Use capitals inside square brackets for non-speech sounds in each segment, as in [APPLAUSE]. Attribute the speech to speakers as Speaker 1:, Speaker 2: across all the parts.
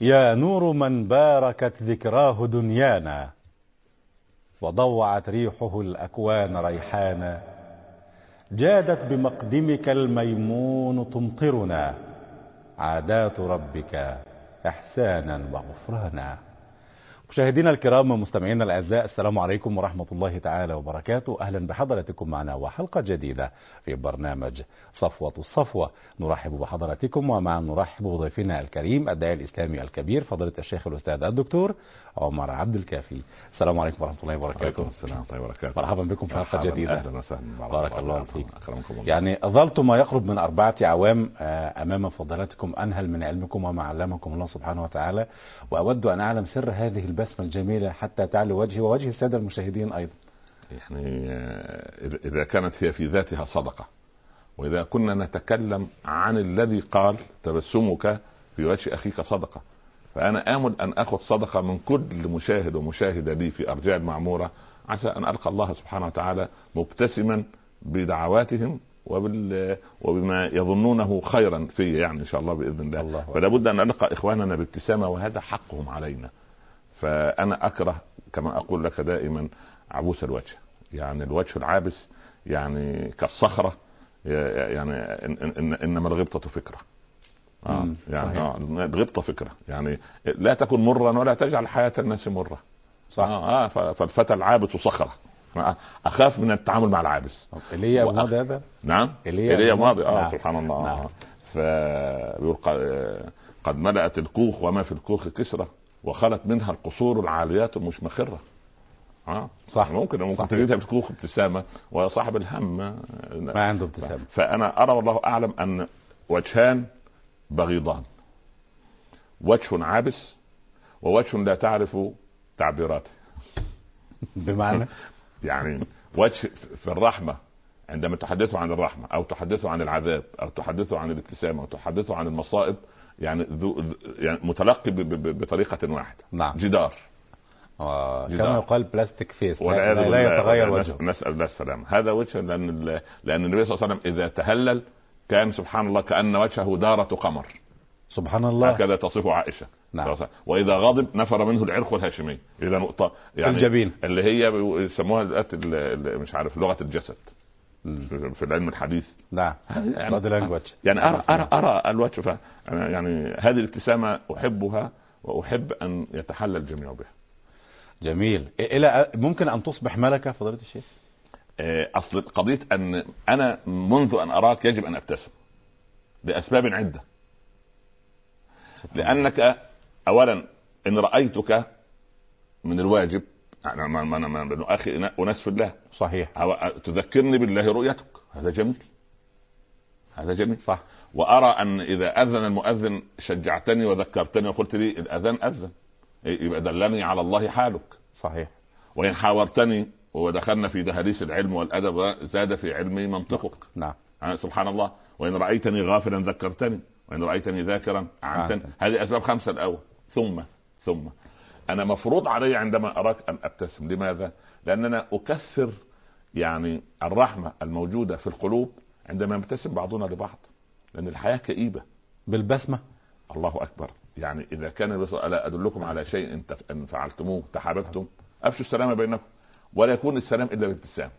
Speaker 1: يا نور من باركت ذكراه دنيانا وضوعت ريحه الأكوان ريحانا جادت بمقدمك الميمون تمطرنا عادات ربك إحسانا وغفرانا مشاهدينا الكرام ومستمعينا الاعزاء السلام عليكم ورحمه الله تعالى وبركاته اهلا بحضراتكم معنا وحلقه جديده في برنامج صفوه الصفوه نرحب بحضراتكم ومع نرحب بضيفنا الكريم الداعي الاسلامي الكبير فضيله الشيخ الاستاذ الدكتور عمر عبد الكافي السلام عليكم ورحمه الله وبركاته
Speaker 2: وعليكم السلام ورحمه الله وبركاته
Speaker 1: مرحبا بكم في حلقه
Speaker 2: مرحباً،
Speaker 1: جديده
Speaker 2: اهلا وسهلا
Speaker 1: بارك الله فيك.
Speaker 2: اكرمكم الله
Speaker 1: يعني ظلت ما يقرب من أربعة أعوام آه، أمام فضيلتكم أنهل من علمكم وما علمكم الله سبحانه وتعالى وأود أن أعلم سر هذه البسمة الجميلة حتى تعلو وجهي ووجه السادة المشاهدين أيضا
Speaker 2: يعني آه، إذا- اذا كانت هي في ذاتها صدقه واذا كنا نتكلم عن الذي قال تبسمك في وجه اخيك صدقه فانا امل ان اخذ صدقه من كل مشاهد ومشاهده لي في ارجاء المعموره عسى ان القى الله سبحانه وتعالى مبتسما بدعواتهم وبال... وبما يظنونه خيرا في يعني ان شاء الله باذن الله,
Speaker 1: الله أكبر.
Speaker 2: فلا بد ان نلقى اخواننا بابتسامه وهذا حقهم علينا فانا اكره كما اقول لك دائما عبوس الوجه يعني الوجه العابس يعني كالصخره يعني إن إن إن انما الغبطه فكره آه
Speaker 1: مم،
Speaker 2: يعني
Speaker 1: صحيح.
Speaker 2: آه الغبطه فكره يعني لا تكن مرا ولا تجعل حياه الناس مره
Speaker 1: صح.
Speaker 2: اه, آه ف- فالفتى العابس صخره أنا اخاف من التعامل مع العابس
Speaker 1: إلي
Speaker 2: وأخ-
Speaker 1: أبو هذا
Speaker 2: نعم
Speaker 1: إيليا
Speaker 2: إيليا
Speaker 1: بن-
Speaker 2: ماضي اه
Speaker 1: نعم.
Speaker 2: سبحان الله
Speaker 1: نعم.
Speaker 2: نعم. فبيقول ق- آه، قد ملأت الكوخ وما في الكوخ كسرة وخلت منها القصور العاليات المشمخرة اه
Speaker 1: صح.
Speaker 2: ممكن ممكن
Speaker 1: صح.
Speaker 2: تجدها في الكوخ ابتسامة وصاحب الهم آه،
Speaker 1: ما عنده ابتسامة
Speaker 2: فانا ارى والله اعلم ان وجهان بغيضان وجه عابس ووجه لا تعرف تعبيراته [LAUGHS]
Speaker 1: بمعنى
Speaker 2: يعني وجه في الرحمه عندما تحدثوا عن الرحمه او تحدثوا عن العذاب او تحدثوا عن الابتسامه او تحدثوا عن المصائب يعني ذو ذو- يعني متلقي ب- ب- ب- بطريقه واحده
Speaker 1: نعم
Speaker 2: جدار
Speaker 1: آه، كما
Speaker 2: جدار.
Speaker 1: يقال بلاستيك فيس لا,
Speaker 2: والعياذ
Speaker 1: لا,
Speaker 2: بالله.
Speaker 1: لا يتغير
Speaker 2: نس-
Speaker 1: وجهه
Speaker 2: نسال الله السلامه هذا وجه لان ال- لان النبي صلى الله عليه وسلم اذا تهلل كان سبحان الله كان وجهه داره قمر
Speaker 1: سبحان الله
Speaker 2: هكذا تصفه عائشه
Speaker 1: نعم
Speaker 2: واذا غضب نفر منه العرق والهاشميه اذا نقطه يعني
Speaker 1: الجبين
Speaker 2: اللي هي بيو- يسموها دلوقتي ال- ال- مش عارف لغه الجسد
Speaker 1: مم.
Speaker 2: في العلم الحديث
Speaker 1: نعم بادي
Speaker 2: يعني,
Speaker 1: لانجوج
Speaker 2: [LAUGHS] يعني ارى ارى ارى الوجه ف- أنا يعني هذه الابتسامه احبها واحب ان يتحلى الجميع بها
Speaker 1: جميل إ- إلى ممكن أن تصبح ملكة فضيلة الشيخ
Speaker 2: آه، اصل قضيه ان انا منذ ان اراك يجب ان ابتسم لاسباب عده
Speaker 1: سبحان الله.
Speaker 2: لانك اولا ان رايتك من الواجب انا ما ما- ما- ما- اخي أنا- اناس في الله
Speaker 1: صحيح
Speaker 2: أو- تذكرني بالله رؤيتك هذا جميل هذا جميل
Speaker 1: صح
Speaker 2: وارى ان اذا اذن المؤذن شجعتني وذكرتني وقلت لي الاذان اذن يبقى دلني على الله حالك
Speaker 1: صحيح
Speaker 2: وان حاورتني ودخلنا في دهاليس العلم والادب زاد في علمي منطقك
Speaker 1: نعم
Speaker 2: يعني سبحان الله وان رايتني غافلا ذكرتني وان رايتني ذاكرا اعنتني
Speaker 1: أعنتني.
Speaker 2: هذه اسباب خمسه الاول ثم ثم انا مفروض علي عندما اراك ان ابتسم لماذا؟ لاننا اكثر يعني الرحمه الموجوده في القلوب عندما يبتسم بعضنا لبعض لان الحياه كئيبه
Speaker 1: بالبسمة
Speaker 2: الله اكبر يعني اذا كان الرسول الا ادلكم على شيء إن تف- ان فعلتموه تحاببتم افشوا السلام بينكم ولا يكون السلام الا بالابتسام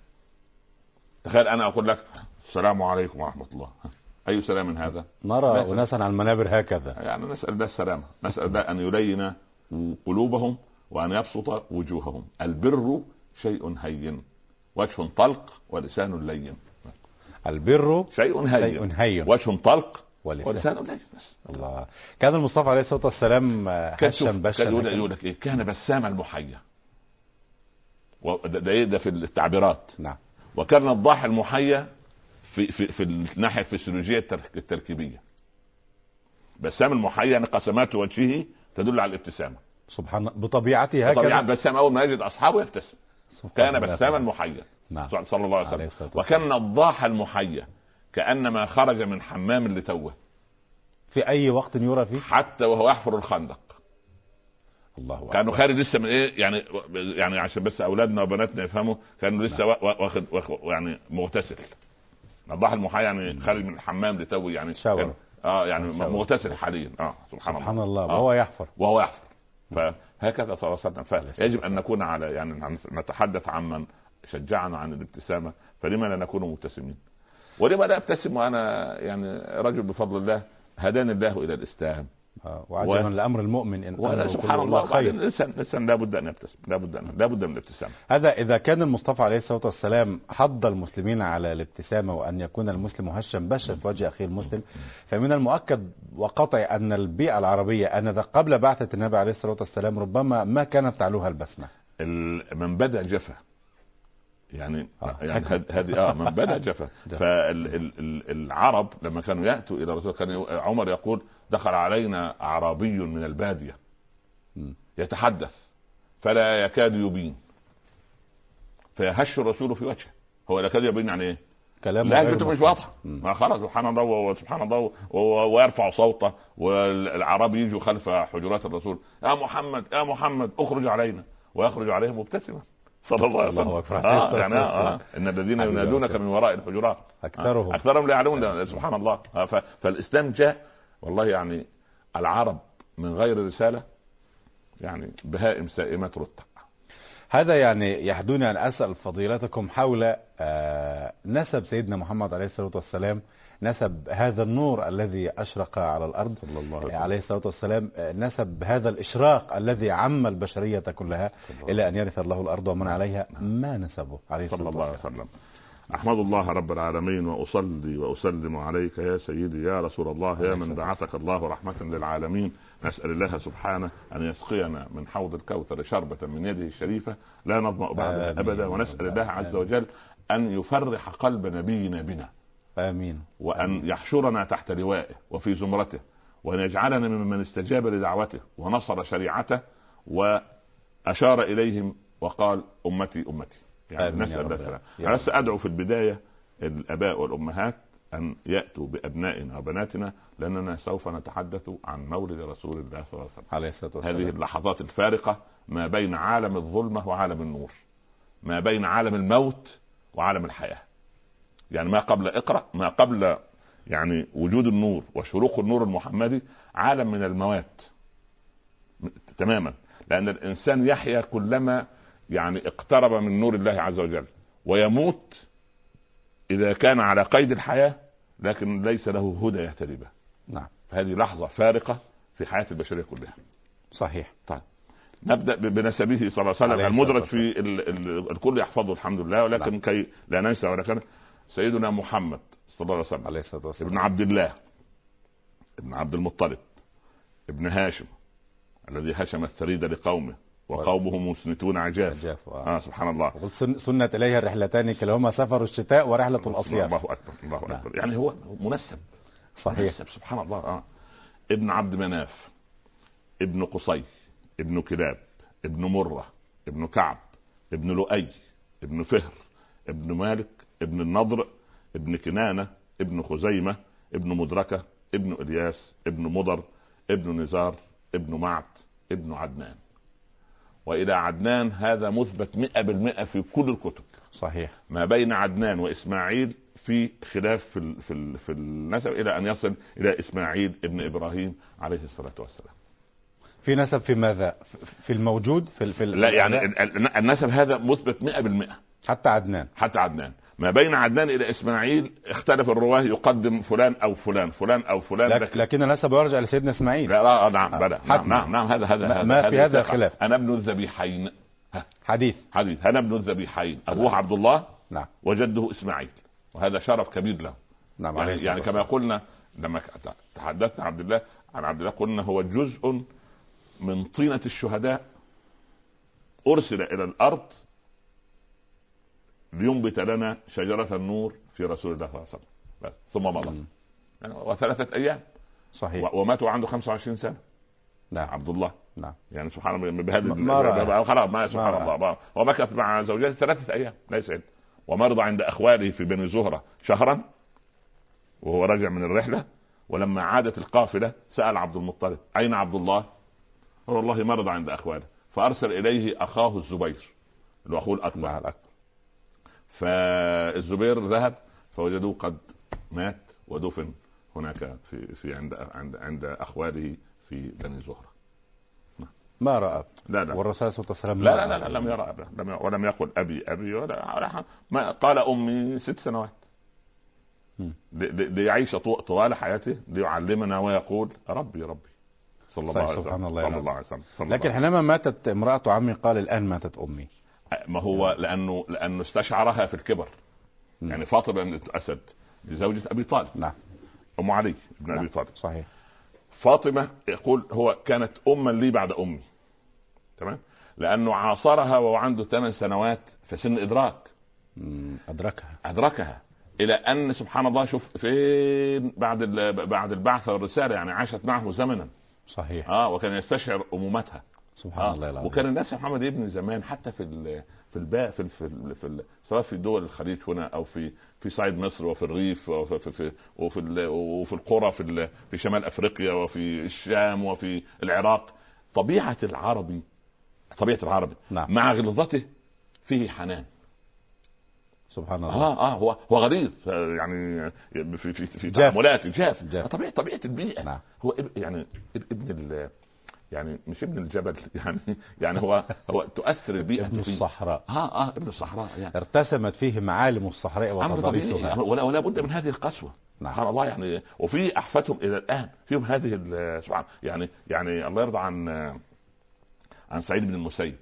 Speaker 2: تخيل انا اقول لك السلام عليكم ورحمه الله اي سلام من هذا
Speaker 1: نرى
Speaker 2: مثلا.
Speaker 1: أناسا على المنابر هكذا
Speaker 2: يعني نسال الله السلامه نسال الله ان يلين قلوبهم وان يبسط وجوههم البر شيء هين وجه طلق ولسان لين
Speaker 1: البر
Speaker 2: شيء هين
Speaker 1: شيء هين
Speaker 2: وجه طلق
Speaker 1: ولسان
Speaker 2: ولسان لين بس
Speaker 1: الله كان المصطفى عليه الصلاة والسلام آه،
Speaker 2: كان
Speaker 1: هشا
Speaker 2: شوف
Speaker 1: بشا
Speaker 2: كان يقول,
Speaker 1: لكن-
Speaker 2: يقول لك ايه كان بسام المحيا و- ده- ده إيه ده في التعبيرات
Speaker 1: نعم
Speaker 2: وكان الضاح المحيا في في في الناحيه الفسيولوجيه الترك- التركيبيه بسام المحيا ان قسمات وجهه تدل على الابتسامه
Speaker 1: سبحان الله بطبيعته
Speaker 2: طبعا
Speaker 1: هكذا
Speaker 2: بسام اول ما يجد اصحابه يبتسم
Speaker 1: سبحان
Speaker 2: كان
Speaker 1: الله.
Speaker 2: بساما محيا
Speaker 1: نعم
Speaker 2: صلى الله عليه
Speaker 1: عليه
Speaker 2: وسلم
Speaker 1: الصلاة والسلام.
Speaker 2: وكان الضاح المحيا كانما خرج من حمام لتوه
Speaker 1: في أي وقت يرى فيه
Speaker 2: حتى وهو يحفر الخندق
Speaker 1: الله أكبر.
Speaker 2: كانوا خارج لسه من ايه يعني يعني عشان بس اولادنا وبناتنا يفهموا كانوا لسه
Speaker 1: نعم.
Speaker 2: وا- وا- واخد واخ- يعني مغتسل نضاح المحا يعني خارج من الحمام لتو يعني
Speaker 1: شاور.
Speaker 2: كان- اه يعني
Speaker 1: إن شاء الله.
Speaker 2: مغتسل حاليا اه سبحان الله
Speaker 1: سبحان الله
Speaker 2: آه.
Speaker 1: وهو يحفر
Speaker 2: وهو يحفر فهكذا صلى الله عليه وسلم
Speaker 1: عليه الصلاة
Speaker 2: فيجب ان نكون على يعني نتحدث عمن شجعنا عن الابتسامه فلما لا نكون مبتسمين ولما لا ابتسم وانا يعني رجل بفضل الله هداني الله الى الاسلام
Speaker 1: آه. وعجبا لامر المؤمن ان
Speaker 2: وانا
Speaker 1: أمره
Speaker 2: سبحان
Speaker 1: كله
Speaker 2: الله
Speaker 1: خير
Speaker 2: وبعدين الانسان الانسان لابد ان يبتسم لابد ان لابد من الابتسامه
Speaker 1: هذا اذا كان المصطفى عليه الصلاه والسلام حض المسلمين على الابتسامه وان يكون المسلم هشا بشا في وجه اخيه المسلم فمن المؤكد وقطع ان البيئه العربيه ان قبل بعثه النبي عليه الصلاه والسلام ربما ما كانت تعلوها البسمه
Speaker 2: ال- من بدا جفا يعني
Speaker 1: آه،
Speaker 2: يعني هد- هذه اه من بدا جفا
Speaker 1: [LAUGHS] جفا.
Speaker 2: فالعرب لما كانوا ياتوا الى الرسول كان يق- عمر يقول دخل علينا اعرابي من الباديه
Speaker 1: مم.
Speaker 2: يتحدث فلا يكاد يبين فيهش الرسول في وجهه هو لا يكاد يبين عن ايه؟
Speaker 1: كلام
Speaker 2: لا
Speaker 1: غير
Speaker 2: الفيديو مش آه.
Speaker 1: مفهوم.
Speaker 2: واضحه
Speaker 1: مم.
Speaker 2: ما خلاص سبحان الله و- سبحان الله و- و- ويرفع صوته والعرب يجوا خلف حجرات الرسول يا محمد يا محمد اخرج علينا ويخرج عليهم مبتسما صلى الله عليه وسلم
Speaker 1: الله أكبر.
Speaker 2: آه يعني آه ان الذين
Speaker 1: حبيبي
Speaker 2: ينادونك
Speaker 1: رسول.
Speaker 2: من وراء الحجرات
Speaker 1: اكثرهم
Speaker 2: آه. اكثرهم لا يعلمون ده. سبحان الله آه ف... فالاسلام جاء والله يعني العرب من غير رساله يعني بهائم سائمات رتع
Speaker 1: هذا يعني يحدوني أن أسأل فضيلتكم حول آه، نسب سيدنا محمد عليه الصلاة والسلام نسب هذا النور الذي أشرق على الأرض
Speaker 2: صلى الله عليه وسلم.
Speaker 1: عليه الصلاة والسلام آه، نسب هذا الإشراق الذي عم البشرية كلها
Speaker 2: يعني
Speaker 1: إلى أن يرث الله الأرض ومن عليها ما نسبه عليه
Speaker 2: نعم.
Speaker 1: الصلاة
Speaker 2: صلى الله عليه
Speaker 1: والسلام
Speaker 2: وسلم احمد الله رب العالمين واصلي واسلم عليك يا سيدي يا رسول الله يا من بعثك الله رحمه للعالمين نسال الله سبحانه ان يسقينا من حوض الكوثر شربه من يده الشريفه لا نظما بعدها
Speaker 1: آمين.
Speaker 2: ابدا ونسال الله عز وجل ان يفرح قلب نبينا بنا
Speaker 1: آمين
Speaker 2: وأن يحشرنا تحت لوائه وفي زمرته وأن يجعلنا ممن استجاب لدعوته ونصر شريعته وأشار إليهم وقال أمتي أمتي يعني
Speaker 1: آمين يا
Speaker 2: نسأل
Speaker 1: رب
Speaker 2: الله
Speaker 1: العالمين.
Speaker 2: السلامة
Speaker 1: يا
Speaker 2: أنا
Speaker 1: رب.
Speaker 2: بس أدعو في البداية الآباء والأمهات أن يأتوا بأبنائنا وبناتنا لأننا سوف نتحدث عن مولد رسول الله صلى الله عليه وسلم
Speaker 1: عليه الصلاة والسلام
Speaker 2: هذه اللحظات الفارقة ما بين عالم الظلمة وعالم النور ما بين عالم الموت وعالم الحياة يعني ما قبل اقرأ ما قبل يعني وجود النور وشروق النور المحمدي عالم من الموات م- تماما لأن الإنسان يحيا كلما يعني اقترب من نور الله عز وجل ويموت إذا كان على قيد الحياة لكن ليس له هدى يهتدي به
Speaker 1: نعم
Speaker 2: فهذه لحظة فارقة في حياة البشرية كلها
Speaker 1: صحيح
Speaker 2: طيب. نبدا ب- بنسبه صلى الله عليه وسلم
Speaker 1: عليه
Speaker 2: المدرج
Speaker 1: الصلاة
Speaker 2: في ال... ال... الكل يحفظه الحمد لله ولكن
Speaker 1: نعم.
Speaker 2: كي لا ننسى ولكن سيدنا محمد صلى الله عليه وسلم
Speaker 1: عليه الصلاة والسلام
Speaker 2: ابن عبد الله ابن عبد المطلب ابن هاشم الذي هشم الثريد لقومه وقومه مسنتون عجاف
Speaker 1: نجاف، آه.
Speaker 2: اه سبحان الله
Speaker 1: وقل سن- سنت إليه الرحلتان كلاهما سفر الشتاء ورحلة الأصياف
Speaker 2: الله اكبر الله
Speaker 1: نعم.
Speaker 2: اكبر يعني هو منسب
Speaker 1: صحيح
Speaker 2: منسب سبحان الله اه ابن عبد مناف ابن قصي ابن كلاب ابن مرة ابن كعب ابن لؤي ابن فهر ابن مالك ابن النضر ابن كنانة ابن خزيمة ابن مدركة ابن إلياس ابن مضر ابن نزار ابن معت ابن عدنان وإلى عدنان هذا مثبت مئة بالمئة في كل الكتب
Speaker 1: صحيح
Speaker 2: ما بين عدنان واسماعيل في خلاف في ال- في ال- في النسب الى ان يصل الى اسماعيل ابن ابراهيم عليه الصلاه والسلام.
Speaker 1: في نسب في ماذا؟ في- في الموجود في ال- في ال-
Speaker 2: لا يعني ال- ال- النسب هذا مثبت 100%
Speaker 1: حتى عدنان
Speaker 2: حتى عدنان. ما بين عدنان الى اسماعيل اختلف الرواه يقدم فلان او فلان فلان او فلان
Speaker 1: لكن, لكن النسب يرجع لسيدنا اسماعيل
Speaker 2: لا لا آه، نعم بلى نعم
Speaker 1: حتما.
Speaker 2: نعم نعم هذا هذا
Speaker 1: ما- ما في هذا
Speaker 2: ثقة.
Speaker 1: خلاف.
Speaker 2: انا ابن الذبيحين
Speaker 1: حديث
Speaker 2: حديث انا ابن الذبيحين ابوه عبد الله
Speaker 1: نعم
Speaker 2: وجده اسماعيل وهذا شرف كبير له.
Speaker 1: نعم عليه
Speaker 2: يعني,
Speaker 1: الصلاة
Speaker 2: يعني كما
Speaker 1: والسلام.
Speaker 2: قلنا لما ك- تحدثنا عبد الله عن عبد الله قلنا هو جزء من طينة الشهداء أرسل إلى الأرض لينبت لنا شجرة النور في رسول الله صلى الله عليه وسلم بس. ثم مضى
Speaker 1: مم. إيه.
Speaker 2: يعني وثلاثة أيام
Speaker 1: صحيح
Speaker 2: و- ومات وعنده 25 سنة
Speaker 1: نعم
Speaker 2: عبد الله
Speaker 1: نعم
Speaker 2: يعني سبحان الله بهذا
Speaker 1: ما- ما رأى.
Speaker 2: بهذا- خلاص ما سبحان
Speaker 1: ما رأى.
Speaker 2: الله ما- ومكث مع زوجته ثلاثة أيام لا يسعد ومرض عند أخواله في بني زهرة شهرا وهو راجع من الرحلة ولما عادت القافلة سأل عبد المطلب أين عبد الله؟ قال والله مرض عند أخواله فأرسل إليه أخاه الزبير اللي هو أخوه الأكبر
Speaker 1: مع الأكبر فأكبر
Speaker 2: فالزبير ذهب فوجدوه قد مات ودفن هناك في في عند عند عند اخواله في بني زهره
Speaker 1: ما رأى
Speaker 2: لا لا
Speaker 1: والرسول صلى الله عليه وسلم
Speaker 2: لا
Speaker 1: ما
Speaker 2: لا لا,
Speaker 1: رأى.
Speaker 2: لا لم يرى أباه لم يرى ولم يقل أبي أبي ولا, ولا ح- ما قال أمي ست سنوات
Speaker 1: مم.
Speaker 2: لي- لي- ليعيش طو- طوال حياته ليعلمنا ويقول ربي ربي صلى الله
Speaker 1: صحيح،
Speaker 2: عليه وسلم
Speaker 1: سبحان الله
Speaker 2: صلى
Speaker 1: يعني.
Speaker 2: الله عليه وسلم صلى
Speaker 1: لكن
Speaker 2: الله
Speaker 1: حينما ماتت امرأة عمي قال الآن ماتت أمي
Speaker 2: عليه وسلم. ما هو لأنه لأنه استشعرها في الكبر
Speaker 1: نعم. مم.
Speaker 2: يعني فاطمة بنت أسد زوجة أبي طالب
Speaker 1: نعم
Speaker 2: أم علي بن
Speaker 1: نعم.
Speaker 2: أبي طالب
Speaker 1: صحيح
Speaker 2: فاطمة يقول هو كانت أما لي بعد أمي تمام لأنه عاصرها وهو عنده ثمان سنوات في سن إدراك
Speaker 1: مم، أدركها
Speaker 2: ادركها الى ان سبحان الله شوف فين بعد ال- بعد البعثه والرساله يعني عاشت معه زمنا
Speaker 1: صحيح
Speaker 2: اه وكان يستشعر امومتها
Speaker 1: سبحان الله
Speaker 2: آه
Speaker 1: العظيم
Speaker 2: وكان الناس يا محمد ابن زمان حتى في ال في الباء في ال في, ال في ال سواء في دول الخليج هنا او في في صعيد مصر وفي الريف وفي في في وفي, ال وفي القرى في ال في شمال افريقيا وفي الشام وفي العراق طبيعه العربي طبيعه العربي
Speaker 1: نعم
Speaker 2: مع غلظته فيه حنان
Speaker 1: سبحان الله
Speaker 2: اه اه هو هو غليظ آه، يعني في في في
Speaker 1: جاف.
Speaker 2: تعاملاته جاف
Speaker 1: جاف.
Speaker 2: آه، طبيعه طبيعه البيئه
Speaker 1: نعم.
Speaker 2: هو اب- يعني اب- ابن ال يعني مش ابن الجبل [LAUGHS] يعني يعني هو هو تؤثر البيئه
Speaker 1: ابن
Speaker 2: فيه.
Speaker 1: الصحراء
Speaker 2: اه اه ابن الصحراء يعني
Speaker 1: ارتسمت فيه معالم الصحراء
Speaker 2: امر طبيعي يعني
Speaker 1: وتضاريسها
Speaker 2: ولا ولا بد من هذه القسوه سبحان
Speaker 1: نعم
Speaker 2: الله يعني وفي احفتهم الى الان فيهم هذه ال- سبحان يعني يعني الله يرضى عن عن سعيد بن المسيب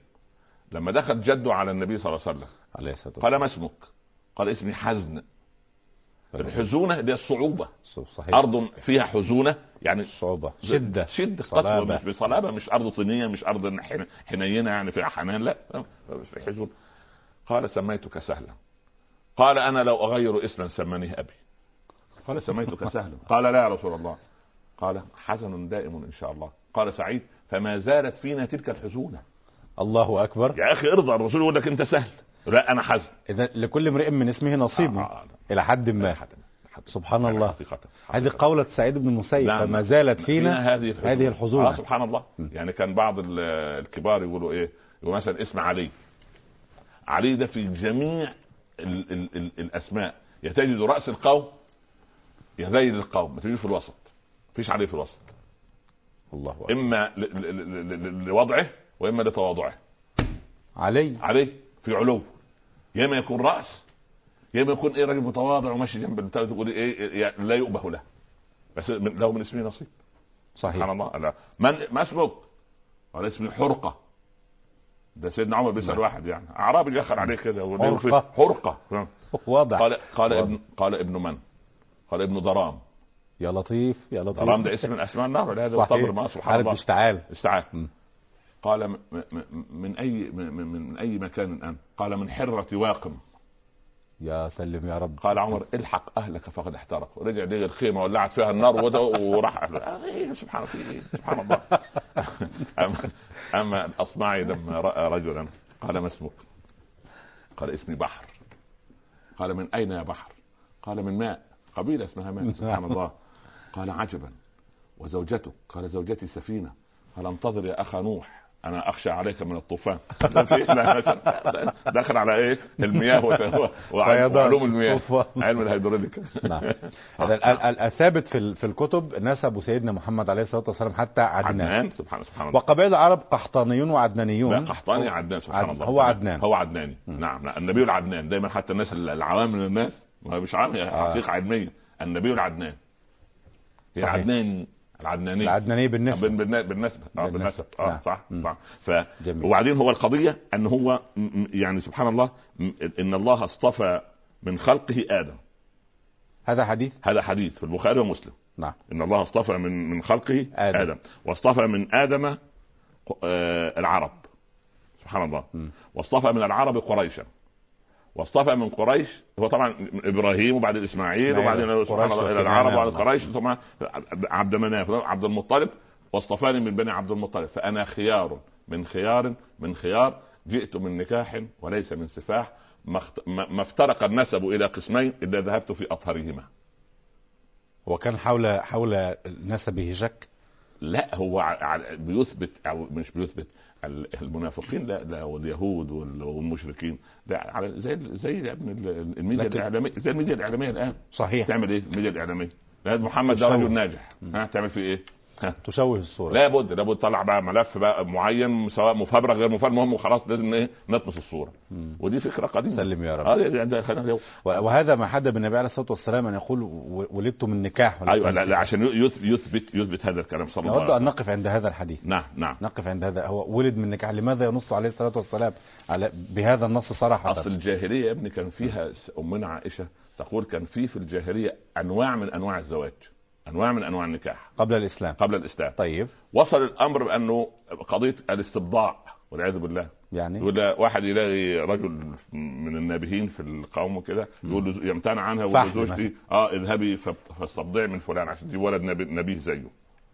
Speaker 2: لما دخل جده على النبي صلى الله عليه وسلم
Speaker 1: عليه الصلاة
Speaker 2: قال ما اسمك؟ قال اسمي حزن الحزونه اللي هي الصعوبه
Speaker 1: صحيح
Speaker 2: ارض فيها حزونه يعني
Speaker 1: صعوبة إيه. شدة
Speaker 2: شده
Speaker 1: صلابة.
Speaker 2: قسوه مش بصلابه مش ارض طينيه مش ارض حن- حنينه يعني فيها حنان لا في حزن قال سميتك سهلا قال انا لو اغير اسما سمانيه ابي قال
Speaker 1: [LAUGHS]
Speaker 2: سميتك سهلا قال لا يا رسول الله قال حزن دائم ان شاء الله قال سعيد فما زالت فينا تلك الحزونه
Speaker 1: الله أكبر
Speaker 2: يا اخي ارضى الرسول يقول لك انت سهل لا انا حزن
Speaker 1: إذا لكل امرئ من اسمه نصيب
Speaker 2: آه، آه،
Speaker 1: إلى حد
Speaker 2: آه،
Speaker 1: ما
Speaker 2: حتى- حتى-
Speaker 1: سبحان
Speaker 2: يعني
Speaker 1: الله.
Speaker 2: حقيقة
Speaker 1: هذه
Speaker 2: حقيقة.
Speaker 1: قولة سعيد بن المسيب
Speaker 2: نعم.
Speaker 1: فما زالت فينا
Speaker 2: فينا هذه الحزن.
Speaker 1: هذه الحزونة.
Speaker 2: آه سبحان الله
Speaker 1: م.
Speaker 2: يعني كان بعض ال- الكبار يقولوا ايه يقولوا مثلا اسم علي علي ده في جميع ال ال ال الاسماء يتجد راس القوم يذيل القوم ما تجدوش في الوسط مفيش عليه في الوسط
Speaker 1: الله أكبر.
Speaker 2: اما ل ل ل ل ل لوضعه واما لتواضعه
Speaker 1: علي
Speaker 2: عليه في علو يا اما يكون راس يا اما يكون ايه راجل متواضع وماشي جنب البتاع تقول ايه إيه، لا يؤبه له بس من- له من اسمه نصيب سبحان
Speaker 1: صحيح
Speaker 2: الله لا من ما اسمك؟ قال اسمي حرقه ده سيدنا عمر بيسال
Speaker 1: نعم.
Speaker 2: واحد يعني اعرابي دخل عليه كده وده يقول فيه
Speaker 1: حرقة.
Speaker 2: حرقه
Speaker 1: واضح
Speaker 2: قال قال
Speaker 1: واضح.
Speaker 2: ابن قال ابن من؟ قال ابن ضرام
Speaker 1: يا لطيف يا لطيف
Speaker 2: ضرام ده اسم من اسماء النار لا ده
Speaker 1: صحيح
Speaker 2: وطبر ما سبحان
Speaker 1: عارف
Speaker 2: الله
Speaker 1: اشتعال
Speaker 2: استعان
Speaker 1: مم.
Speaker 2: قال م- م- من اي من, من- من اي مكان انت؟ قال من حره واقم
Speaker 1: يا سلم يا رب
Speaker 2: قال عمر الحق اهلك فقد احترقوا رجع لقى الخيمه ولعت فيها النار وده وراح إيه سبحان الله في إيه؟ سبحان الله اما اما الاصمعي لما راى رجلا قال ما اسمك؟ قال اسمي بحر قال من اين يا بحر؟ قال من ماء قبيله اسمها ماء سبحان الله قال عجبا وزوجتك قال زوجتي سفينه قال انتظر يا اخا نوح انا اخشى عليك من الطوفان لا في- لا- دخل على ايه المياه وت- وعلوم
Speaker 1: فيضان.
Speaker 2: وعلوم المياه [LAUGHS]
Speaker 1: طوفان.
Speaker 2: علم الهيدروليك
Speaker 1: [LAUGHS] نعم هذا ال- ال- الثابت في ال- في الكتب نسبوا سيدنا محمد عليه الصلاه والسلام حتى عدنان
Speaker 2: عدنان سبحان سبحان الله
Speaker 1: وقبائل العرب قحطانيون
Speaker 2: لا
Speaker 1: وعدنانيون
Speaker 2: قحطاني عدنان سبحان
Speaker 1: عد-
Speaker 2: الله
Speaker 1: هو عدنان.
Speaker 2: هو عدناني
Speaker 1: مم.
Speaker 2: نعم لا النبي العدنان دايما حتى الناس ال- العوام من الناس ما مش عام هي
Speaker 1: آه.
Speaker 2: حقيقه علميه النبي العدنان هي
Speaker 1: صحيح.
Speaker 2: العدناني العدناني
Speaker 1: العدنانيه بالنسبه
Speaker 2: بالن- بالن- بالنسبه اه
Speaker 1: بالنسبة.
Speaker 2: بالنسبه اه
Speaker 1: نعم.
Speaker 2: صح
Speaker 1: مم.
Speaker 2: صح ف
Speaker 1: جميل
Speaker 2: وبعدين هو القضيه ان هو م- م- يعني سبحان الله م- ان الله اصطفى من خلقه ادم
Speaker 1: هذا حديث
Speaker 2: هذا حديث في البخاري ومسلم
Speaker 1: نعم
Speaker 2: ان الله اصطفى من من خلقه
Speaker 1: آدم.
Speaker 2: ادم, آدم. واصطفى من ادم آه، العرب سبحان الله
Speaker 1: م.
Speaker 2: واصطفى من العرب قريشا واصطفى من قريش هو طبعا ابراهيم وبعدين اسماعيل
Speaker 1: إسماعيل،
Speaker 2: وبعدين سبحان
Speaker 1: قريش نعم.
Speaker 2: الله الى
Speaker 1: وكنعان
Speaker 2: العرب وبعدين
Speaker 1: والله.
Speaker 2: قريش ثم عبد مناف عبد المطلب واصطفاني من بني عبد المطلب فانا خيار من خيار من خيار جئت من نكاح وليس من سفاح ما اخت- ما ما افترق النسب الى قسمين الا ذهبت في اطهرهما
Speaker 1: وكان حول حول نسبه شك
Speaker 2: لا هو ع- ع- بيثبت او مش بيثبت ال- المنافقين لا لا واليهود وال- والمشركين لا على زي زي يا ابن ال- الميديا
Speaker 1: لكن-
Speaker 2: الاعلاميه زي الميديا الاعلاميه الان
Speaker 1: صحيح
Speaker 2: تعمل ايه إيه؟ الميديا الاعلاميه لا محمد ده
Speaker 1: تشوه.
Speaker 2: رجل ناجح ها تعمل فيه ايه؟
Speaker 1: تشوه الصورة
Speaker 2: لابد لابد طلع بقى ملف بقى معين سواء مفبرك غير مفبرك المهم خلاص لازم ايه نطمس الصوره
Speaker 1: مم.
Speaker 2: ودي فكره قديمه
Speaker 1: سلم يا رب
Speaker 2: اه ده- ده خلينا اليوم.
Speaker 1: و- وهذا ما حد النبي عليه الصلاة والسلام أن يقول و- ولدت من نكاح ولا
Speaker 2: ايوه لا,
Speaker 1: فهمت.
Speaker 2: لا عشان يث- يثبت يثبت هذا الكلام صلى الله
Speaker 1: نود
Speaker 2: عليه
Speaker 1: أن
Speaker 2: وسلم
Speaker 1: نقف عند هذا الحديث
Speaker 2: نعم نعم
Speaker 1: نقف عند هذا هو ولد من نكاح لماذا ينص عليه الصلاة والسلام على بهذا النص صراحة
Speaker 2: اصل الجاهليه يا ابني كان فيها س- امنا عائشه تقول كان في في الجاهليه انواع من انواع الزواج انواع من انواع النكاح
Speaker 1: قبل الإسلام
Speaker 2: قبل الاسلام
Speaker 1: طيب
Speaker 2: وصل الامر بانه قضيه الاستبضاع والعياذ بالله
Speaker 1: يعني
Speaker 2: يقول لا واحد يلاقي رجل من النابهين في القوم وكده يقول له- يمتنع عنها
Speaker 1: فحل
Speaker 2: ويقول لزوجتي اه اذهبي فب- فاستبضعي من فلان عشان تجيب ولد نبي- نبيه زيه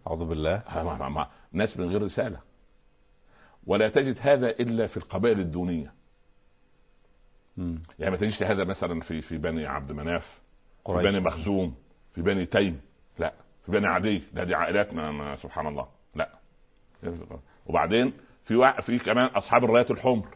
Speaker 1: أعوذ بالله
Speaker 2: آه، ما- ما- ما- ناس من غير رساله ولا تجد هذا الا في القبائل الدونيه
Speaker 1: مم.
Speaker 2: يعني ما تجدش هذا مثلا في في بني عبد مناف في
Speaker 1: قريش
Speaker 2: بني مخزوم في بني تيم لا في بني عدي لا دي عائلات ما ما سبحان الله لا وبعدين في وع- في كمان اصحاب الرايات الحمر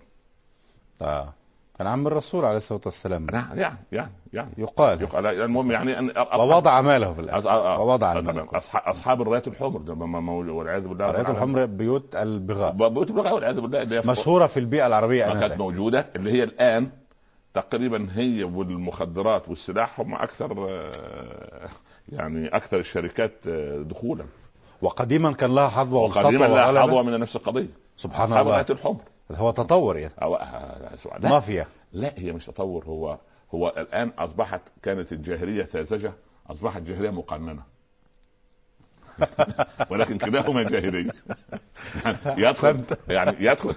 Speaker 1: آه. كان عم الرسول عليه الصلاة والسلام
Speaker 2: نعم، يعني يعني يعني
Speaker 1: يقال
Speaker 2: يقال- المهم يعني ان
Speaker 1: ووضع ماله في
Speaker 2: أص-
Speaker 1: الأرض
Speaker 2: آه، آه.
Speaker 1: ووضع
Speaker 2: آه،
Speaker 1: الملك
Speaker 2: تمام. أصح- اصحاب الرايات الحمر ده ما- ما- ما- والعياذ بالله
Speaker 1: الرايات الحمر بيوت البغاء
Speaker 2: ب- بيوت بلغة والعياذ بالله اللي هي في-
Speaker 1: مشهورة يعني في البيئة العربية
Speaker 2: ما كانت
Speaker 1: آنذاك
Speaker 2: موجوده اللي هي الان تقريبا هي والمخدرات والسلاح هم اكثر آه، يعني اكثر الشركات آه، دخولا
Speaker 1: وقديما كان لها حظوة
Speaker 2: وقديما
Speaker 1: وسطوة
Speaker 2: لا
Speaker 1: وغلبة
Speaker 2: حظوه من نفس القضيه
Speaker 1: سبحان
Speaker 2: حظوه
Speaker 1: الله
Speaker 2: الرايات الحمر
Speaker 1: هو تطور يعني
Speaker 2: أو آه، سؤال. لا
Speaker 1: مافيا
Speaker 2: لا هي مش تطور هو هو الان اصبحت كانت الجاهليه ساذجه اصبحت جاهليه مقننه [LAUGHS] ولكن كلاهما جاهليه يعني يدخل يعني يدخل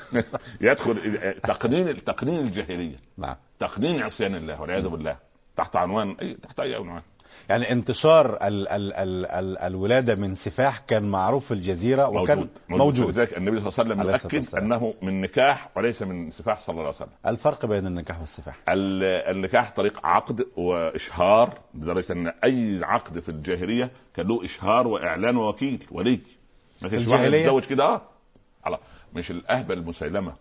Speaker 2: يدخل تقنين تقنين الجاهليه
Speaker 1: نعم
Speaker 2: تقنين عصيان الله والعياذ بالله تحت عنوان اي تحت اي عنوان
Speaker 1: يعني انتشار ال ال ال ال الولادة من سفاح كان معروف في الجزيرة وكان موجود, موجود.
Speaker 2: لذلك النبي صلى الله
Speaker 1: عليه
Speaker 2: عليه
Speaker 1: الصلاة
Speaker 2: وسلم يؤكد
Speaker 1: والسلام.
Speaker 2: انه من نكاح وليس من سفاح صلى الله عليه وسلم
Speaker 1: الفرق بين النكاح والسفاح
Speaker 2: ال- النكاح طريق عقد واشهار لدرجه ان اي عقد في الجاهليه كان له اشهار واعلان ووكيل ولي ما كانش واحد
Speaker 1: الجاهلية؟
Speaker 2: يتزوج كده اه على مش الاهبل مسيلمه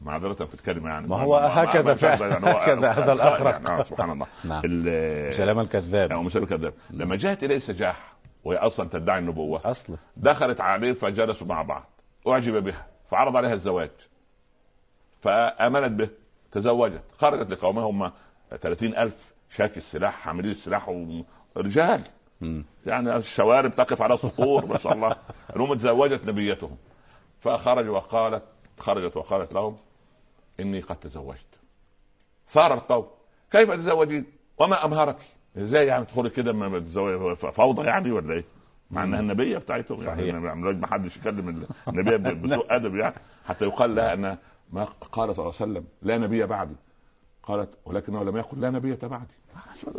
Speaker 2: معذره في الكلمه يعني
Speaker 1: ما هو هكذا
Speaker 2: مش
Speaker 1: فعلا.
Speaker 2: أهبل يعني هو-
Speaker 1: هكذا هذا الأخرق.
Speaker 2: يعني آه، سبحان الله
Speaker 1: نعم.
Speaker 2: ال-
Speaker 1: سلام الكذاب
Speaker 2: او مسيلمه الكذاب لما جاءت اليه سجاح وهي اصلا تدعي النبوه
Speaker 1: أصلا
Speaker 2: دخلت عليه فجلسوا مع بعض اعجب بها فعرض عليها الزواج فامنت به تزوجت خرجت لقومها هم 30 ألف شاكي السلاح حاملين السلاح ورجال
Speaker 1: مم.
Speaker 2: يعني الشوارب تقف على صخور ما شاء الله المهم تزوجت نبيتهم فخرجوا وقالت خرجت وقالت لهم اني قد تزوجت ثار القوم كيف تتزوجين وما امهرك ازاي يعني تدخلي كده ما- ما تتزوجي ف- فوضى يعني ولا ايه مع انها النبيه بتاعتهم
Speaker 1: صحيح.
Speaker 2: يعني ما- ما حدش يكلم النبيه ب- بسوء ادب يعني حتى يقال لها ان ما قال صلى الله عليه وسلم لا نبي بعدي قالت ولكنه لم يقل لا نبي بعدي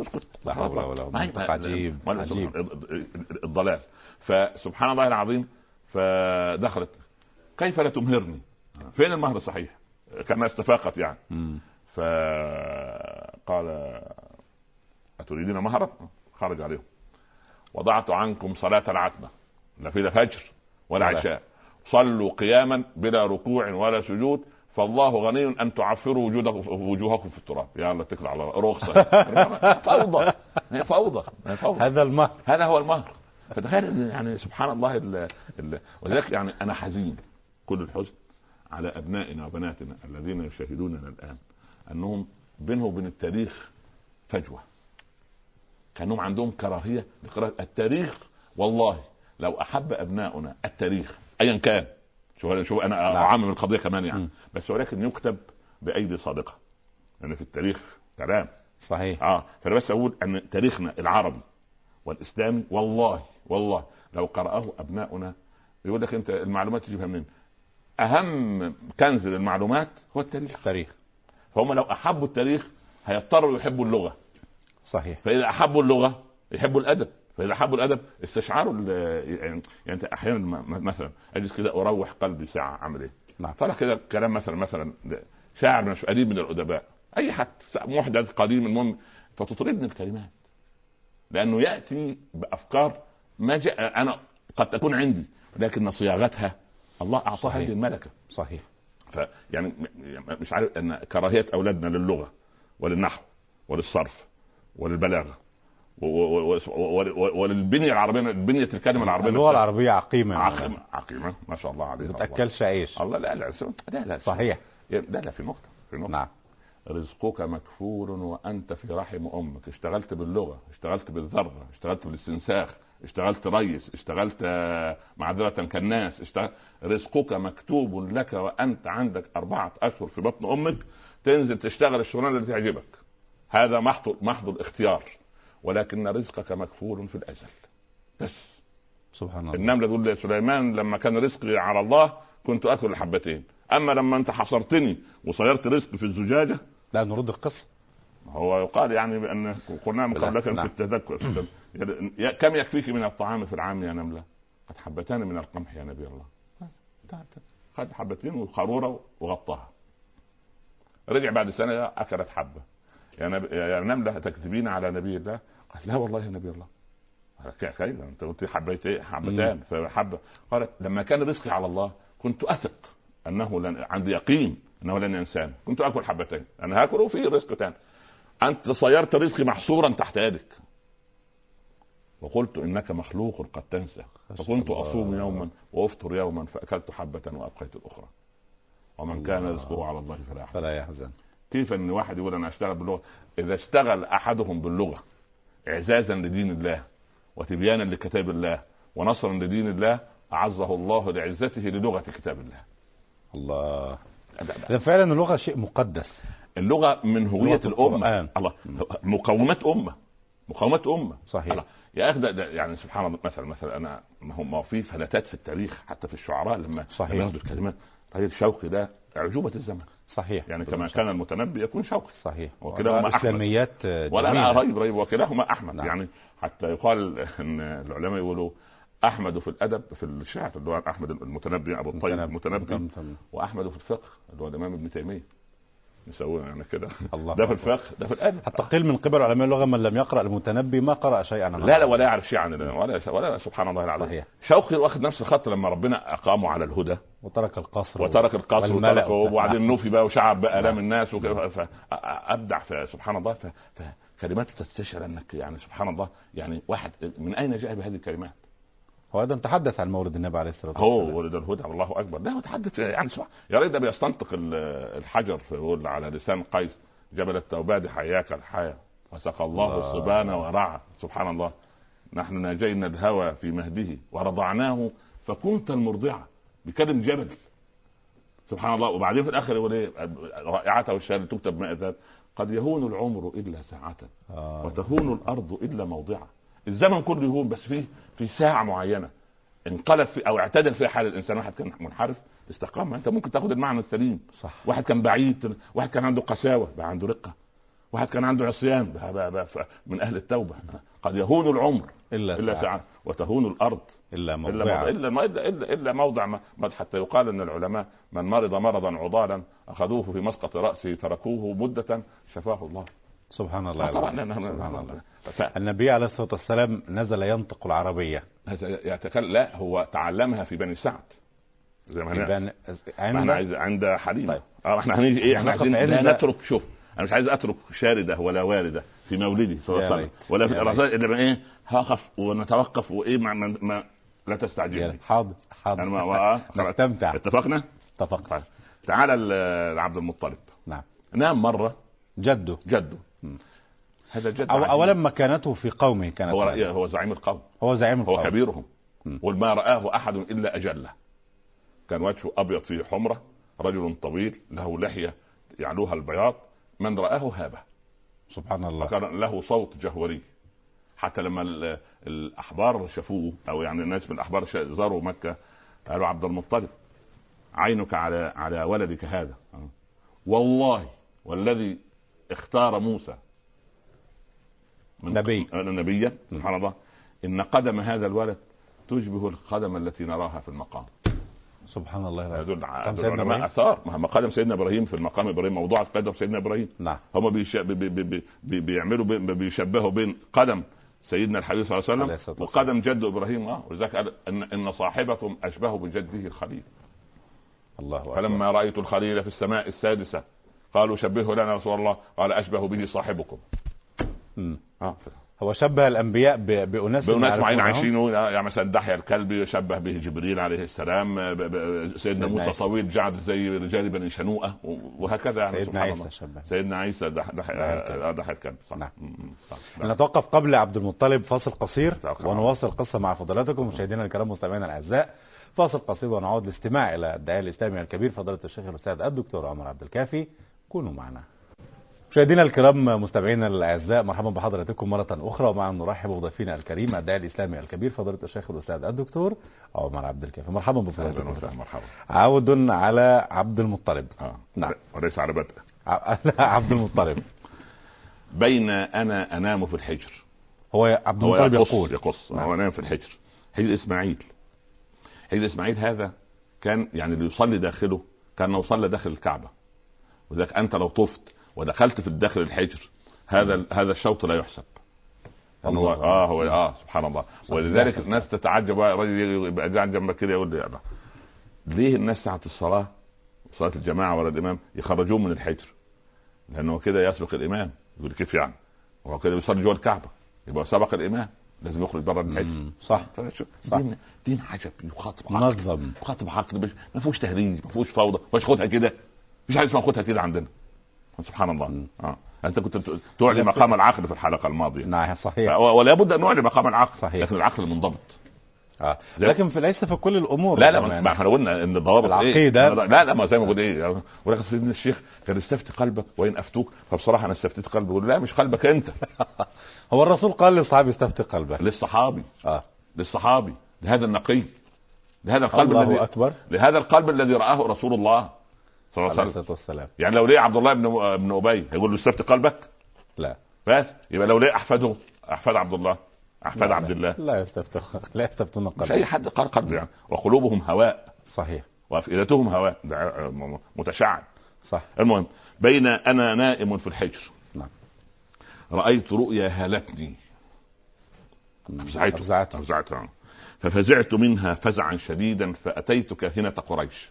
Speaker 2: اسكت
Speaker 1: لا حول ولا قوة.
Speaker 2: ما هي-
Speaker 1: منطق عجيب،
Speaker 2: ما- ما-
Speaker 1: عجيب.
Speaker 2: الضلال فسبحان الله العظيم فدخلت كيف لا تمهرني فين المهر الصحيح كما استفاقت يعني
Speaker 1: مم.
Speaker 2: فقال أتريدين مهرا خرج عليهم وضعت عنكم صلاة العتمة لا في لا فجر ولا
Speaker 1: ولا.
Speaker 2: عشاء صلوا قياما بلا ركوع ولا سجود فالله غني ان تعفروا وجودكم وجوهكم في التراب يا الله اتكل على الله رخصه فوضى هي فوضى هي فوضى
Speaker 1: هذا المهر
Speaker 2: هذا هو المهر فتخيل إن يعني سبحان الله ال- ال- ولذلك يعني انا حزين كل الحزن على ابنائنا وبناتنا الذين يشاهدوننا الان انهم بينهم وبين التاريخ فجوه كانهم عندهم كراهيه لقراءه التاريخ والله لو احب ابناؤنا التاريخ ايا كان شوف شوف انا اعمم القضيه كمان يعني
Speaker 1: م.
Speaker 2: بس ولكن يكتب بايدي صادقه لان يعني في التاريخ كلام
Speaker 1: صحيح
Speaker 2: اه فانا بس اقول ان تاريخنا العربي والاسلامي والله والله لو قراه ابناؤنا يقول لك انت المعلومات تجيبها منين؟ اهم كنز للمعلومات هو التاريخ
Speaker 1: تاريخ
Speaker 2: فهم لو احبوا التاريخ هيضطروا يحبوا اللغه
Speaker 1: صحيح
Speaker 2: فاذا احبوا اللغه يحبوا الادب فاذا احبوا الادب استشعروا ال- يعني يعني أنت احيانا م- م- مثلا اجلس كده اروح قلبي ساعه اعمل ايه؟
Speaker 1: نعم
Speaker 2: طلع كده كلام مثلا مثلا شاعر من قديم من الادباء اي حد محدث قديم المهم فتطردني الكلمات لانه ياتي بافكار ما جاء انا قد تكون عندي لكن صياغتها الله اعطاها
Speaker 1: صحيح.
Speaker 2: هذه الملكه
Speaker 1: صحيح
Speaker 2: فيعني يعني م- م- مش عارف ان كراهيه اولادنا للغه وللنحو وللصرف وللبلاغه و- و- و- و- و- وللبنيه العربيه بنيه الكلمه العربيه
Speaker 1: اللغه
Speaker 2: نفسها.
Speaker 1: العربيه عقيمه
Speaker 2: عقيمه عقيمه ما شاء الله عليها
Speaker 1: ما
Speaker 2: الله.
Speaker 1: تاكلش عيش
Speaker 2: الله لا لا سو- لا لا
Speaker 1: صحيح
Speaker 2: لا لا في نقطه في نقطه
Speaker 1: نعم
Speaker 2: رزقك مكفول وانت في رحم امك اشتغلت باللغه اشتغلت بالذره اشتغلت بالاستنساخ اشتغلت ريس اشتغلت آه، معذره كالناس اشتغل... رزقك مكتوب لك وانت عندك اربعه اشهر في بطن امك تنزل تشتغل الشغلانه اللي تعجبك هذا محض محض الاختيار ولكن رزقك مكفول في الاجل بس
Speaker 1: سبحان الله
Speaker 2: النمله تقول لسليمان لما كان رزقي على الله كنت اكل الحبتين اما لما انت حصرتني وصيرت رزقي في الزجاجه
Speaker 1: لا نرد القصه
Speaker 2: هو يقال يعني بان قلنا من
Speaker 1: لا،
Speaker 2: قبلك في
Speaker 1: نعم.
Speaker 2: التذكر في التذكر. يا- كم يكفيك من الطعام في العام يا نمله؟ قد حبتان من القمح يا نبي الله. خد حبتين وخروره وغطاها. رجع بعد سنه اكلت حبه. يا, نب... يا نمله تكذبين على نبي الله؟ قالت لا والله يا نبي الله. قال كيف كيف؟ انت قلت حبيت ايه؟ حبتان فحبه قالت لما كان رزقي على الله كنت اثق انه لن عندي يقين انه لن ينساني كنت اكل حبتين انا هاكل وفي رزق تاني انت صيرت رزقي محصورا تحت يدك وقلت انك مخلوق قد تنسى فكنت اصوم يوما وافطر يوما فاكلت حبه وابقيت الاخرى ومن كان
Speaker 1: الله.
Speaker 2: رزقه على الله فلا يحزن
Speaker 1: فلا يحزن
Speaker 2: كيف ان واحد يقول انا اشتغل باللغه اذا اشتغل احدهم باللغه اعزازا لدين الله وتبيانا لكتاب الله ونصرا لدين الله اعزه الله لعزته للغه كتاب الله
Speaker 1: الله ده فعلا اللغه شيء مقدس
Speaker 2: اللغه من هويه
Speaker 1: لغة
Speaker 2: الامه
Speaker 1: القرآن.
Speaker 2: الله مقومات امه مقومات امه
Speaker 1: صحيح
Speaker 2: الله. يا اخي ده- ده يعني سبحان الله مثلا مثلا انا ما هو ما هو في فلتات في التاريخ حتى في الشعراء لما
Speaker 1: صحيح.
Speaker 2: لما ياخدوا الكلمات راجل شوقي ده اعجوبه الزمن
Speaker 1: صحيح
Speaker 2: يعني كما كان المتنبي يكون شوقي
Speaker 1: صحيح
Speaker 2: وكلاهما أحمد.
Speaker 1: اسلاميات
Speaker 2: ولا لا رهيب رهيب وكلاهما احمد
Speaker 1: نعم.
Speaker 2: يعني حتى يقال ان العلماء يقولوا احمد في الادب في الشعر اللي هو احمد المتنبي ابو الطيب المتنبي
Speaker 1: متنبي
Speaker 2: واحمد في الفقه اللي هو الامام ابن تيميه نسويها يعني
Speaker 1: [LAUGHS]
Speaker 2: كده
Speaker 1: الله
Speaker 2: ده في
Speaker 1: أكبر.
Speaker 2: الفقه ده في الادب
Speaker 1: حتى قيل من قبل علماء اللغه من لم يقرا المتنبي ما قرا شيئا عن
Speaker 2: لا لا ولا يعرف شيئا عن الله، ولا ولا سبحان الله العظيم
Speaker 1: صحيح.
Speaker 2: شوقي واخد نفس الخط لما ربنا اقامه على الهدى
Speaker 1: وترك القصر
Speaker 2: وترك القصر
Speaker 1: والملأ
Speaker 2: وترك
Speaker 1: وبتاع.
Speaker 2: وبعدين نفي بقى وشعب بقى
Speaker 1: نعم.
Speaker 2: الام الناس وكده ف- فابدع فسبحان الله ف- فكلماته تستشعر انك يعني سبحان الله يعني واحد من اين جاء بهذه الكلمات؟
Speaker 1: هو ده تحدث عن مولد النبي عليه الصلاه
Speaker 2: هو
Speaker 1: والسلام
Speaker 2: ولد الهدى والله اكبر لا هو تحدث يعني سبحان يا ريت ده بيستنطق ال- الحجر فيقول على لسان قيس جبل التوباد حياك الحياه وسقى الله
Speaker 1: الله.
Speaker 2: الصبان ورعى سبحان الله نحن ناجينا الهوى في مهده ورضعناه فكنت المرضعه بكلم جبل سبحان الله وبعدين في الاخر يقول ايه رائعته والشهاده تكتب مائة قد يهون العمر الا ساعه
Speaker 1: آه.
Speaker 2: وتهون الارض الا موضعها الزمن كله يهون بس فيه في ساعه معينه انقلب في او اعتدل فيها حال الانسان واحد كان منحرف استقام انت ممكن تاخد المعنى السليم
Speaker 1: صح
Speaker 2: واحد كان بعيد واحد كان عنده قساوه بقى عنده رقه واحد كان عنده عصيان بقى بقى بقى ف- من اهل التوبه قد يهون العمر
Speaker 1: الا
Speaker 2: الا
Speaker 1: ساعة.
Speaker 2: ساعه وتهون الارض
Speaker 1: الا
Speaker 2: الا موضع
Speaker 1: موضع
Speaker 2: الا ما- الا الا, إلا موضع ما ما- حتى يقال ان العلماء من مرض مرضا عضالا اخذوه في مسقط راسه تركوه مده شفاه الله
Speaker 1: سبحان الله
Speaker 2: آه، طبعا لا،
Speaker 1: العظيم.
Speaker 2: لا، لا،
Speaker 1: سبحان
Speaker 2: لا،
Speaker 1: الله
Speaker 2: لا. ف-
Speaker 1: النبي عليه الصلاه والسلام نزل ينطق العربيه
Speaker 2: يتكلم لا هو تعلمها في بني سعد زي ما احنا
Speaker 1: يبان
Speaker 2: ما احنا
Speaker 1: عند
Speaker 2: عايز عند حليمه
Speaker 1: طيب.
Speaker 2: اه احنا هنيجي ايه احنا
Speaker 1: هنقف
Speaker 2: عايزين
Speaker 1: عند-
Speaker 2: لا نترك شوف انا مش عايز اترك شارده ولا وارده في مولدي صلى الله
Speaker 1: يا
Speaker 2: عليه وسلم
Speaker 1: ريت،
Speaker 2: ولا في
Speaker 1: يا
Speaker 2: الرسائل اللي بقى ايه هقف ونتوقف وايه ما, ما, ما لا تستعجلني
Speaker 1: حاضر
Speaker 2: انا يعني. ما
Speaker 1: حاضر
Speaker 2: ما- آه، طيب. خلاص.
Speaker 1: نستمتع
Speaker 2: اتفقنا
Speaker 1: اتفقنا
Speaker 2: طيب. تعالى ل- لعبد المطلب
Speaker 1: نعم
Speaker 2: نام مره
Speaker 1: جده
Speaker 2: جده
Speaker 1: مم.
Speaker 2: هذا جد
Speaker 1: أو
Speaker 2: عجيب.
Speaker 1: اولا مكانته في قومه كانت
Speaker 2: هو
Speaker 1: مهمة.
Speaker 2: هو زعيم القوم
Speaker 1: هو زعيم
Speaker 2: هو
Speaker 1: القوم
Speaker 2: كبيرهم
Speaker 1: مم.
Speaker 2: قل ما رآه أحد إلا أجله كان وجهه أبيض فيه حمرة رجل طويل له لحية يعلوها البياض من رآه هابه
Speaker 1: سبحان الله
Speaker 2: وكان له صوت جهوري حتى لما ال- الأحبار شافوه أو يعني الناس من الأحبار شا- زاروا مكة قالوا عبد المطلب عينك على على ولدك هذا والله والذي اختار موسى من
Speaker 1: نبي.
Speaker 2: نبيا سبحان الله ان قدم هذا الولد تشبه القدم التي نراها في المقام
Speaker 1: سبحان الله العظيم.
Speaker 2: هذول
Speaker 1: قدم
Speaker 2: هذول
Speaker 1: سيدنا
Speaker 2: علماء
Speaker 1: إبراهيم.
Speaker 2: اثار ما ما قدم سيدنا ابراهيم في المقام ابراهيم موضوع قدم سيدنا ابراهيم
Speaker 1: نعم
Speaker 2: هم بيش... بي... بي... بي... بي... بيعملوا بي... بيشبهوا بين قدم سيدنا الحبيب صلى الله
Speaker 1: عليه
Speaker 2: عليه
Speaker 1: الصلاة
Speaker 2: وسلم
Speaker 1: والسلام.
Speaker 2: وقدم جد ابراهيم اه ولذلك قال ان ان صاحبكم اشبه بجده الخليل
Speaker 1: الله أكبر.
Speaker 2: فلما رايت الخليل في السماء السادسه قالوا شبهه لنا يا رسول الله قال اشبه به صاحبكم
Speaker 1: مم.
Speaker 2: اه
Speaker 1: هو شبه الانبياء ب- باناس
Speaker 2: بأناس معين
Speaker 1: يعرفونهم.
Speaker 2: عايشين يقول- يعني مثلا دحية الكلبي يشبه به جبريل عليه السلام آه، ب- ب-
Speaker 1: سيدنا
Speaker 2: سيدنا موسى
Speaker 1: عيسى.
Speaker 2: طويل جعل زي رجال بني شنوءة و- وهكذا يعني
Speaker 1: سيدنا
Speaker 2: سبحان
Speaker 1: عيسى
Speaker 2: الله
Speaker 1: شبه
Speaker 2: سيدنا عيسى دح- دح-
Speaker 1: دحية الكلبي.
Speaker 2: آه، دحية الكلبي صح
Speaker 1: نعم.
Speaker 2: م- م- صح.
Speaker 1: نتوقف قبل عبد المطلب فاصل قصير
Speaker 2: توقف.
Speaker 1: ونواصل القصه مع فضلاتكم مشاهدينا الكرام مستمعينا الاعزاء فاصل قصير ونعود للاستماع الى الداعيه الاسلامي الكبير فضيله الشيخ الاستاذ الدكتور عمر عبد الكافي كونوا معنا مشاهدينا الكرام مستمعينا الاعزاء مرحبا بحضراتكم مره اخرى ومعا نرحب بضيفنا الكريم الداعي الاسلامي الكبير فضيله الشيخ الاستاذ الدكتور عمر عبد الكافي مرحبا
Speaker 2: اهلا
Speaker 1: بفضلاتكم
Speaker 2: وسهلا مرحبا
Speaker 1: عود على عبد المطلب [LAUGHS]
Speaker 2: آه.
Speaker 1: نعم.
Speaker 2: وليس على بدء
Speaker 1: ع- لا، عبد المطلب
Speaker 2: بين انا انام في الحجر
Speaker 1: هو عبد
Speaker 2: هو طيب
Speaker 1: المطلب
Speaker 2: يقص
Speaker 1: يقول
Speaker 2: يقص
Speaker 1: نعم.
Speaker 2: هو نام في الحجر حجر اسماعيل حجر اسماعيل هذا كان يعني اللي يصلي داخله كانه صلى داخل الكعبه وذاك انت لو طفت ودخلت في داخل الحجر هذا هذا الشوط لا يحسب يعني هو
Speaker 1: الله.
Speaker 2: اه هو اه سبحان الله ولذلك
Speaker 1: داخل.
Speaker 2: الناس تتعجب بقى الراجل يجي- يبقى قاعد جنبك كده يقول لي يلا. ليه الناس ساعه الصلاه صلاه الجماعه ورا الامام يخرجوه من الحجر لانه كده يسبق الامام يقول كيف يعني هو كده بيصلي جوه الكعبه يبقى سبق الامام لازم يخرج بره الحجر
Speaker 1: مم. صح
Speaker 2: فشوف،
Speaker 1: صح.
Speaker 2: دين دين عجب يخاطب عقل
Speaker 1: منظم
Speaker 2: يخاطب عقل مش- ما فيهوش تهريج ما فيهوش فوضى مش خدها كده مش حاجه اسمها خدها كده عندنا سبحان الله
Speaker 1: مم.
Speaker 2: اه انت كنت بت- تعلي مقام العقل في الحلقه الماضيه
Speaker 1: نعم صحيح
Speaker 2: يعني و- ولا بد ان نعلي مقام العقل
Speaker 1: صحيح.
Speaker 2: لكن العقل منضبط
Speaker 1: آه. لكن في ليس في كل الامور
Speaker 2: لا لا ما-
Speaker 1: كمان.
Speaker 2: ما احنا قلنا ان الضوابط
Speaker 1: نعم. العقيدة.
Speaker 2: إيه؟ لا لا ما زي ما قلت ايه ولكن سيدنا الشيخ كان استفتي قلبك وان افتوك فبصراحه انا استفتيت قلبي يقول لا مش قلبك انت
Speaker 1: هو الرسول قال للصحابي استفتي قلبك
Speaker 2: للصحابي
Speaker 1: اه
Speaker 2: للصحابي لهذا النقي لهذا القلب
Speaker 1: الله
Speaker 2: الذي
Speaker 1: اكبر
Speaker 2: لهذا القلب الذي رآه رسول الله صلى الله
Speaker 1: عليه
Speaker 2: عليه وسلم
Speaker 1: الصلاه والسلام
Speaker 2: يعني لو لقي عبد الله بن بن ابي هيقول له استفتي قلبك
Speaker 1: لا
Speaker 2: بس يبقى لو لقي احفاده احفاد عبد الله احفاد
Speaker 1: لا،
Speaker 2: عبد الله
Speaker 1: لا يستفتي لا يستفتون
Speaker 2: مش اي
Speaker 1: قلبك
Speaker 2: حد قال قلبه يعني وقلوبهم هواء
Speaker 1: صحيح
Speaker 2: وافئدتهم هواء ده آه، متشعب
Speaker 1: صح
Speaker 2: المهم بين انا نائم في الحجر
Speaker 1: نعم.
Speaker 2: رايت رؤيا هالتني افزعته
Speaker 1: افزعته
Speaker 2: افزعته آه. ففزعت منها فزعا شديدا فاتيت كاهنه قريش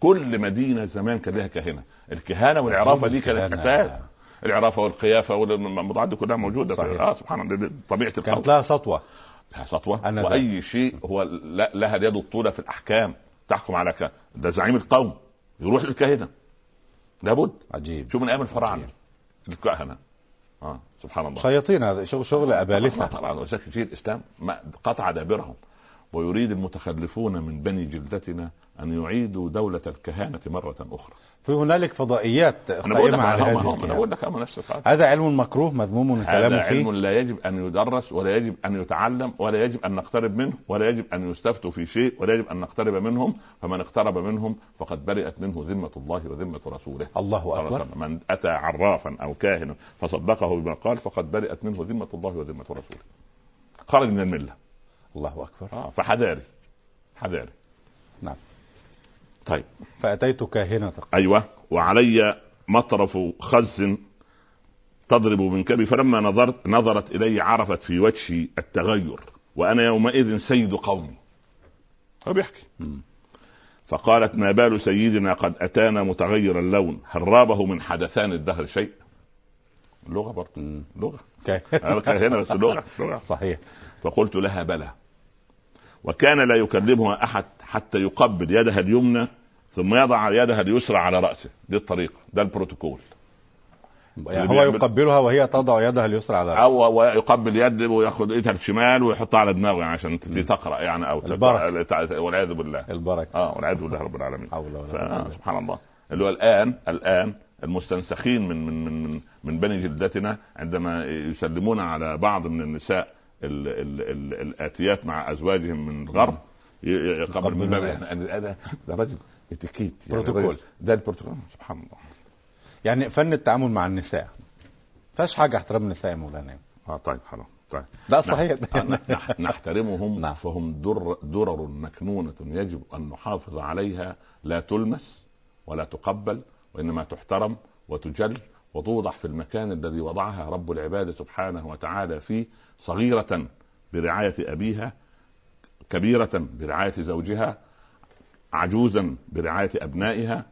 Speaker 2: كل مدينه زمان كان لها كاهنه الكهانه والعرافه دي كانت
Speaker 1: كان-
Speaker 2: اساس العرافه والقيافه والموضوعات دي كلها موجوده في-
Speaker 1: صحيح.
Speaker 2: اه سبحان الله دي طبيعه القوم
Speaker 1: كانت لها سطوه
Speaker 2: لها سطوه
Speaker 1: أنا
Speaker 2: واي شيء هو لا- لها اليد الطوله في الاحكام تحكم على ك... ده زعيم القوم يروح للكاهنه لابد
Speaker 1: عجيب
Speaker 2: شوف من ايام الفراعنه الكهنه اه سبحان الله آه،
Speaker 1: شياطين هذا شغل شغل
Speaker 2: طبعا-
Speaker 1: ابالسه
Speaker 2: طبعا وذلك شيء الاسلام ما قطع دابرهم ويريد المتخلفون من بني جلدتنا ان يعيدوا دوله الكهانه مره اخرى.
Speaker 1: في هنالك فضائيات
Speaker 2: انا بقول لك
Speaker 1: قائمه على
Speaker 2: انا
Speaker 1: طيب، هذه
Speaker 2: هم- هم- أنا بقول
Speaker 1: الكيان.
Speaker 2: لك هم نفس القاعده.
Speaker 1: هذا علم مكروه مذموم
Speaker 2: هذا
Speaker 1: الكلام فيه
Speaker 2: علم لا يجب ان يدرس ولا يجب ان يتعلم ولا يجب ان نقترب منه ولا يجب ان يستفتوا في شيء ولا يجب ان نقترب منهم فمن اقترب منهم فقد برئت منه ذمه الله وذمه رسوله.
Speaker 1: الله
Speaker 2: صلى الله
Speaker 1: اكبر
Speaker 2: عليه وسلم. من اتى عرافا او كاهنا فصدقه بما قال فقد برئت منه ذمه الله وذمه رسوله. خرج من المله.
Speaker 1: الله اكبر
Speaker 2: اه فحذاري حذاري
Speaker 1: نعم.
Speaker 2: طيب
Speaker 1: فاتيت كاهنه
Speaker 2: ايوه وعلي مطرف خز تضرب منكبي فلما نظرت نظرت الي عرفت في وجهي التغير وانا يومئذ سيد قومي هو بيحكي
Speaker 1: مم.
Speaker 2: فقالت ما بال سيدنا قد اتانا متغير اللون هل رابه من حدثان الدهر شيء لغه برضه
Speaker 1: مم.
Speaker 2: لغه
Speaker 1: كاهنة.
Speaker 2: أنا بتكلم هنا بس لغه لغه
Speaker 1: [LAUGHS] صحيح
Speaker 2: فقلت لها بلى وكان لا يكلمها احد حتى يقبل يدها اليمنى ثم يضع يدها اليسرى على راسه دي الطريقه ده البروتوكول
Speaker 1: يعني هو
Speaker 2: بيعمل- آه.
Speaker 1: يقبلها وهي تضع يدها اليسرى على رأسه.
Speaker 2: او هو يقبل يد وياخد ايدها الشمال ويحطها على دماغه يعني عشان تبتدي تقرا يعني او
Speaker 1: البركة.
Speaker 2: تقرأ- والعياذ بالله
Speaker 1: البركه
Speaker 2: اه والعياذ بالله رب العالمين
Speaker 1: حول ولا
Speaker 2: ف-
Speaker 1: قوة إلا
Speaker 2: آه،
Speaker 1: بالله.
Speaker 2: سبحان الله اللي هو الان الان المستنسخين من من من من, من بني جلدتنا عندما يسلمون على بعض من النساء ال ال ال الاتيات مع ازواجهم من الغرب ي- ي- يقبل من
Speaker 1: يقبلون
Speaker 2: باب
Speaker 1: إيه؟
Speaker 2: يعني أنا- ده ده راجل اتيكيت
Speaker 1: بروتوكول.
Speaker 2: راجل- ده البروتوكول سبحان الله
Speaker 1: يعني فن التعامل مع النساء فاش حاجه احترام النساء يا مولانا
Speaker 2: اه طيب خلاص طيب
Speaker 1: لا
Speaker 2: [LAUGHS] نعم.
Speaker 1: صحيح
Speaker 2: آه، نح- نحترمهم
Speaker 1: نعم.
Speaker 2: فهم در درر مكنونة يجب أن نحافظ عليها لا تلمس ولا تقبل وإنما تحترم وتجل وتوضع في المكان الذي وضعها رب العباد سبحانه وتعالى فيه صغيرة برعاية أبيها كبيرة برعاية زوجها عجوزا برعاية أبنائها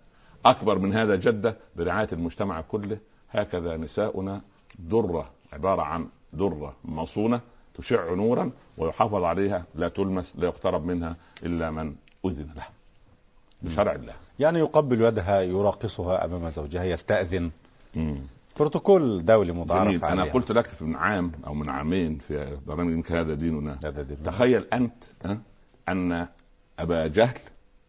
Speaker 2: أكبر من هذا جدة برعاية المجتمع كله هكذا نساؤنا درة عبارة عن دره مصونه تشع نورا ويحافظ عليها لا تلمس لا يقترب منها الا من اذن له بشرع الله
Speaker 1: يعني يقبل يدها يراقصها امام زوجها يستاذن بروتوكول دولي متعارف
Speaker 2: جميل انا
Speaker 1: عليه
Speaker 2: قلت لك من عام او من عامين في برنامج إن كان هذا ديننا
Speaker 1: هذا دين.
Speaker 2: تخيل انت ها، ان ابا جهل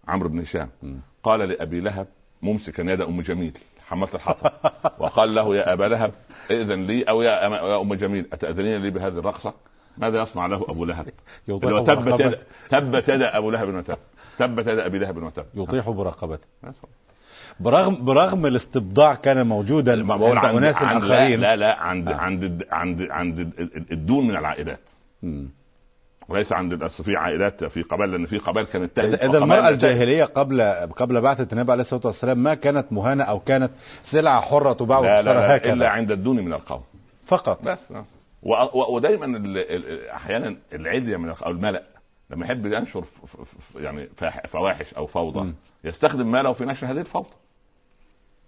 Speaker 2: عمرو بن هشام
Speaker 1: مم.
Speaker 2: قال لابي لهب ممسكا يد ام جميل حملت الحطب وقال له يا ابا لهب ائذن لي او يا أم, يا ام جميل اتاذنين لي بهذه الرقصه ماذا يصنع له ابو لهب
Speaker 1: يطيح
Speaker 2: اللي هو تبت
Speaker 1: برقبته.
Speaker 2: يد تبت يد ابو لهب وتب تبت يد ابي لهب وتب
Speaker 1: يطيح برقبته برغم برغم الاستبضاع كان موجودا
Speaker 2: ما بقول
Speaker 1: عند
Speaker 2: عند
Speaker 1: اناس
Speaker 2: عند
Speaker 1: اخرين
Speaker 2: لا لا, لا عند
Speaker 1: آه.
Speaker 2: عند الد- عند عند الد- الد- الدون من العائلات
Speaker 1: مم.
Speaker 2: وليس عند الأس- في عائلات في قبائل لان في قبائل كانت تهد
Speaker 1: اذا المراه الجاهليه قبل قبل بعثه النبي عليه الصلاه والسلام ما كانت مهانه او كانت سلعه حره تباع
Speaker 2: لا لا,
Speaker 1: وتشترى
Speaker 2: لا الا
Speaker 1: هكذا
Speaker 2: عند الدون من القوم
Speaker 1: فقط
Speaker 2: بس و- و- ودايما ال- ال- ال- احيانا العليا من الق- او الملا لما يحب ينشر ف- ف- ف- يعني فاح- فواحش او فوضى
Speaker 1: مم.
Speaker 2: يستخدم ماله في نشر هذه الفوضى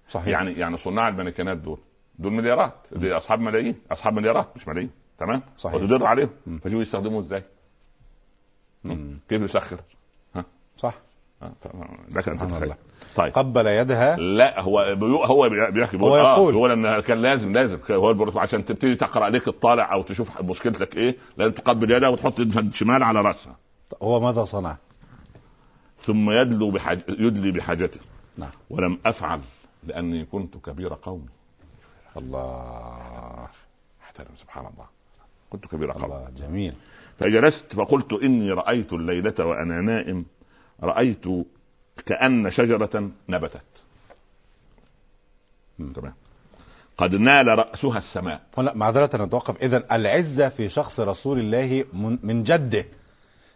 Speaker 1: صحيح
Speaker 2: يعني يعني صناع المانيكانات دول دول مليارات دي اصحاب ملايين اصحاب مليارات مش ملايين تمام
Speaker 1: صحيح.
Speaker 2: وتدر عليهم
Speaker 1: مم.
Speaker 2: فشوف يستخدموه ازاي
Speaker 1: مم.
Speaker 2: كيف يسخر
Speaker 1: صح
Speaker 2: آه، ف- لك ان
Speaker 1: سبحان
Speaker 2: تتخيل
Speaker 1: الله.
Speaker 2: طيب
Speaker 1: قبل يدها
Speaker 2: لا هو بيو- هو بي- بيحكي بيقول
Speaker 1: هو
Speaker 2: اه
Speaker 1: يقول.
Speaker 2: هو لان كان لازم لازم كان هو البروتوكول عشان تبتدي تقرا لك الطالع او تشوف مشكلتك ايه لازم تقبل يدها وتحط يدها الشمال على راسها
Speaker 1: هو ماذا صنع؟
Speaker 2: ثم يدلو بحاج... يدلي بحاجته
Speaker 1: نعم
Speaker 2: ولم افعل لاني كنت كبير قومي
Speaker 1: الله
Speaker 2: احترم سبحان الله كنت كبير قومي
Speaker 1: الله جميل
Speaker 2: فجلست فقلت إني رأيت الليلة وأنا نائم رأيت كأن شجرة نبتت
Speaker 1: مم.
Speaker 2: تمام قد نال رأسها السماء
Speaker 1: هنا معذرة نتوقف إذا العزة في شخص رسول الله من- من جده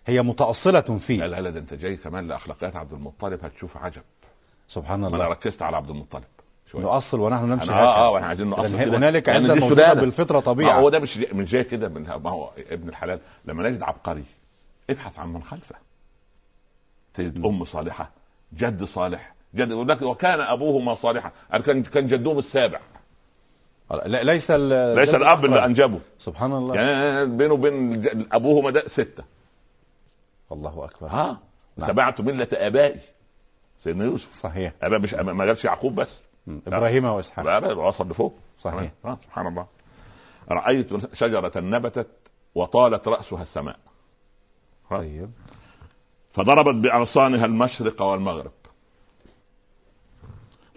Speaker 1: هي متأصلة
Speaker 2: لا
Speaker 1: فيه
Speaker 2: لا لا ده انت جاي كمان لاخلاقيات عبد المطلب هتشوف عجب
Speaker 1: سبحان
Speaker 2: ما انا
Speaker 1: الله
Speaker 2: ركزت على عبد المطلب شويه
Speaker 1: نؤصل ونحن نمشي
Speaker 2: أنا- اه اه
Speaker 1: هكذا
Speaker 2: واحنا عايزين نقص
Speaker 1: إذن
Speaker 2: كده
Speaker 1: يعني هنالك
Speaker 2: لأن
Speaker 1: عزة
Speaker 2: دي
Speaker 1: موجودة
Speaker 2: سودانة.
Speaker 1: بالفطرة
Speaker 2: ما هو
Speaker 1: طبيعة
Speaker 2: ده مش جاي- مش جاي كده من ما هو ابن الحلال لما نجد عبقري ابحث عن من خلفه تجد ام صالحه جد صالح جد يقول لك وكان ابوهما صالحا أنا كان كان جدهم السابع
Speaker 1: لا- ليس ال-
Speaker 2: ليس
Speaker 1: الجد
Speaker 2: الاب اللي
Speaker 1: الأقرب. آه.
Speaker 2: انجبه
Speaker 1: سبحان الله
Speaker 2: يعني بينه وبين ج- ابوهما ده سته
Speaker 1: الله أكبر
Speaker 2: ها
Speaker 1: نعم.
Speaker 2: تبعت مله ابائي سيدنا يوسف
Speaker 1: صحيح
Speaker 2: ابا مش أبا ما جابش يعقوب بس
Speaker 1: م. إبراهيم وإسحاق
Speaker 2: بقى وصل لفوق
Speaker 1: صحيح
Speaker 2: آه، سبحان الله رأيت شجرة نبتت وطالت رأسها السماء
Speaker 1: طيب
Speaker 2: فضربت بأغصانها المشرق والمغرب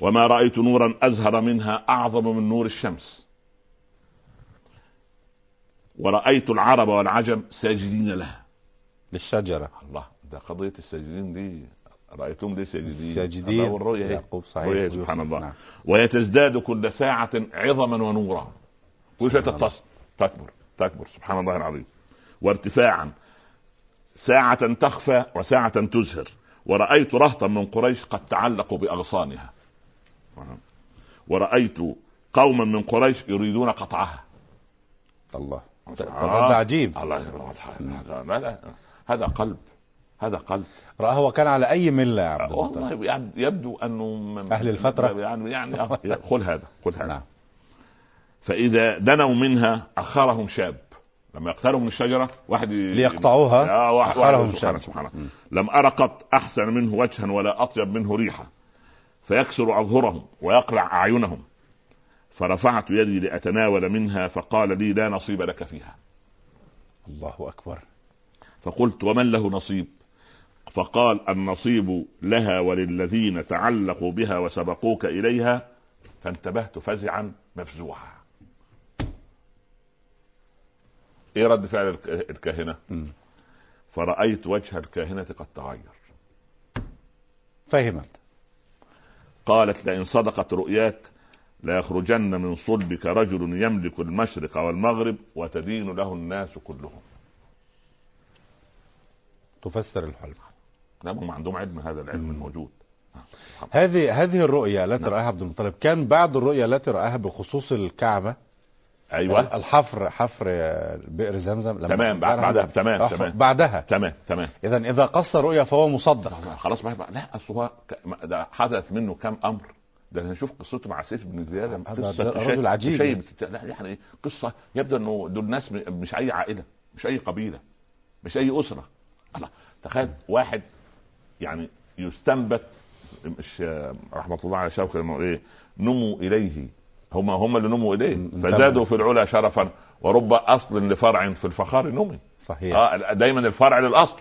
Speaker 2: وما رأيت نورا أزهر منها أعظم من نور الشمس ورأيت العرب والعجم ساجدين لها
Speaker 1: للشجرة
Speaker 2: الله ده قضية الساجدين دي رأيتهم ليه ساجدين
Speaker 1: الساجدين
Speaker 2: الله والرؤية هي.
Speaker 1: يعقوب صحيح
Speaker 2: الرؤية
Speaker 1: ويوسف.
Speaker 2: سبحان الله.
Speaker 1: نعم.
Speaker 2: وهي تزداد كل ساعة عظما ونورا كل شوية
Speaker 1: سبحان الله.
Speaker 2: تتصل تكبر تكبر سبحان الله العظيم وارتفاعا ساعة تخفى وساعة تزهر ورأيت رهطا من قريش قد تعلقوا بأغصانها ورأيت قوما من قريش يريدون قطعها
Speaker 1: الله ت- تضاد عجيب
Speaker 2: الله الله لا لا هذا قلب هذا قلب
Speaker 1: رأى هو كان على أي ملة يا عبد المطلب
Speaker 2: والله يب- يبدو انه من-
Speaker 1: أهل الفترة.
Speaker 2: يعني يعني آه، خذ هذا خذ هذا
Speaker 1: نعم
Speaker 2: فاذا دنوا منها اخرهم شاب لما يقتربوا من الشجره واحد ي-
Speaker 1: ليقطعوها
Speaker 2: آه، واحد
Speaker 1: أخرهم
Speaker 2: واحد سبحان
Speaker 1: شاب.
Speaker 2: سبحان الله. لم ارى قط احسن منه وجها ولا اطيب منه ريحه فيكسر اظهرهم ويقلع اعينهم فرفعت يدي لاتناول منها فقال لي لا نصيب لك فيها
Speaker 1: الله أكبر
Speaker 2: فقلت ومن له نصيب فقال النصيب لها وللذين تعلقوا بها وسبقوك اليها فانتبهت فزعا مفزوعا ايه رد فعل الك- الكاهنه
Speaker 1: مم.
Speaker 2: فرايت وجه الكاهنه قد تغير
Speaker 1: فهمت
Speaker 2: قالت لئن صدقت رؤياك ليخرجن من صلبك رجل يملك المشرق والمغرب وتدين له الناس كلهم
Speaker 1: تفسر الحلم
Speaker 2: لا ما نعم، هم عندهم علم هذا العلم
Speaker 1: مم.
Speaker 2: الموجود
Speaker 1: هذه هذه الرؤيا التي
Speaker 2: نعم.
Speaker 1: رآها عبد المطلب كان بعد الرؤيا التي رآها بخصوص الكعبة أه،
Speaker 2: ايوه
Speaker 1: الحفر حفر آه، بئر زمزم لما
Speaker 2: تمام، بعد- بعدها، تمام،
Speaker 1: أحفر-
Speaker 2: تمام.
Speaker 1: بعدها
Speaker 2: تمام تمام
Speaker 1: إذا إذا قص رؤيا فهو مصدق
Speaker 2: خلاص بقى بقى- لا اصل هو ك- ما- ده حدث منه كم امر ده هنشوف قصته مع سيف بن زياد
Speaker 1: هذا-
Speaker 2: قصه
Speaker 1: ده
Speaker 2: تشا-
Speaker 1: رجل عجيب.
Speaker 2: تشيب تت- لا يعني إيه؟ قصه يبدو انه دول ناس م- مش اي عائله مش اي قبيله مش اي اسره الله تخيل واحد يعني يستنبت مش رحمه الله على شوقي لما يقول ايه نموا اليه هم هم اللي نموا اليه
Speaker 1: م- انتبه.
Speaker 2: فزادوا في العلا شرفا ورب اصل لفرع في الفخار نمي
Speaker 1: صحيح
Speaker 2: اه دايما الفرع للاصل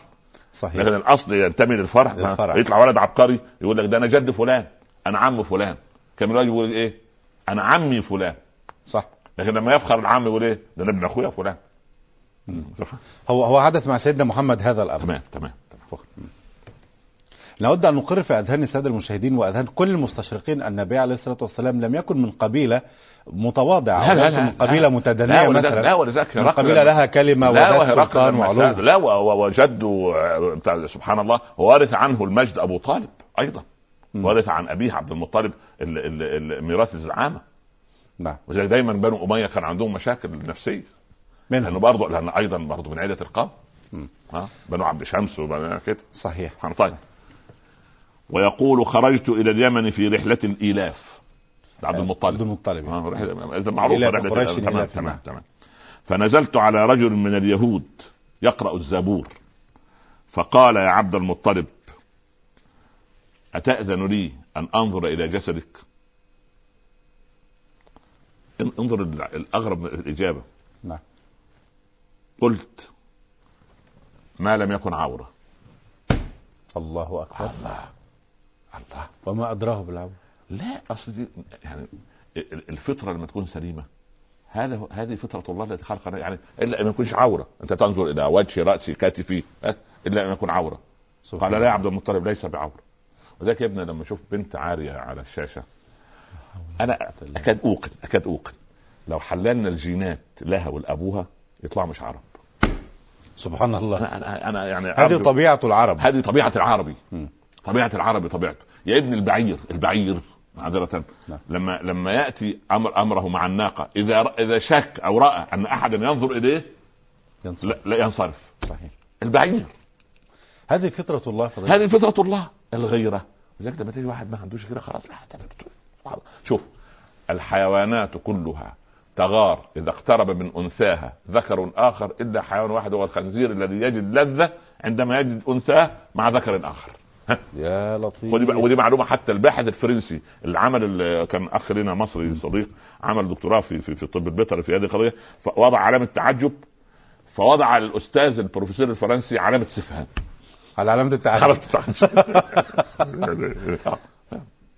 Speaker 1: صحيح
Speaker 2: لكن الاصل ينتمي للفرع ما-
Speaker 1: للفرع.
Speaker 2: يطلع ولد عبقري يقول لك ده انا جد فلان انا عم فلان كان الراجل يقول ايه انا عمي فلان
Speaker 1: صح
Speaker 2: لكن لما يفخر العم يقول ايه ده انا ابن اخويا فلان
Speaker 1: هو هو حدث مع سيدنا محمد هذا الامر
Speaker 2: تمام تمام تمام فخر.
Speaker 1: نود ان نقر في اذهان الساده المشاهدين واذهان كل المستشرقين ان النبي عليه الصلاه والسام لم يكن من قبيله متواضعه
Speaker 2: لا، لا،
Speaker 1: ولكن
Speaker 2: لا،
Speaker 1: من قبيله
Speaker 2: لا.
Speaker 1: متدنيه
Speaker 2: لا ولذلك
Speaker 1: مثلا
Speaker 2: لا ولذلك
Speaker 1: من
Speaker 2: هرقل
Speaker 1: قبيله لها كلمه
Speaker 2: لا
Speaker 1: وذات
Speaker 2: وهرقل
Speaker 1: سلطان
Speaker 2: لما
Speaker 1: وعلو
Speaker 2: ساب- لا و- و- وجده آه، بتاع سبحان الله وارث عنه المجد ابو طالب ايضا
Speaker 1: مم.
Speaker 2: وارث عن ابيه عبد المطلب ال- ال- ال- ميراث الزعامه
Speaker 1: نعم
Speaker 2: وزي دايما بنو اميه كان عندهم مشاكل نفسيه
Speaker 1: منها
Speaker 2: لانه برضه لانه ايضا برضه من عيله القوم
Speaker 1: مم.
Speaker 2: ها بنو عبد شمس وبنو كده
Speaker 1: صحيح
Speaker 2: سبحان طيب ويقول خرجت الى اليمن في رحله الالاف ده عبد
Speaker 1: عبد
Speaker 2: المطلب
Speaker 1: المطلب
Speaker 2: آه، رحلة- إذا معروفه
Speaker 1: إلاف
Speaker 2: رحله
Speaker 1: قريش
Speaker 2: الإلاف. تمام
Speaker 1: الإلاف،
Speaker 2: تمام
Speaker 1: نعم.
Speaker 2: تمام فنزلت على رجل من اليهود يقرا الزبور فقال يا عبد المطلب اتاذن لي ان انظر الى جسدك ان- انظر ال- الاغرب من الاجابه
Speaker 1: نعم.
Speaker 2: قلت ما لم يكن عوره
Speaker 1: الله اكبر
Speaker 2: الله الله
Speaker 1: وما ادراه بالعبد
Speaker 2: لا اصل دي يعني الفطره لما تكون سليمه هذا هو- هذه فطره الله التي خلقنا يعني الا ان يكونش عوره انت تنظر الى وجهي راسي كتفي ها؟ الا ان يكون عوره قال لا يا عبد المطلب ليس بعوره وذاك يا ابني لما اشوف بنت عاريه على الشاشه انا اكاد اوقن اكاد اوقن لو حللنا الجينات لها ولابوها يطلعوا مش عرب
Speaker 1: سبحان الله
Speaker 2: انا انا, أنا يعني
Speaker 1: هذه
Speaker 2: أرجو-
Speaker 1: طبيعه العرب
Speaker 2: هذه طبيعه العربي
Speaker 1: مم.
Speaker 2: طبيعه العربي طبيعته يا ابن البعير البعير معذرة
Speaker 1: نعم.
Speaker 2: لما لما ياتي امر امره مع الناقه اذا ر- اذا شك او راى ان احدا ينظر اليه
Speaker 1: ينصر.
Speaker 2: لا, لا ينصرف
Speaker 1: صحيح
Speaker 2: البعير
Speaker 1: هذه فطره الله فضيلة
Speaker 2: هذه فطره الله الغيره ولذلك لما تيجي واحد ما عندوش غيره خلاص لا هتعمل كده. صعب. شوف الحيوانات كلها تغار اذا اقترب من انثاها ذكر اخر الا حيوان واحد هو الخنزير الذي يجد لذه عندما يجد انثاه مع ذكر اخر
Speaker 1: يا لطيف
Speaker 2: ودي, ودي معلومه حتى الباحث الفرنسي اللي عمل ال- كان اخ لنا مصري صديق عمل دكتوراه في في, في الطب البيطري في هذه القضيه فوضع علامه تعجب فوضع على الاستاذ البروفيسور الفرنسي علامه استفهام
Speaker 1: على علامه التعجب [LAUGHS]
Speaker 2: علامه تعجب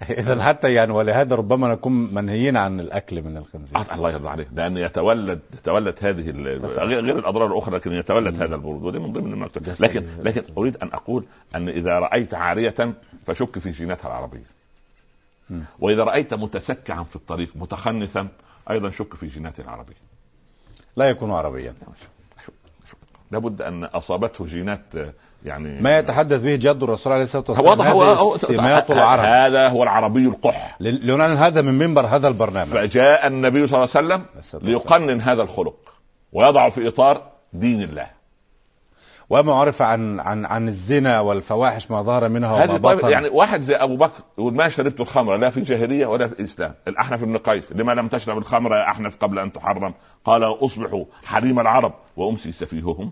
Speaker 1: اذا حتى يعني ولهذا ربما نكون منهيين عن الاكل من الخنزير
Speaker 2: الله يرضى عليه لان يتولد يتولد هذه ال- غير غير الاضرار الاخرى لكن يتولد هذا البرود ودي من ضمن المعتقد لكن لكن اريد ان اقول ان اذا رايت عاريه فشك في جيناتها العربيه
Speaker 1: مم.
Speaker 2: واذا رايت متسكعا في الطريق متخنثا ايضا شك في جيناته العربيه
Speaker 1: لا يكون عربيا
Speaker 2: لابد ان اصابته جينات آه، يعني
Speaker 1: ما يتحدث به جد الرسول عليه الصلاه والسلام
Speaker 2: واضح هو
Speaker 1: هذه
Speaker 2: هو- آه،
Speaker 1: سمات
Speaker 2: ه-
Speaker 1: العرب
Speaker 2: هذا هو العربي القح
Speaker 1: ل- لنعلن هذا من منبر هذا البرنامج
Speaker 2: فجاء النبي صلى الله عليه وسلم ليقنن هذا الخلق ويضعه في اطار دين الله
Speaker 1: وما عرف عن عن عن الزنا والفواحش ما ظهر منها وما
Speaker 2: هذه طيب
Speaker 1: بطن
Speaker 2: يعني واحد زي ابو بكر يقول ما شربت الخمر لا في الجاهليه ولا في الاسلام الاحنف بن قيس لما لم تشرب الخمر يا احنف قبل ان تحرم قال اصبح حليم العرب وامسي سفيههم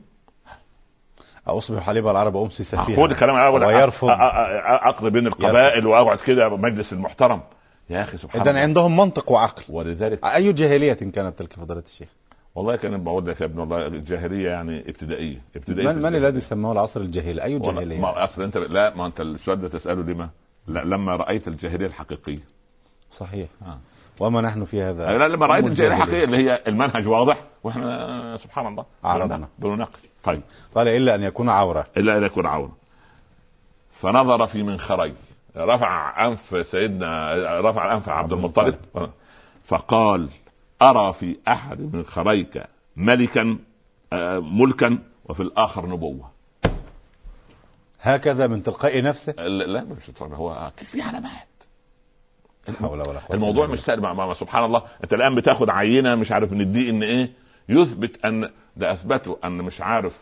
Speaker 1: اصبح حليب العرب وامسي سفيها
Speaker 2: خد الكلام انا ولا
Speaker 1: ويرفض.
Speaker 2: أ- أ- أ- اقضي بين القبائل واقعد كده مجلس المحترم يا اخي سبحان
Speaker 1: اذا
Speaker 2: الله
Speaker 1: عندهم منطق وعقل
Speaker 2: ولذلك
Speaker 1: اي جاهليه كانت تلك فضيله الشيخ
Speaker 2: والله كان بقول لك يا ابن الله الجاهليه يعني ابتدائيه ابتدائيه
Speaker 1: من من الذي سماه العصر الجاهلي اي
Speaker 2: والله
Speaker 1: جاهليه
Speaker 2: ما اصل انت لا ما انت السؤال ده تساله لما لا لما رايت الجاهليه الحقيقيه
Speaker 1: صحيح
Speaker 2: آه.
Speaker 1: وما نحن في هذا
Speaker 2: لا لما رايت
Speaker 1: أم
Speaker 2: الجاهليه
Speaker 1: الجاهلية.
Speaker 2: الحقيقيه اللي هي المنهج واضح واحنا سبحان الله
Speaker 1: عرضنا.
Speaker 2: بنناقش طيب
Speaker 1: قال الا ان يكون عوره
Speaker 2: الا ان يكون عونا فنظر في منخري رفع انف سيدنا رفع انف عبد المطلب فقال ارى في احد منخريك ملكا آه، ملكا وفي الاخر نبوه
Speaker 1: هكذا من تلقاء نفسه
Speaker 2: لا لا، مش طبعا هو كان في علامات
Speaker 1: لا حول ولا قوه
Speaker 2: الموضوع
Speaker 1: إلا
Speaker 2: مش سهل ما- ما- ما- سبحان الله انت الان إيه. بتاخد عينه مش عارف من الدي ان ايه يثبت ان ده اثبتوا ان مش عارف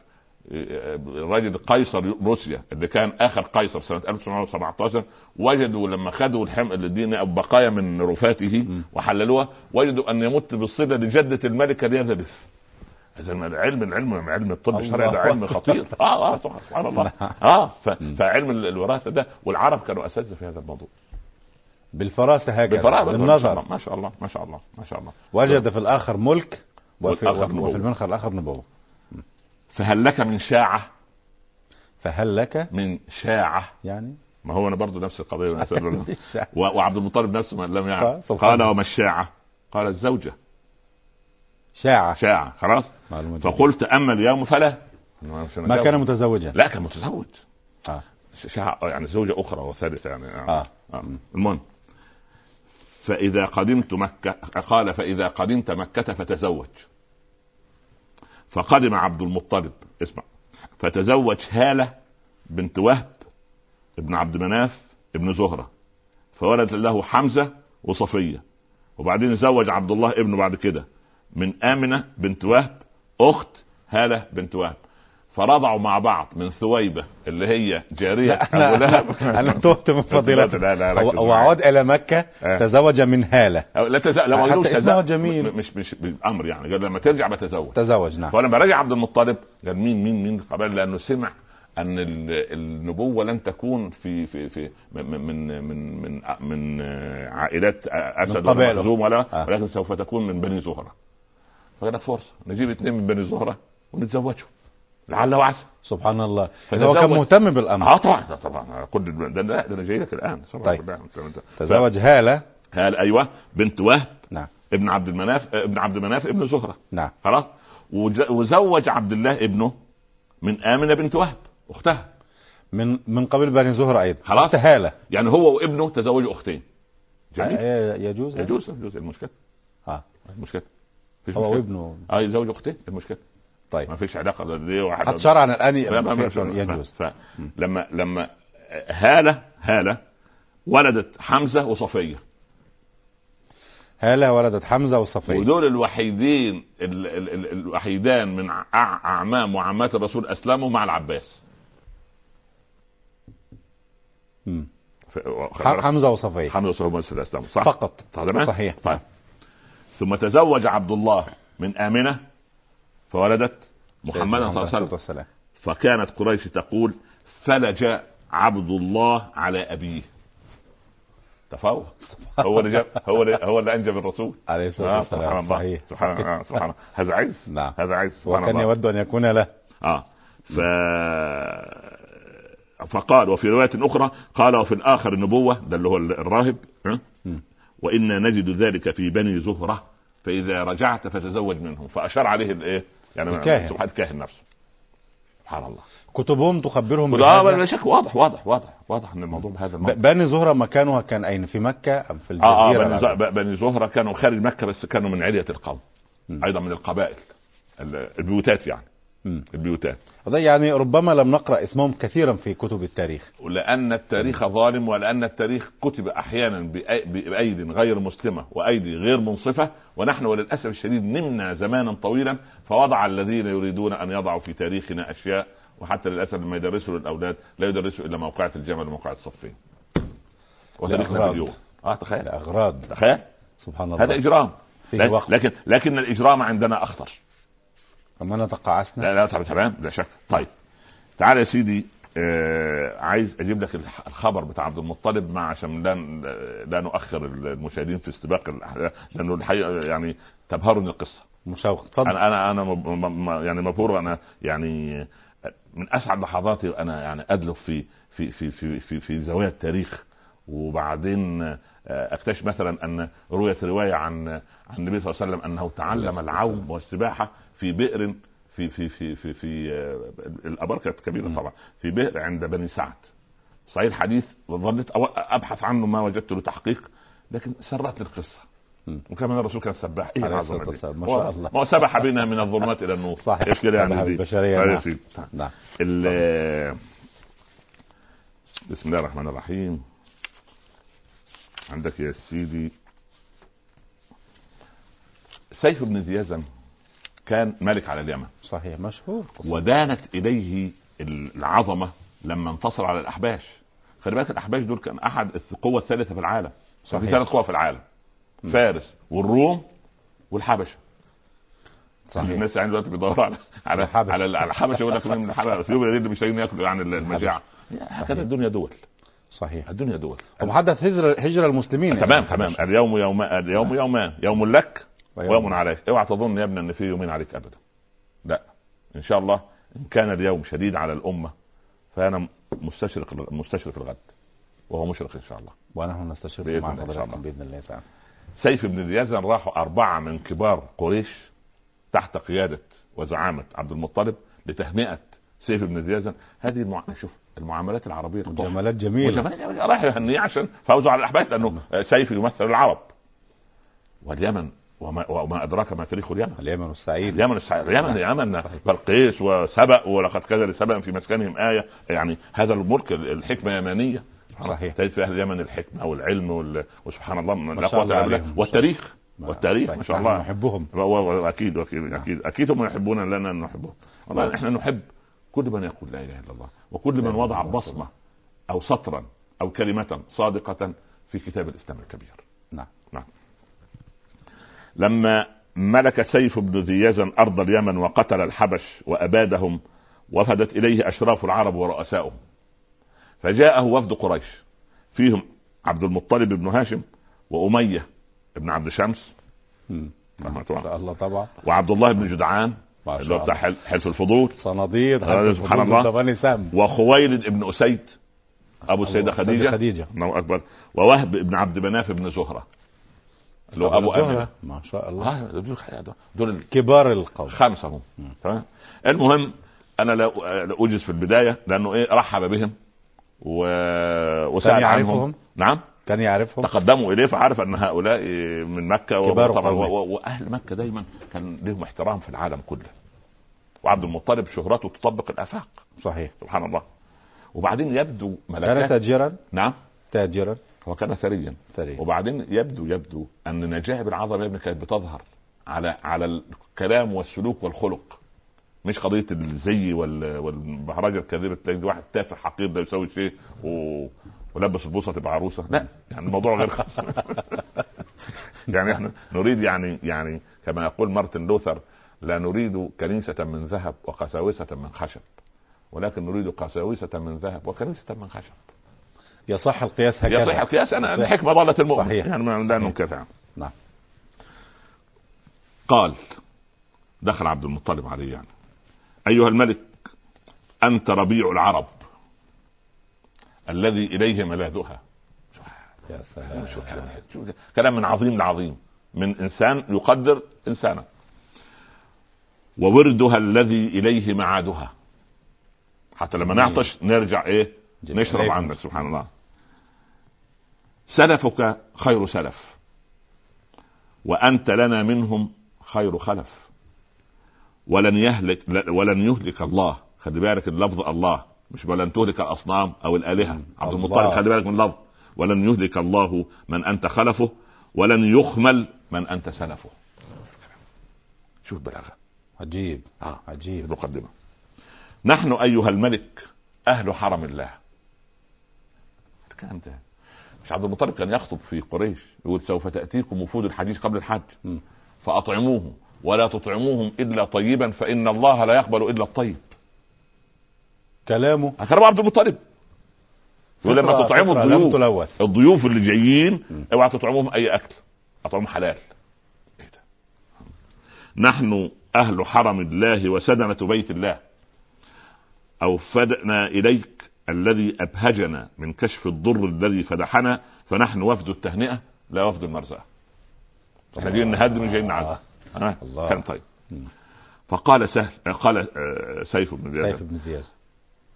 Speaker 2: الراجل قيصر روسيا اللي كان اخر قيصر سنه 1917 وجدوا لما خدوا الحمء الدين بقايا من رفاته
Speaker 1: مم.
Speaker 2: وحللوها وجدوا ان يمت بالصله لجده الملكه اليزابيث هذا العلم العلم علم الطب
Speaker 1: الله
Speaker 2: الشرعي ده علم خطير اه اه سبحان
Speaker 1: [LAUGHS]
Speaker 2: الله اه ف- فعلم الوراثه ده والعرب كانوا اساتذه في هذا الموضوع
Speaker 1: بالفراسه هكذا
Speaker 2: بفراغ
Speaker 1: يعني بالنظر
Speaker 2: ما شاء الله ما شاء الله ما شاء الله
Speaker 1: وجد في الاخر ملك وفي,
Speaker 2: والآخر
Speaker 1: وفي,
Speaker 2: نبوة.
Speaker 1: وفي المنخر الاخر نبوه
Speaker 2: فهل لك من شاعه
Speaker 1: فهل لك
Speaker 2: من شاعه
Speaker 1: يعني
Speaker 2: ما هو انا برضو نفس القضيه أنا أسأل
Speaker 1: [LAUGHS]
Speaker 2: عنها.
Speaker 1: الشعر.
Speaker 2: و- وعبد المطلب نفسه ما لم
Speaker 1: آه،
Speaker 2: يعرف
Speaker 1: سبحان
Speaker 2: قال
Speaker 1: الله.
Speaker 2: وما الشاعه قال الزوجه
Speaker 1: شاعة
Speaker 2: شاعه خلاص
Speaker 1: معلومة جديدة.
Speaker 2: فقلت اما اليوم فلا
Speaker 1: ما كان متزوجا
Speaker 2: لا كان متزوج
Speaker 1: آه.
Speaker 2: شاعه يعني زوجه اخرى وثالثه يعني [LAUGHS]
Speaker 1: آه.
Speaker 2: آه. المهم فإذا قدمت مكة قال فإذا قدمت مكة فتزوج فقدم عبد المطلب اسمع فتزوج هالة بنت وهب ابن عبد مناف ابن زهرة فولد له حمزة وصفية وبعدين زوج عبد الله ابنه بعد كده من آمنة بنت وهب أخت هالة بنت وهب فرضعوا مع بعض من ثويبة اللي هي جارية
Speaker 1: أنا,
Speaker 2: أبو لهب
Speaker 1: [LAUGHS] أنا, أنا تهت من فضيلتك
Speaker 2: لا لا لا
Speaker 1: هو-
Speaker 2: ركز
Speaker 1: هو
Speaker 2: معايا.
Speaker 1: عود الى مكه
Speaker 2: آه.
Speaker 1: تزوج من هاله
Speaker 2: أو لا تزال لا
Speaker 1: حتى
Speaker 2: مش
Speaker 1: اسمه
Speaker 2: تزال
Speaker 1: جميل.
Speaker 2: مش مش بالامر يعني قال لما ترجع بتزوج
Speaker 1: تزوج نعم
Speaker 2: فلما رجع عبد المطلب قال مين مين مين قبل لانه سمع ان ال- النبوه لن تكون في في في من من من من, من عائلات اسد ولا
Speaker 1: قبائله.
Speaker 2: مخزوم ولا
Speaker 1: آه.
Speaker 2: ولكن سوف تكون من بني زهره فقال لك فرصه نجيب اثنين من بني زهره ونتزوجهم لعل وعسى
Speaker 1: سبحان الله إذا هو كان
Speaker 2: فتزوج.
Speaker 1: مهتم بالامر
Speaker 2: اه طبعا لا طبعا كل ده لا ده انا جاي لك الان سبحان
Speaker 1: طيب.
Speaker 2: الله. أنت- أنت-
Speaker 1: تزوج هاله
Speaker 2: قال ايوه بنت وهب
Speaker 1: نعم
Speaker 2: ابن عبد المناف ابن عبد مناف ابن زهره
Speaker 1: نعم
Speaker 2: خلاص وز- وزوج عبد الله ابنه من امنه بنت وهب اختها
Speaker 1: من من قبل بني زهره ايضا
Speaker 2: خلاص.
Speaker 1: أخت هاله
Speaker 2: يعني هو وابنه تزوجوا اختين جميل
Speaker 1: آه، يجوز
Speaker 2: يجوز يجوز إيه المشكله
Speaker 1: اه
Speaker 2: إيه المشكله مفيش
Speaker 1: هو
Speaker 2: مشكله
Speaker 1: وابنه
Speaker 2: اه يتزوجوا اختين إيه المشكله
Speaker 1: طيب
Speaker 2: [LAUGHS] ما فيش علاقه ده ليه واحد
Speaker 1: قد شرعنا الان
Speaker 2: لا، [LAUGHS] ما- ما-
Speaker 1: في-
Speaker 2: ما-
Speaker 1: يجوز
Speaker 2: ف- لما لما هاله هاله ولدت حمزه وصفيه
Speaker 1: هاله ولدت حمزه وصفيه
Speaker 2: ودول الوحيدين ال ال ال الوحيدان من أع- اعمام وعمات الرسول اسلموا مع العباس
Speaker 1: مم.
Speaker 2: ف-
Speaker 1: ح- حمزه وصفيه
Speaker 2: حمزه صلى الله عليه وسلم اسلموا صح
Speaker 1: فقط
Speaker 2: طب تمام؟
Speaker 1: صحيح
Speaker 2: طيب ثم تزوج عبد الله من امنه فولدت محمدا صلى الله عليه وسلم
Speaker 1: وسلم
Speaker 2: فكانت قريش تقول فلج عبد الله على ابيه تفوق هو اللي جاب هو اللي هو اللي انجب الرسول
Speaker 1: [LAUGHS] عليه الصلاه
Speaker 2: آه، سبحان
Speaker 1: والسلام
Speaker 2: الله
Speaker 1: صحيح
Speaker 2: سبحان الله سبحان الله هذا عز
Speaker 1: نعم
Speaker 2: هذا عز سبحان
Speaker 1: وكان
Speaker 2: الله
Speaker 1: يود ان يكون له
Speaker 2: اه ف فقال وفي رواية أخرى قال وفي الآخر النبوة ده اللي هو الراهب ها؟
Speaker 1: مم.
Speaker 2: وإنا نجد ذلك في بني زهرة فإذا رجعت فتزوج منهم فأشار عليه الإيه؟ يعني
Speaker 1: الكاهن.
Speaker 2: سبحان الكاهن نفسه سبحان الله
Speaker 1: كتبهم تخبرهم
Speaker 2: اه
Speaker 1: بهذا.
Speaker 2: ولا شك واضح واضح واضح واضح ان الموضوع بهذا
Speaker 1: ب-
Speaker 2: المنطق
Speaker 1: بني زهره مكانها كان اين في مكه ام في الجزيره
Speaker 2: اه اه بني,
Speaker 1: العربية؟
Speaker 2: زه... بني زهره كانوا خارج مكه بس كانوا من عليه القوم
Speaker 1: مم.
Speaker 2: ايضا من القبائل ال- البيوتات يعني
Speaker 1: مم.
Speaker 2: البيوتات
Speaker 1: ده يعني ربما لم نقرا اسمهم كثيرا في كتب التاريخ
Speaker 2: ولأن التاريخ ظالم ولأن التاريخ كتب أحيانا بأي- بأيد غير مسلمة وأيدي غير منصفة ونحن وللأسف الشديد نمنا زمانا طويلا فوضع الذين يريدون أن يضعوا في تاريخنا أشياء وحتى للأسف لما يدرسوا للأولاد لا يدرسوا إلا موقعة الجمل وموقعة الصفين وتاريخنا
Speaker 1: لأغراض.
Speaker 2: اليوم اه تخيل
Speaker 1: الاغراض
Speaker 2: تخيل
Speaker 1: يعني سبحان آه، الله
Speaker 2: هذا إجرام
Speaker 1: فيه
Speaker 2: لا-
Speaker 1: وقت
Speaker 2: لكن لكن الإجرام عندنا أخطر
Speaker 1: اما تقاعسنا
Speaker 2: لا لا طب تمام لا شك طيب تعال يا سيدي آه عايز اجيب لك الح- الخبر بتاع عبد المطلب مع عشان لا ن- لا نؤخر المشاهدين في استباق الأحداث، لانه الحقيقه يعني تبهرني القصه
Speaker 1: مشوق اتفضل
Speaker 2: انا انا انا مب- م- م- يعني مبهور انا يعني من اسعد لحظاتي وانا يعني ادلف في في في في في, في زوايا التاريخ وبعدين آه، اكتشف مثلا ان رويت روايه عن عن النبي صلى الله عليه وسلم انه تعلم العوم والسباحه في بئر في في في في, في آه، الابار كانت كبيره طبعا في بئر عند بني سعد صحيح الحديث وظلت أو- ابحث عنه ما وجدت له تحقيق لكن سرتني القصه
Speaker 1: مم.
Speaker 2: وكمان الرسول كان سباح ايه
Speaker 1: عليه
Speaker 2: العظمه
Speaker 1: الصلاة
Speaker 2: دي؟
Speaker 1: والسلام، ما
Speaker 2: هو-
Speaker 1: شاء الله.
Speaker 2: ما هو سبح بنا من الظلمات الى النور
Speaker 1: صحيح.
Speaker 2: ايش كده
Speaker 1: سبح
Speaker 2: يعني دي
Speaker 1: بالبشرية،
Speaker 2: آه يا
Speaker 1: نعم.
Speaker 2: سيدي. طيب.
Speaker 1: نعم
Speaker 2: ال- بسم الله الرحمن الرحيم عندك يا سيدي سيف بن زيازن كان ملك على اليمن
Speaker 1: صحيح مشهور قصة.
Speaker 2: ودانت اليه العظمه لما انتصر على الاحباش خلي بالك الاحباش دول كان احد القوى الثالثه في العالم كان في
Speaker 1: صحيح.
Speaker 2: ثلاث قوى في العالم فارس والروم والحبشه
Speaker 1: صحيح
Speaker 2: الناس يعني دلوقتي بيدوروا على على
Speaker 1: الحبشة.
Speaker 2: على على الحبشه يقول لك مين من الحبشه اثيوبيا دي اللي مش لاقيين ياكلوا يعني المجاعه هكذا الدنيا دول
Speaker 1: صحيح
Speaker 2: الدنيا دول
Speaker 1: ومحدث هجرة هجرة المسلمين يعني.
Speaker 2: تمام تمام اليوم يوم اليوم يومان يوم لك
Speaker 1: ويوم-
Speaker 2: ويوم نعم. عليك اوعى تظن يا ابني ان في يومين عليك ابدا لا ان شاء الله ان كان اليوم شديد على الامه فانا مستشرق مستشرق الغد وهو مشرق ان شاء الله
Speaker 1: ونحن نستشير
Speaker 2: بإذن
Speaker 1: مع
Speaker 2: الله، إن شاء الله.
Speaker 1: حضراتكم باذن الله تعالى
Speaker 2: سيف بن اليزن راحوا أربعة من كبار قريش تحت قيادة وزعامة عبد المطلب لتهنئة سيف بن اليزن هذه المع... شوف المعاملات العربية القحة.
Speaker 1: جمالات جميله
Speaker 2: والجمال- رايح يهنيه عشان فوزوا على الأحباش لأنه سيف يمثل العرب واليمن وما, وما أدراك ما تاريخ اليمن
Speaker 1: اليمن والسعيد
Speaker 2: اليمن الصحيح اليمن اليمن
Speaker 1: صحيح.
Speaker 2: بلقيس وسبأ ولقد كذل سبأ في مسكنهم آية يعني هذا الملك الحكمة يمنية
Speaker 1: صحيح.
Speaker 2: تجد في أهل اليمن الحكمة والعلم وال... وسبحان الله من
Speaker 1: ما
Speaker 2: لا
Speaker 1: شاء
Speaker 2: قوة
Speaker 1: الله
Speaker 2: إلا بالله.
Speaker 1: عليهم.
Speaker 2: والتاريخ والتاريخ ما شاء
Speaker 1: نحن
Speaker 2: الله
Speaker 1: نحبهم
Speaker 2: و- و- واكيد اكيد اكيد اكيد هم يحبون لنا ان نحبهم والله احنا نحب كل من يقول لا اله الا الله وكل من وضع بصمه او سطرا او كلمه صادقه في كتاب الاسلام الكبير
Speaker 1: نعم.
Speaker 2: نعم لما ملك سيف بن ذي يزن ارض اليمن وقتل الحبش وابادهم وفدت اليه اشراف العرب ورؤساؤهم فجاءه وفد قريش فيهم عبد المطلب بن هاشم واميه بن عبد شمس
Speaker 1: مم.
Speaker 2: رحمه
Speaker 1: ما
Speaker 2: الله
Speaker 1: شاء الله طبعا
Speaker 2: وعبد الله بن جدعان
Speaker 1: ما
Speaker 2: اللي
Speaker 1: شاء
Speaker 2: هو بتاع
Speaker 1: الله
Speaker 2: حل- حلف الفضول
Speaker 1: صناديد
Speaker 2: هذا
Speaker 1: حتى
Speaker 2: سبحان
Speaker 1: الخدود
Speaker 2: الله.
Speaker 1: والضباني سام
Speaker 2: وخويلد بن اسيد ابو
Speaker 1: السيدة
Speaker 2: السيده خديجه
Speaker 1: خديجة.
Speaker 2: الله اكبر ووهب بن عبد مناف بن زهره اللي هو ابو
Speaker 1: زهرة.
Speaker 2: امنه
Speaker 1: ما شاء الله
Speaker 2: آه، دول دول
Speaker 1: كبار القوم
Speaker 2: خمسه هم تمام المهم انا لا لا اوجز في البدايه لانه ايه رحب بهم و...
Speaker 1: كان
Speaker 2: وسال عنهم
Speaker 1: يعرفهم
Speaker 2: نعم
Speaker 1: كان يعرفهم
Speaker 2: تقدموا اليه فعرف ان هؤلاء من مكه و-
Speaker 1: كبار
Speaker 2: طبعا و...
Speaker 1: قومه.
Speaker 2: و... واهل مكه دايما كان لهم احترام في العالم كله وعبد المطلب شهرته تطبق الافاق
Speaker 1: صحيح
Speaker 2: سبحان الله وبعدين يبدو
Speaker 1: كان
Speaker 2: ملكات
Speaker 1: تاجرا
Speaker 2: نعم
Speaker 1: تاجرا
Speaker 2: هو كان ثريا
Speaker 1: ثريا
Speaker 2: وبعدين يبدو يبدو ان نجائب العظمه يا ابني كانت بتظهر على على الكلام والسلوك والخلق مش قضيه الزي وال- والبهرجه الكاذبه تلاقي واحد تافه حقير ده يسوي شيء و... ولبس البوصه تبقى عروسه لا يعني الموضوع غير [LAUGHS] يعني احنا نريد يعني يعني كما يقول مارتن لوثر لا نريد كنيسه من ذهب وقساوسه من خشب ولكن نريد قساوسه من ذهب وكنيسه من خشب
Speaker 1: يصح القياس هكذا
Speaker 2: يصح القياس انا
Speaker 1: صحيح.
Speaker 2: الحكمه ضالت المؤمن
Speaker 1: صحيح.
Speaker 2: يعني ما لا
Speaker 1: صحيح.
Speaker 2: ننكرها
Speaker 1: نعم.
Speaker 2: قال دخل عبد المطلب عليه يعني ايها الملك انت ربيع العرب الذي اليه ملاذها
Speaker 1: يا سلام
Speaker 2: شوف كلام- شوف كلام من عظيم لعظيم من انسان يقدر انسانا ووردها الذي اليه معادها حتى لما نعطش نرجع ايه
Speaker 1: جميل. طيب.
Speaker 2: نشرب عندك سبحان الله سلفك خير سلف وانت لنا منهم خير خلف ولن يهلك ولن يهلك الله خلي بالك اللفظ الله مش ولن تهلك الاصنام او الالهه عبد المطلب
Speaker 1: الله.
Speaker 2: خلي بالك من اللفظ ولن يهلك الله من انت خلفه ولن يخمل من انت سلفه شوف بلاغه
Speaker 1: عجيب
Speaker 2: آه.
Speaker 1: عجيب
Speaker 2: المقدمة نحن أيها الملك أهل حرم الله الكلام ده مش عبد المطلب كان يخطب في قريش يقول سوف تأتيكم وفود الحديث قبل الحج
Speaker 1: م.
Speaker 2: فأطعموهم ولا تطعموهم إلا طيبا فإن الله لا يقبل إلا الطيب
Speaker 1: كلامه
Speaker 2: كلام عبد المطلب يقول لما
Speaker 1: فطرة-
Speaker 2: تطعموا
Speaker 1: فطرة لم
Speaker 2: الضيوف
Speaker 1: تلوث
Speaker 2: الضيوف اللي جايين اوعى تطعمهم اي اكل اطعمهم حلال إيه ده؟ نحن اهل حرم الله وسدنه بيت الله اوفدنا اليك الذي ابهجنا من كشف الضر الذي فدحنا فنحن وفد التهنئه لا وفد المرزقه احنا جايين
Speaker 1: آه.
Speaker 2: نهدم مش جايين نعزم ها؟
Speaker 1: الله.
Speaker 2: كان طيب
Speaker 1: مم.
Speaker 2: فقال سهل قال آه، سيف بن زياد
Speaker 1: سيف بن زياد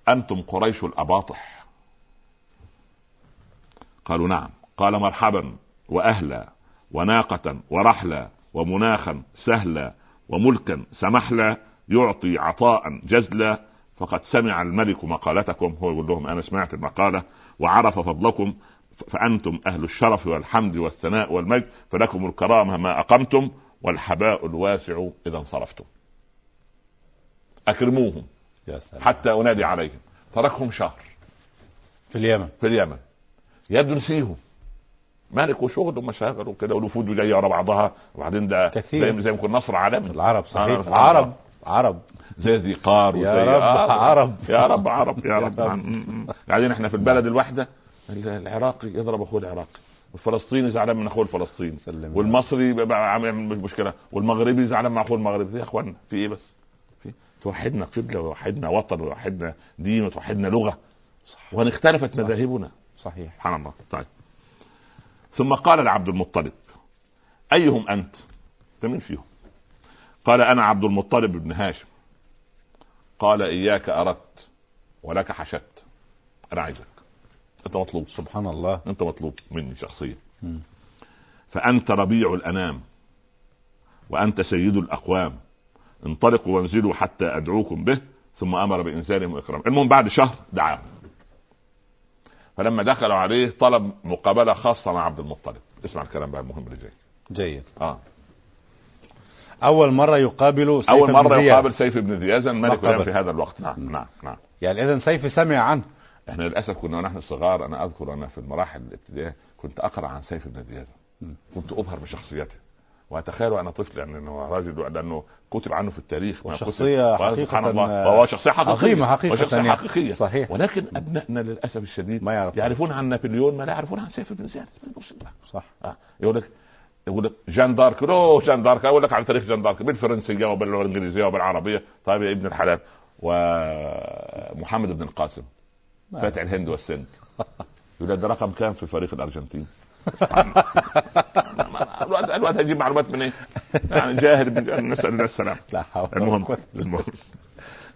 Speaker 2: أنتم قريش الأباطح قالوا نعم قال مرحبا وأهلا وناقة ورحلا ومناخا سهلا وملكا سمحلا يعطي عطاء جزلا فقد سمع الملك مقالتكم هو يقول لهم أنا سمعت المقالة وعرف فضلكم ف- فأنتم أهل الشرف والحمد والثناء والمجد فلكم الكرامة ما أقمتم والحباء الواسع إذا انصرفتم اكرموهم
Speaker 1: يا سلام
Speaker 2: حتى انادي عليهم تركهم شهر
Speaker 1: في اليمن
Speaker 2: في اليمن يبدو نسيهم مالك وشغل ومشاغل وكده والوفود جايه ورا بعضها وبعدين ده
Speaker 1: كثير.
Speaker 2: زي- زي ما يكون نصر عالمي
Speaker 1: العرب
Speaker 2: آه،
Speaker 1: صحيح العرب عرب
Speaker 2: زي ذي قار وزي
Speaker 1: يا رب
Speaker 2: آه،
Speaker 1: عرب
Speaker 2: يا رب
Speaker 1: [LAUGHS]
Speaker 2: عرب يا
Speaker 1: يا
Speaker 2: رب
Speaker 1: رب.
Speaker 2: عم- م- م. بعدين احنا في البلد الواحده ال- العراقي يضرب اخوه العراقي والفلسطيني زعلان من اخوه الفلسطيني
Speaker 1: سلم يا
Speaker 2: والمصري بقى عم يعمل مشكله والمغربي زعلان مع اخوه المغربي يا اخوانا في ايه بس؟ في توحدنا قبله ووحدنا وطن ووحدنا دين وتوحدنا لغه وان اختلفت مذاهبنا
Speaker 1: صحيح
Speaker 2: سبحان الله طيب ثم قال لعبد المطلب أيهم أنت أنت مين فيهم قال أنا عبد المطلب بن هاشم قال إياك أردت ولك حشدت أنا عايزك أنت مطلوب
Speaker 1: سبحان الله
Speaker 2: أنت مطلوب مني شخصيا
Speaker 1: مم.
Speaker 2: فأنت ربيع الأنام وأنت سيد الأقوام انطلقوا وانزلوا حتى أدعوكم به ثم أمر بإنزالهم وإكرامهم المهم بعد شهر دعاهم فلما دخلوا عليه طلب مقابلة خاصة مع عبد المطلب اسمع الكلام بقى المهم اللي جاي
Speaker 1: جيد
Speaker 2: آه.
Speaker 1: اول مره يقابل سيف
Speaker 2: أول
Speaker 1: بن
Speaker 2: مرة
Speaker 1: زياد.
Speaker 2: يقابل سيف بن زيازن ملك
Speaker 1: لقبه.
Speaker 2: اليمن في هذا الوقت نعم نعم نعم
Speaker 1: يعني اذا سيف سمع عنه
Speaker 2: احنا للاسف كنا ونحن صغار انا اذكر انا في المراحل الابتدائيه كنت اقرا عن سيف بن زيازة
Speaker 1: مم.
Speaker 2: كنت ابهر بشخصيته واتخيل وانا طفل يعني انه راجل لانه كتب عنه في التاريخ ما كتب-
Speaker 1: وشخصية
Speaker 2: سبحان
Speaker 1: حقيقة- آه،
Speaker 2: الله وهو شخصيه حقيقيه
Speaker 1: عظيمة حقيقة
Speaker 2: وشخصيه
Speaker 1: يعني.
Speaker 2: حقيقيه
Speaker 1: صحيح.
Speaker 2: ولكن ابنائنا للاسف الشديد
Speaker 1: ما يعرف
Speaker 2: يعرفون عن نابليون ما لا يعرفون عن سيف بن زياد المصيبه
Speaker 1: صح
Speaker 2: آه. يقول لك يقول لك جان دارك لو جان دارك اقول لك عن تاريخ جان دارك بالفرنسيه وبالانجليزيه وبالعربيه طيب يا ابن الحلال ومحمد بن القاسم
Speaker 1: ما
Speaker 2: فاتح الهند والسند يقول لك ده رقم كام في فريق الارجنتين؟ الواد الواد هيجيب معلومات منين؟ يعني جاهل بال- نسال الله السلامه
Speaker 1: لا حول ولا
Speaker 2: المهم
Speaker 1: [LAUGHS] قوة.
Speaker 2: المهم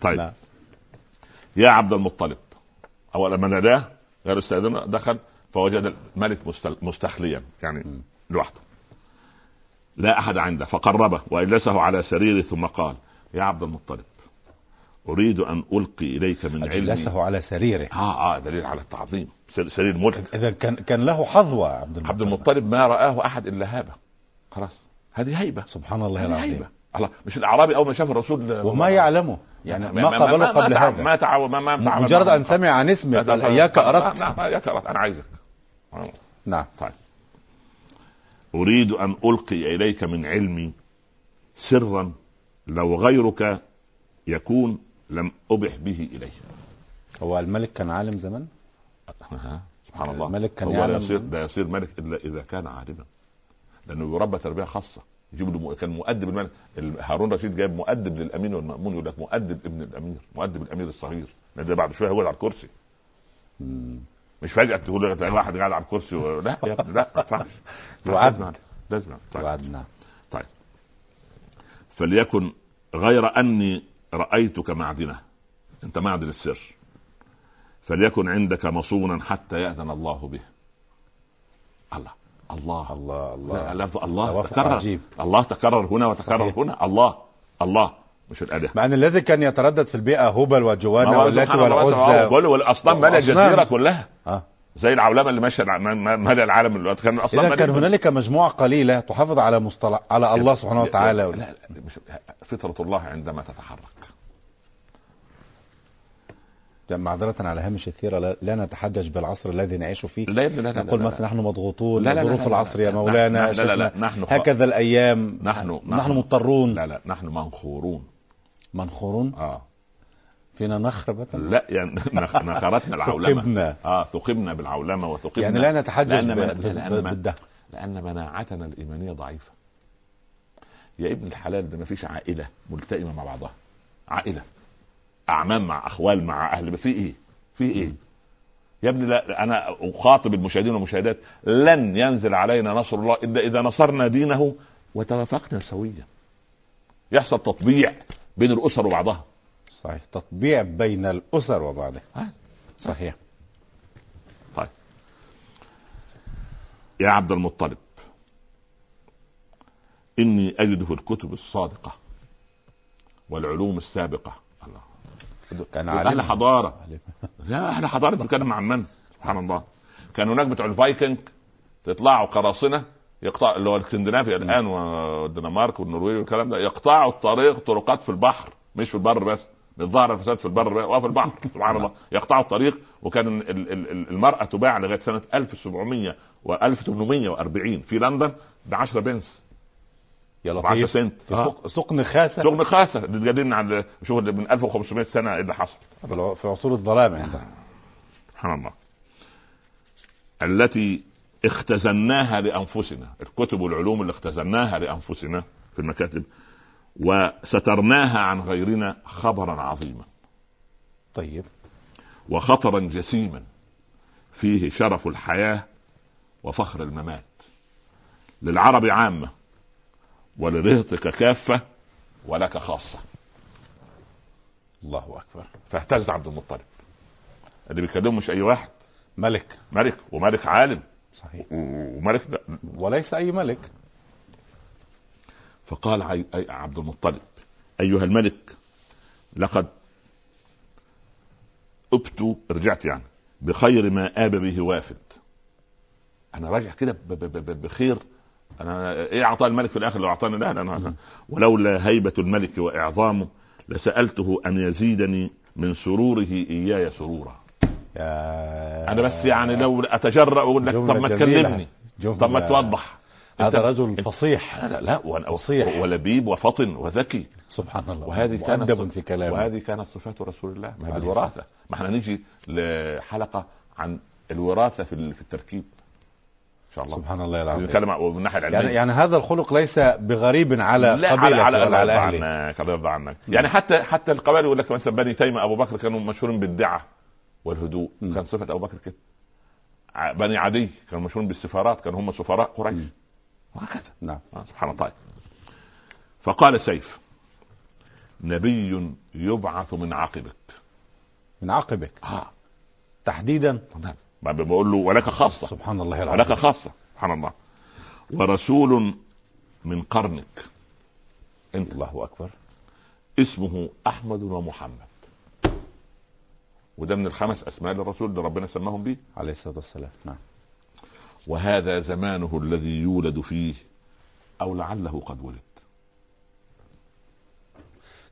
Speaker 2: طيب
Speaker 1: نعم.
Speaker 2: يا عبد المطلب اول ما ناداه غير استاذنه دخل فوجد الملك مستل- مستخليا يعني
Speaker 1: م.
Speaker 2: لوحده لا احد عنده فقربه واجلسه على سريره ثم قال يا عبد المطلب اريد ان القي اليك من علمي
Speaker 1: اجلسه على سريره
Speaker 2: اه اه دليل على التعظيم سر- سرير ملك
Speaker 1: اذا كان كان له حظوه عبد المطلب
Speaker 2: عبد المطلب ما رآه أحد إلا هابة خلاص هذه هيبة
Speaker 1: سبحان الله
Speaker 2: هذه هيبة
Speaker 1: العظيم
Speaker 2: الله مش الأعرابي أول ما شاف الرسول
Speaker 1: وما يعلمه يعني ما قابله قبل
Speaker 2: ما
Speaker 1: هذا
Speaker 2: ما تعو ما ما تعامل
Speaker 1: مجرد
Speaker 2: معه.
Speaker 1: ان سمع عن اسمه قال
Speaker 2: هذا-
Speaker 1: اياك
Speaker 2: نعم،
Speaker 1: اردت
Speaker 2: نعم إياك أردت أنا عايزك
Speaker 1: نعم
Speaker 2: طيب. أريد أن ألقي إليك من علمي سرا لو غيرك يكون لم أبح به إليه
Speaker 1: هو الملك كان عالم زمان
Speaker 2: أها، سبحان الله
Speaker 1: الملك كان
Speaker 2: هو لا
Speaker 1: يعلم-
Speaker 2: يصير لا يصير ملك الا اذا كان عالما لانه يربى تربيه خاصه يجيب له مؤ- كان مؤدب الملك ال- هارون رشيد جايب مؤدب للامين والمامون يقول لك مؤدب ابن الامير مؤدب الامير الصغير لأن ده بعد شويه هو على الكرسي
Speaker 1: مم.
Speaker 2: مش فجاه تقول لك تلاقي واحد قاعد على الكرسي و... لا يا ابني لا ما ينفعش
Speaker 1: [LAUGHS] وعد.
Speaker 2: لازم طيب.
Speaker 1: وعد نعم
Speaker 2: فليكن غير اني رايتك معدنه انت معدن السر فليكن عندك مصونا حتى ياذن الله به الله الله
Speaker 1: الله
Speaker 2: لا،
Speaker 1: الله
Speaker 2: لفظ الله
Speaker 1: توافق
Speaker 2: تكرر
Speaker 1: عجيب.
Speaker 2: الله تكرر هنا وتكرر
Speaker 1: صحيح.
Speaker 2: هنا الله الله مش الالهه
Speaker 1: مع ان الذي كان يتردد في البيئه هبل وجوانا واللات والعزى
Speaker 2: بقول والاصنام ماليه
Speaker 1: والأصنام.
Speaker 2: الجزيره كلها
Speaker 1: آه.
Speaker 2: زي العولمه اللي ماشيه الع- ما- ما- ماليه العالم دلوقتي كان الاصنام
Speaker 1: اذا
Speaker 2: مالية
Speaker 1: كان
Speaker 2: الجزيرة.
Speaker 1: هنالك مجموعه قليله تحافظ على مصطلح على الله سبحانه وتعالى
Speaker 2: لا, لا لا، مش فطرة الله عندما تتحرك
Speaker 1: يعني معذرة على هامش الثيرة لا, لا نتحجج بالعصر الذي نعيش فيه
Speaker 2: لا يا ابني لا لا
Speaker 1: نقول
Speaker 2: لا
Speaker 1: مثلا
Speaker 2: لا.
Speaker 1: نحن مضغوطون
Speaker 2: لا، لا، لا، لا،
Speaker 1: ظروف
Speaker 2: لا، لا،
Speaker 1: العصر يا
Speaker 2: لا،
Speaker 1: مولانا
Speaker 2: لا، لا، لا، لا،
Speaker 1: شيخنا،
Speaker 2: نحن خ-
Speaker 1: هكذا الأيام
Speaker 2: نحن
Speaker 1: نحن مضطرون
Speaker 2: لا لا نحن منخورون
Speaker 1: منخورون
Speaker 2: اه
Speaker 1: فينا نخر مثلا
Speaker 2: لا يعني [LAUGHS] نخ- نخرتنا العولمه
Speaker 1: ثقبنا
Speaker 2: اه ثقبنا بالعولمه وثقبنا
Speaker 1: يعني لا نتحجج
Speaker 2: لأن
Speaker 1: ب-
Speaker 2: من-
Speaker 1: ب-
Speaker 2: لأن
Speaker 1: ب-
Speaker 2: من-
Speaker 1: بالدهر
Speaker 2: لان مناعتنا الايمانيه ضعيفه يا ابن الحلال ده ما فيش عائله ملتئمه مع بعضها عائله اعمام مع اخوال مع اهل في ايه في ايه يا ابني لا انا اخاطب المشاهدين والمشاهدات لن ينزل علينا نصر الله الا اذا نصرنا دينه وتوافقنا سويا يحصل تطبيع بين الاسر وبعضها
Speaker 1: صحيح تطبيع بين الأسر وبعضها
Speaker 2: آه.
Speaker 1: صحيح
Speaker 2: يا عبد المطلب إني أجد في الكتب الصادقة والعلوم السابقة الله
Speaker 1: كان
Speaker 2: دول
Speaker 1: عالم.
Speaker 2: أهل حضارة
Speaker 1: عليك.
Speaker 2: لا أهل حضارة بتتكلم عن من سبحان الله كان هناك بتوع الفايكنج يطلعوا قراصنة يقطع اللي هو الاسكندنافي الان والدنمارك والنرويج والكلام ده يقطعوا الطريق طرقات في البحر مش في البر بس ظهر الفساد في البر بقى وفي البحر سبحان الله يقطعوا الطريق وكان ال- ال- ال- المرأة تباع لغاية سنة 1700 و 1840 في لندن ب 10 بنس
Speaker 1: يا
Speaker 2: ب 10
Speaker 1: لطيف
Speaker 2: سنت
Speaker 1: في
Speaker 2: آه.
Speaker 1: سوق سوق نخاسه
Speaker 2: سجن خاسة بتجادلنا على شوف من 1500 سنة إيه اللي حصل
Speaker 1: في الع- في عصور الظلام يعني
Speaker 2: سبحان الله التي اختزناها لانفسنا الكتب والعلوم اللي اختزناها لانفسنا في المكاتب وسترناها عن غيرنا خبرا عظيما
Speaker 1: طيب
Speaker 2: وخطرا جسيما فيه شرف الحياه وفخر الممات للعرب عامه ولرهطك كافه ولك خاصه
Speaker 1: الله اكبر
Speaker 2: فاهتز عبد المطلب اللي بيكلمه مش اي واحد
Speaker 1: ملك
Speaker 2: ملك وملك عالم
Speaker 1: صحيح
Speaker 2: وملك ده
Speaker 1: وليس اي ملك
Speaker 2: فقال عي- أي- عبد المطلب أيها الملك لقد أبت رجعت يعني بخير ما آب به وافد أنا راجع كده ب- ب- ب- ب- بخير أنا إيه أعطاه الملك في الآخر لو أعطاني لا لا أنا ولولا هيبة الملك وإعظامه لسألته أن يزيدني من سروره إياي سرورا
Speaker 1: يا
Speaker 2: أنا بس يعني لو أتجرأ أقول لك طب ما
Speaker 1: جملة جميلة.
Speaker 2: تكلمني
Speaker 1: جملة-
Speaker 2: طب ما توضح
Speaker 1: هذا
Speaker 2: أنت-
Speaker 1: رجل فصيح
Speaker 2: لا لا لا وأنا
Speaker 1: فصيح.
Speaker 2: ولبيب وفطن وذكي
Speaker 1: سبحان الله
Speaker 2: وهذه كانت
Speaker 1: مؤدب في كلامه
Speaker 2: وهذه كانت صفات رسول الله ما هي
Speaker 1: عليه
Speaker 2: بالوراثه ما احنا نيجي لحلقه عن الوراثه في ال- في التركيب ان شاء الله
Speaker 1: سبحان الله العظيم
Speaker 2: نتكلم عن- من الناحيه العلميه
Speaker 1: يعني يعني هذا الخلق ليس بغريب على
Speaker 2: لا على
Speaker 1: قبيلة ولا
Speaker 2: على الله
Speaker 1: على
Speaker 2: يرضى
Speaker 1: اهله
Speaker 2: عنك الله يرضى عنك يعني حتى حتى القبائل يقول لك مثلا بني تيمه ابو بكر كانوا مشهورين بالدعه والهدوء
Speaker 1: مم.
Speaker 2: كان صفه ابو بكر كده ع- بني عدي كانوا مشهورين بالسفارات كانوا هم سفراء قريش
Speaker 1: مم.
Speaker 2: وهكذا
Speaker 1: نعم
Speaker 2: آه، سبحان الله طيب. فقال سيف نبي يبعث من عقبك
Speaker 1: من عقبك
Speaker 2: اه
Speaker 1: تحديدا
Speaker 2: نعم. ما بقول له ولك خاصه
Speaker 1: سبحان الله
Speaker 2: ولك
Speaker 1: العظيم
Speaker 2: خاصه سبحان الله ورسول من قرنك انت
Speaker 1: الله اكبر
Speaker 2: اسمه احمد ومحمد وده من الخمس اسماء للرسول اللي ربنا سماهم به
Speaker 1: عليه الصلاه والسلام نعم
Speaker 2: وهذا زمانه الذي يولد فيه او لعله قد ولد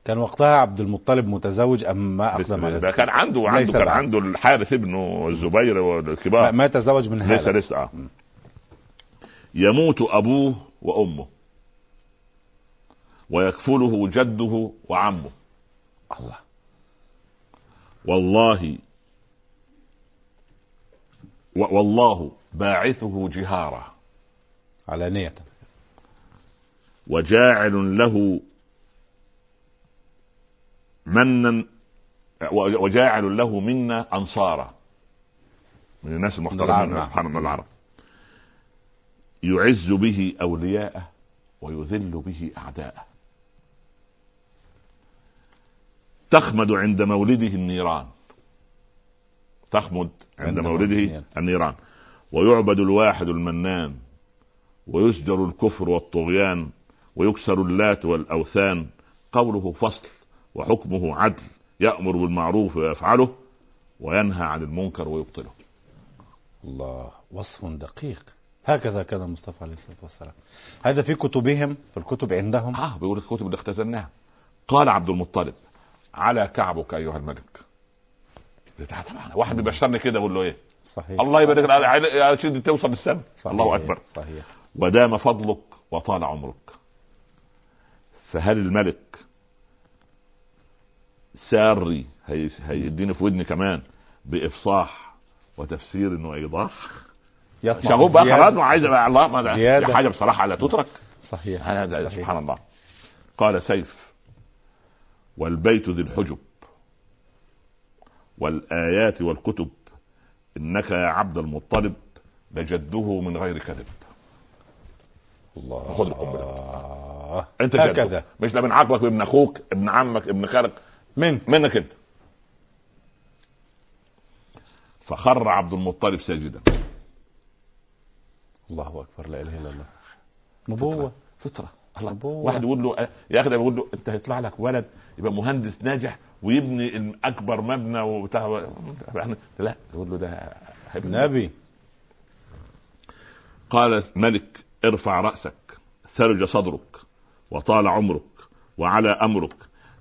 Speaker 1: كان وقتها عبد المطلب متزوج ام ما
Speaker 2: لسه
Speaker 1: اقدم على
Speaker 2: ده
Speaker 1: ذلك؟
Speaker 2: كان عنده
Speaker 1: ليس
Speaker 2: عنده كان
Speaker 1: بعد.
Speaker 2: عنده الحارث ابنه الزبير
Speaker 1: ما-
Speaker 2: والكبار
Speaker 1: ما تزوج من
Speaker 2: لسه
Speaker 1: هذا
Speaker 2: لسه اه يموت ابوه وامه ويكفله جده وعمه
Speaker 1: الله
Speaker 2: والله و- والله باعثه جهارا
Speaker 1: علانية
Speaker 2: وجاعل له منا و- وجاعل له منا انصارا من الناس
Speaker 1: العرب،
Speaker 2: المحترمين
Speaker 1: نعم.
Speaker 2: سبحان الله العرب يعز به اولياءه ويذل به اعداءه تخمد عند مولده النيران تخمد عند
Speaker 1: عند
Speaker 2: مولده
Speaker 1: مولده.
Speaker 2: النيران ويعبد الواحد المنان ويزجر الكفر والطغيان ويكسر اللات والاوثان قوله فصل وحكمه عدل يامر بالمعروف ويفعله وينهى عن المنكر ويبطله
Speaker 1: الله وصف دقيق هكذا كان المصطفى عليه الصلاه والسلام هذا في كتبهم في الكتب عندهم
Speaker 2: اه بيقول الكتب اللي اختزناها قال عبد المطلب على كعبك ايها الملك ده طبعا واحد بيبشرني كده اقول له ايه
Speaker 1: صحيح
Speaker 2: الله يبارك لك على- يا سيدي توصل للسما
Speaker 1: صحيح.
Speaker 2: الله اكبر
Speaker 1: صحيح
Speaker 2: ودام فضلك وطال عمرك فهل الملك ساري هي- هيديني في ودني كمان بافصاح وتفسير وايضاح
Speaker 1: يطمع
Speaker 2: شغوب بقى
Speaker 1: الزيادة.
Speaker 2: خلاص وعايز بقى الله ما ده دي
Speaker 1: زيادة.
Speaker 2: حاجه بصراحه لا تترك
Speaker 1: صحيح
Speaker 2: أنا ده
Speaker 1: صحيح.
Speaker 2: سبحان الله قال سيف والبيت ذي الحجب والآيات والكتب إنك يا عبد المطلب لجده من غير كذب
Speaker 1: الله
Speaker 2: خد القنبلة.
Speaker 1: الله
Speaker 2: انت
Speaker 1: هكذا
Speaker 2: جده مش لا من عقبك ابن اخوك ابن عمك ابن خالك
Speaker 1: من
Speaker 2: منك انت فخر عبد المطلب ساجدا
Speaker 1: الله اكبر لا اله الا الله نبوه
Speaker 2: فطره الله
Speaker 1: أبوه.
Speaker 2: واحد يقول له يا اخي ده بيقول له انت هيطلع لك ولد يبقى مهندس ناجح ويبني الم- اكبر مبنى وبتاع يعني لا يقول له ده هيبني.
Speaker 1: نبي
Speaker 2: قال ملك ارفع راسك ثلج صدرك وطال عمرك وعلى امرك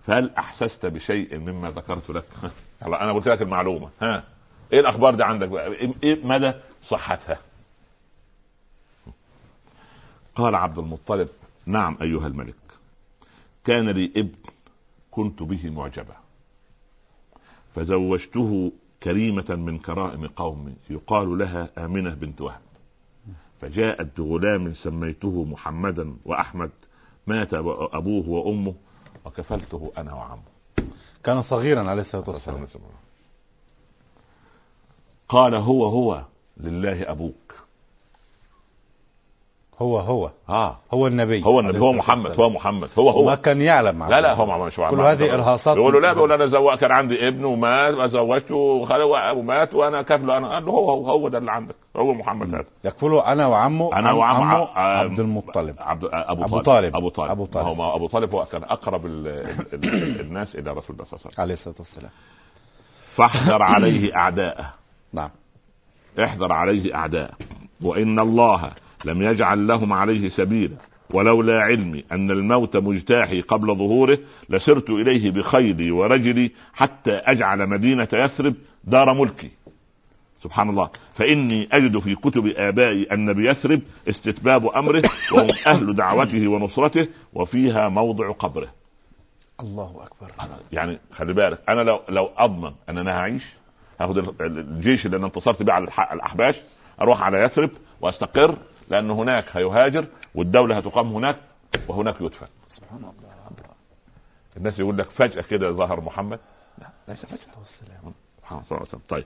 Speaker 2: فهل احسست بشيء مما ذكرت لك؟ [LAUGHS] هلا انا قلت لك المعلومه ها ايه الاخبار ده عندك بقى؟ إيه- ايه مدى صحتها؟ قال عبد المطلب نعم ايها الملك كان لي ابن كنت به معجبا فزوجته كريمة من كرائم قومي يقال لها آمنة بنت وهب فجاءت بغلام سميته محمدا وأحمد مات أبوه وأمه وكفلته أنا وعمه
Speaker 1: كان صغيرا عليه الصلاه والسلام
Speaker 2: قال هو هو لله أبوك
Speaker 1: هو هو
Speaker 2: آه
Speaker 1: هو النبي
Speaker 2: هو النبي
Speaker 1: عليه
Speaker 2: هو
Speaker 1: الصلاة
Speaker 2: محمد
Speaker 1: والسلام.
Speaker 2: هو محمد هو هو
Speaker 1: ما كان يعلم
Speaker 2: لا لا هو مش مع
Speaker 1: كل
Speaker 2: مع-
Speaker 1: هذه إرهاصات
Speaker 2: بيقول له لا
Speaker 1: من-
Speaker 2: بيقول انا زوجت كان عندي ابن ومات وزوجته وخلوه ومات وانا كفله انا قال له هو هو هو ده اللي عندك هو محمد هذا
Speaker 1: يكفله انا وعمه
Speaker 2: انا
Speaker 1: عم-
Speaker 2: وعم
Speaker 1: عمه
Speaker 2: ع-
Speaker 1: عبد المطلب
Speaker 2: عبد ابو,
Speaker 1: أبو طالب.
Speaker 2: طالب ابو طالب
Speaker 1: أبو طالب.
Speaker 2: ما هو ما هو ابو طالب هو كان اقرب ال ال ال الناس الى رسول الله صلى الله عليه وسلم
Speaker 1: عليه الصلاه والسلام
Speaker 2: فاحذر عليه اعداءه
Speaker 1: نعم
Speaker 2: احذر عليه اعداءه وان الله لم يجعل لهم عليه سبيلا ولولا علمي ان الموت مجتاحي قبل ظهوره لسرت اليه بخيلي ورجلي حتى اجعل مدينه يثرب دار ملكي. سبحان الله فاني اجد في كتب ابائي ان بيثرب استتباب امره وهم اهل دعوته ونصرته وفيها موضع قبره.
Speaker 1: الله اكبر
Speaker 2: يعني خلي بالك انا لو لو اضمن ان انا هعيش هاخد ال- ال- الجيش اللي انا انتصرت بيه على الح- الاحباش اروح على يثرب واستقر لان هناك هيهاجر والدوله هتقام هناك وهناك يدفن
Speaker 1: سبحان الله
Speaker 2: الناس يقول لك فجاه كده ظهر محمد
Speaker 1: عليه الصلاه والسلام
Speaker 2: سبحان الله وتعالى. طيب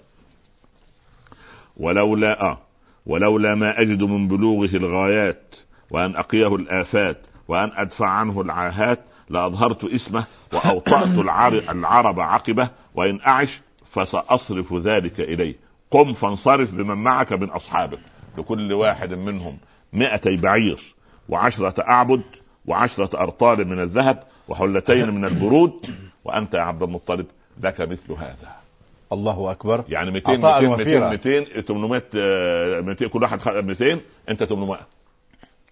Speaker 2: ولولا آه ولولا ما أجد من بلوغه الغايات وأن أقيه الآفات وأن أدفع عنه العاهات لأظهرت اسمه وأوطأت العر- العرب عقبه وإن أعش فسأصرف ذلك إليه قم فانصرف بمن معك من أصحابك لكل واحد منهم مئتي بعير وعشرة أعبد وعشرة أرطال من الذهب وحلتين من البرود وأنت يا عبد المطلب لك مثل هذا
Speaker 1: الله اكبر
Speaker 2: يعني 200
Speaker 1: عطاء
Speaker 2: 200
Speaker 1: وفيرا.
Speaker 2: 200 200 800 آه، 200 كل واحد خد 200 انت 800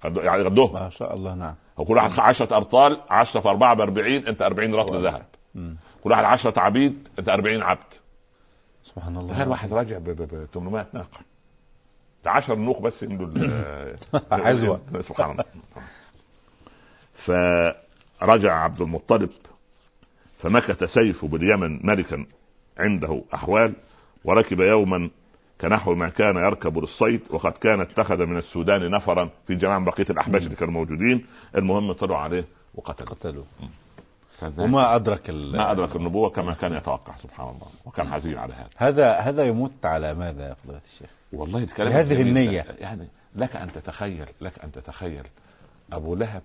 Speaker 2: غد- يعني غدوهم
Speaker 1: ما شاء الله نعم
Speaker 2: هو كل واحد خد 10 ابطال 10 في 4 ب 40 انت 40 رطل ذهب
Speaker 1: مم.
Speaker 2: كل واحد 10 عبيد انت 40 عبد
Speaker 1: سبحان
Speaker 2: تخيل
Speaker 1: الله
Speaker 2: واحد راجع ب ب- ب 800 ناقه ده 10 نوق بس عنده ال-
Speaker 1: [LAUGHS] عزوة.
Speaker 2: [LAUGHS] سبحان الله فرجع عبد المطلب فمكث سيفه باليمن ملكا عنده احوال وركب يوما كنحو ما كان يركب للصيد وقد كان اتخذ من السودان نفرا في جماعه بقيه الاحباش اللي كانوا موجودين المهم طلعوا عليه وقتلوا
Speaker 1: قتلوه
Speaker 2: وما
Speaker 1: وما ادرك ال...
Speaker 2: ما ادرك النبوه كما كان يتوقع سبحان الله وكان حزين على هذا
Speaker 1: هذا هذا يموت على ماذا يا فضيله الشيخ
Speaker 2: والله الكلام
Speaker 1: بهذه
Speaker 2: جميل.
Speaker 1: النية.
Speaker 2: يعني لك ان تتخيل لك ان تتخيل ابو لهب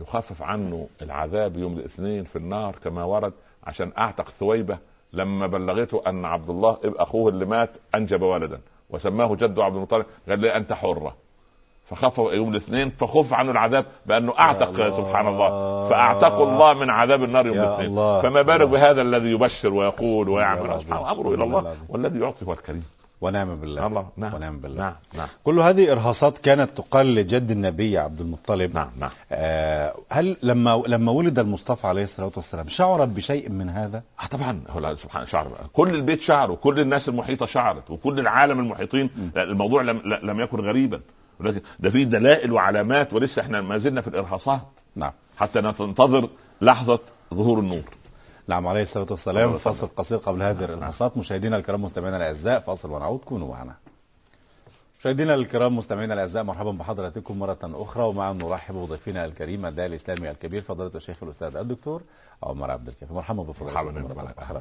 Speaker 2: يخفف عنه العذاب يوم الاثنين في النار كما ورد عشان اعتق ثويبه لما بلغته ان عبد الله اب- اخوه اللي مات انجب ولدا وسماه جده عبد المطلب قال له انت حره فخف يوم الاثنين فخف عنه العذاب بانه اعتق
Speaker 1: الله.
Speaker 2: سبحان الله فاعتقوا الله من عذاب النار يوم
Speaker 1: يا الله.
Speaker 2: الاثنين فما بالك
Speaker 1: الله.
Speaker 2: بهذا الذي يبشر ويقول
Speaker 1: الله
Speaker 2: ويعمل سبحان الله. امره الى الله
Speaker 1: العظيم.
Speaker 2: والذي يعطي هو الكريم
Speaker 1: ونعم بالله
Speaker 2: الله نعم
Speaker 1: ونعم بالله
Speaker 2: نعم نعم
Speaker 1: كل هذه ارهاصات كانت تقال لجد النبي عبد المطلب
Speaker 2: نعم نعم
Speaker 1: آه هل لما لما ولد المصطفى عليه الصلاه والسلام شعرت بشيء من هذا؟
Speaker 2: آه طبعا هو لا سبحان شعر بقى. كل البيت شعره وكل الناس المحيطه شعرت وكل العالم المحيطين لا، الموضوع لم, لا- لم يكن غريبا ولكن ده فيه دلائل وعلامات ولسه احنا ما زلنا في الارهاصات
Speaker 1: نعم
Speaker 2: حتى ننتظر لحظه ظهور النور
Speaker 1: نعم عليه الصلاه والسلام
Speaker 2: الله نعم. يسلمك.
Speaker 1: فصل قصير قبل هذه الانصات مشاهدينا الكرام مستمعينا الاعزاء فاصل ونعود كونوا معنا. مشاهدينا الكرام مستمعينا الاعزاء مرحبا بحضراتكم مره اخرى ومعا نرحب بضيفنا الكريم الداعي الاسلامي الكبير فضيله الشيخ الاستاذ الدكتور عمر عبد الكافي مرحبا بفضيلتكم
Speaker 2: مرحبا
Speaker 1: مرة
Speaker 2: مرحبا.
Speaker 1: أخرى.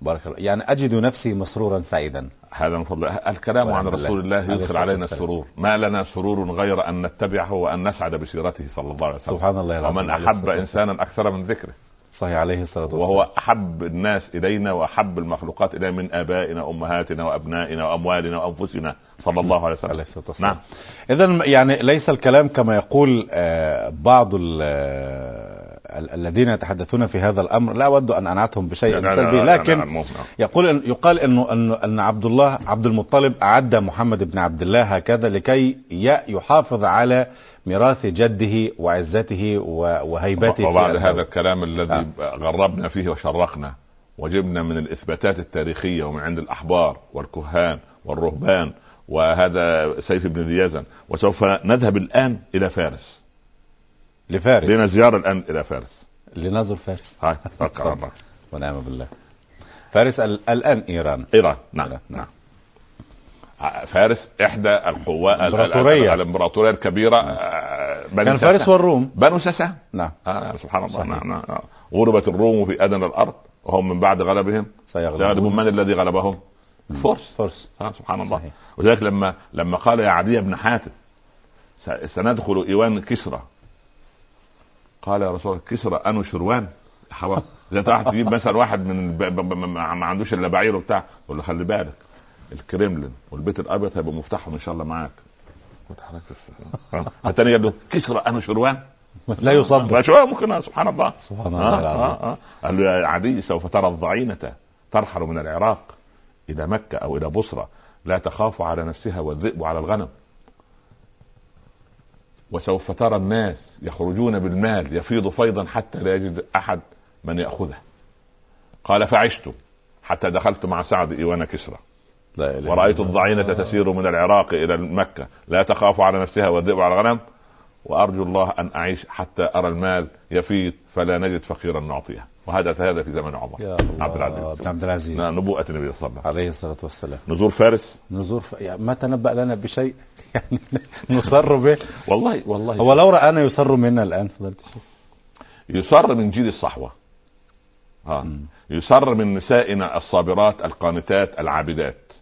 Speaker 1: بارك الله يعني اجد نفسي مسرورا سعيدا
Speaker 2: هذا من فضل الكلام
Speaker 1: ونعم
Speaker 2: عن
Speaker 1: بالله.
Speaker 2: رسول الله
Speaker 1: عليه
Speaker 2: يدخل
Speaker 1: الصلاة
Speaker 2: علينا
Speaker 1: والسلام.
Speaker 2: السرور ما لنا سرور غير ان نتبعه وان نسعد بسيرته صلى الله عليه وسلم
Speaker 1: سبحان الله العظيم.
Speaker 2: ومن
Speaker 1: عليه
Speaker 2: احب
Speaker 1: الصلاة
Speaker 2: انسانا اكثر من ذكره
Speaker 1: صحيح عليه الصلاه والسلام
Speaker 2: وهو احب الناس الينا واحب المخلوقات الينا من ابائنا وامهاتنا وابنائنا واموالنا وانفسنا صلى الله عليه
Speaker 1: عليه
Speaker 2: وسلم
Speaker 1: الصلاه
Speaker 2: نعم
Speaker 1: والسلام اذا يعني ليس الكلام كما يقول آه، بعض ال- آه، ال- الذين يتحدثون في هذا الامر لا اود ان انعتهم بشيء
Speaker 2: لا- لا-
Speaker 1: سلبي
Speaker 2: لا- لا- لا-
Speaker 1: لكن
Speaker 2: لا- لا.
Speaker 1: يقول إن يقال انه ان ان عبد الله عبد المطلب اعد محمد بن عبد الله هكذا لكي ي- يحافظ على ميراث جده وعزته و- وهيبته
Speaker 2: وبعد
Speaker 1: في
Speaker 2: هذا
Speaker 1: الدولة.
Speaker 2: الكلام الذي
Speaker 1: آه.
Speaker 2: غربنا فيه وشرقنا وجبنا من الاثباتات التاريخيه ومن عند الاحبار والكهان والرهبان وهذا سيف بن ذي يزن وسوف نذهب الان الى فارس
Speaker 1: لفارس
Speaker 2: لنا زياره الان الى فارس
Speaker 1: لنزر فارس [LAUGHS]
Speaker 2: هاي فكر الله.
Speaker 1: ونعم بالله فارس ال- الآن إيران
Speaker 2: ايران نعم
Speaker 1: نعم.
Speaker 2: نعم فارس احدى القوى ال-
Speaker 1: الإمبراطورية. نعم.
Speaker 2: الامبراطوريه الكبيره آه، بني
Speaker 1: كان
Speaker 2: سسان.
Speaker 1: فارس والروم
Speaker 2: بنو سسان
Speaker 1: نعم
Speaker 2: آه سبحان الله
Speaker 1: صحيح.
Speaker 2: نعم نعم آه. غلبت الروم في ادنى الارض وهم من بعد غلبهم
Speaker 1: سيغلبون
Speaker 2: سيغلبون من الذي غلبهم؟ الفرس
Speaker 1: فرس
Speaker 2: آه سبحان الله
Speaker 1: صحيح
Speaker 2: ولذلك لما لما قال يا عدي بن حاتم س- سندخل ايوان كسرى قال يا رسول الله كسرى انو شروان حرام اذا تروح تجيب مثلا واحد من الب- ب- ب- ما ما عندوش الا بعير وبتاع يقول له خلي بالك الكريملين والبيت الابيض هيبقوا مفتاحهم ان شاء الله معاك متحركش. آه. التاني قال له كسرى انو شروان
Speaker 1: لا يصدق
Speaker 2: شو ممكن آه، سبحان الله
Speaker 1: سبحان الله
Speaker 2: آه
Speaker 1: العظيم
Speaker 2: آه آه. قال له يا عدي سوف ترى الضعينة ترحل من العراق إلى مكة أو إلى بصرة لا تخاف على نفسها والذئب على الغنم وسوف ترى الناس يخرجون بالمال يفيض فيضا حتى لا يجد أحد من يأخذه قال فعشت حتى دخلت مع سعد إيوان كسرى
Speaker 1: لا إله إلا
Speaker 2: ورأيت
Speaker 1: الله.
Speaker 2: الضعينة تسير من العراق إلى مكة لا تخاف على نفسها والذئب على الغنم وأرجو الله أن أعيش حتى أرى المال يفيض فلا نجد فقيرا نعطيه وحدث هذا في زمن عمر
Speaker 1: يا الله
Speaker 2: عبد العزيز.
Speaker 1: بن عبد العزيز
Speaker 2: نعم، نبوءة النبي صلى الله عليه وسلم
Speaker 1: عليه الصلاة والسلام
Speaker 2: نزور فارس
Speaker 1: نزور ف... يعني ما تنبأ لنا بشيء [LAUGHS] يعني نصر به
Speaker 2: والله والله
Speaker 1: هو لو رآنا يسر منا الآن فضلت
Speaker 2: يسر من جيل الصحوة آه.
Speaker 1: مم.
Speaker 2: يسر من نسائنا الصابرات القانتات العابدات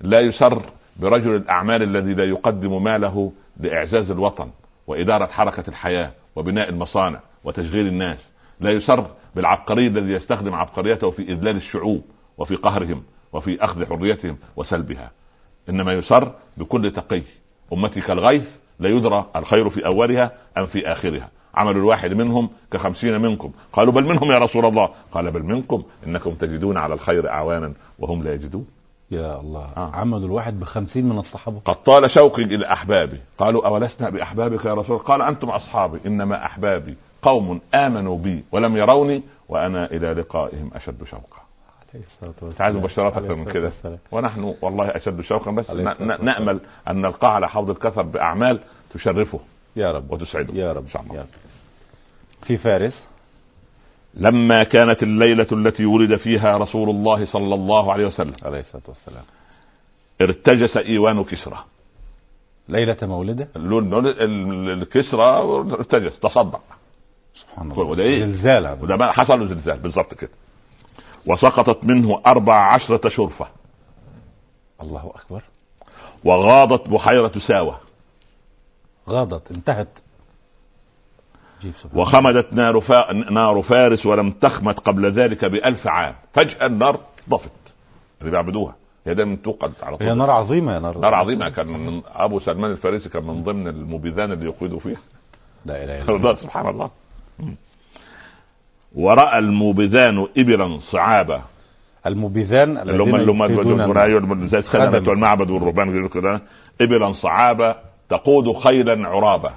Speaker 2: لا يسر برجل الأعمال الذي لا يقدم ماله لإعزاز الوطن وإدارة حركة الحياة وبناء المصانع وتشغيل الناس لا يسر بالعبقري الذي يستخدم عبقريته في إذلال الشعوب وفي قهرهم وفي أخذ حريتهم وسلبها إنما يسر بكل تقي أمتي كالغيث لا يدرى الخير في أولها أم في آخرها عمل الواحد منهم كخمسين منكم قالوا بل منهم يا رسول الله قال بل منكم إنكم تجدون على الخير أعوانا وهم لا يجدون
Speaker 1: يا الله
Speaker 2: آه.
Speaker 1: عمل الواحد بخمسين من الصحابة
Speaker 2: قد طال شوقي إلى أحبابي قالوا أولسنا بأحبابك يا رسول الله قال أنتم أصحابي إنما أحبابي قوم آمنوا بي ولم يروني وأنا إلى لقائهم أشد شوقا
Speaker 1: عليه الصلاة والسلام
Speaker 2: أنت عايز مباشرات
Speaker 1: عليه
Speaker 2: أكتر من
Speaker 1: الصلاة
Speaker 2: كده
Speaker 1: والسلام.
Speaker 2: ونحن والله أشد شوقا بس
Speaker 1: عليه الصلاة
Speaker 2: ن- ن-
Speaker 1: والسلام.
Speaker 2: نأمل أن نلقى على حوض الكثر بأعمال تشرفه
Speaker 1: يا رب
Speaker 2: وتسعده
Speaker 1: يا رب
Speaker 2: إن شاء الله.
Speaker 1: يا رب. في فارس
Speaker 2: لما كانت الليلة التي ولد فيها رسول الله صلى الله عليه وسلم
Speaker 1: عليه الصلاة والسلام
Speaker 2: ارتجس إيوان كسرى
Speaker 1: ليلة مولده
Speaker 2: لون- لون ال- الكسرى ارتجس تصدع
Speaker 1: سبحان
Speaker 2: هو
Speaker 1: الله
Speaker 2: ده إيه؟
Speaker 1: زلزال هذا
Speaker 2: وده بقى حصل له زلزال بالظبط كده وسقطت منه أربع عشرة شرفة
Speaker 1: الله أكبر
Speaker 2: وغاضت بحيرة ساوة
Speaker 1: غاضت انتهت جيب سبحان الله.
Speaker 2: وخمدت نار, فا... نار فارس ولم تخمد قبل ذلك بألف عام فجأة النار طفت اللي بيعبدوها هي دايما توقد على
Speaker 1: هي
Speaker 2: طول
Speaker 1: نار عظيمة يا نار
Speaker 2: نار عظيمة كان من أبو سلمان الفارسي كان من ضمن المبيذان اللي يقودوا فيها
Speaker 1: لا إله
Speaker 2: [LAUGHS]
Speaker 1: إلا الله
Speaker 2: الله سبحان الله ورأى الموبذان إبلا صعابا
Speaker 1: المبيذان
Speaker 2: اللي هم
Speaker 1: الذين
Speaker 2: اللي هم
Speaker 1: يفيدون
Speaker 2: الجمهورية والم- زي السلمة
Speaker 1: خدم.
Speaker 2: والمعبد والرهبان وغيره كده إبلا صعابا تقود خيلا عرابا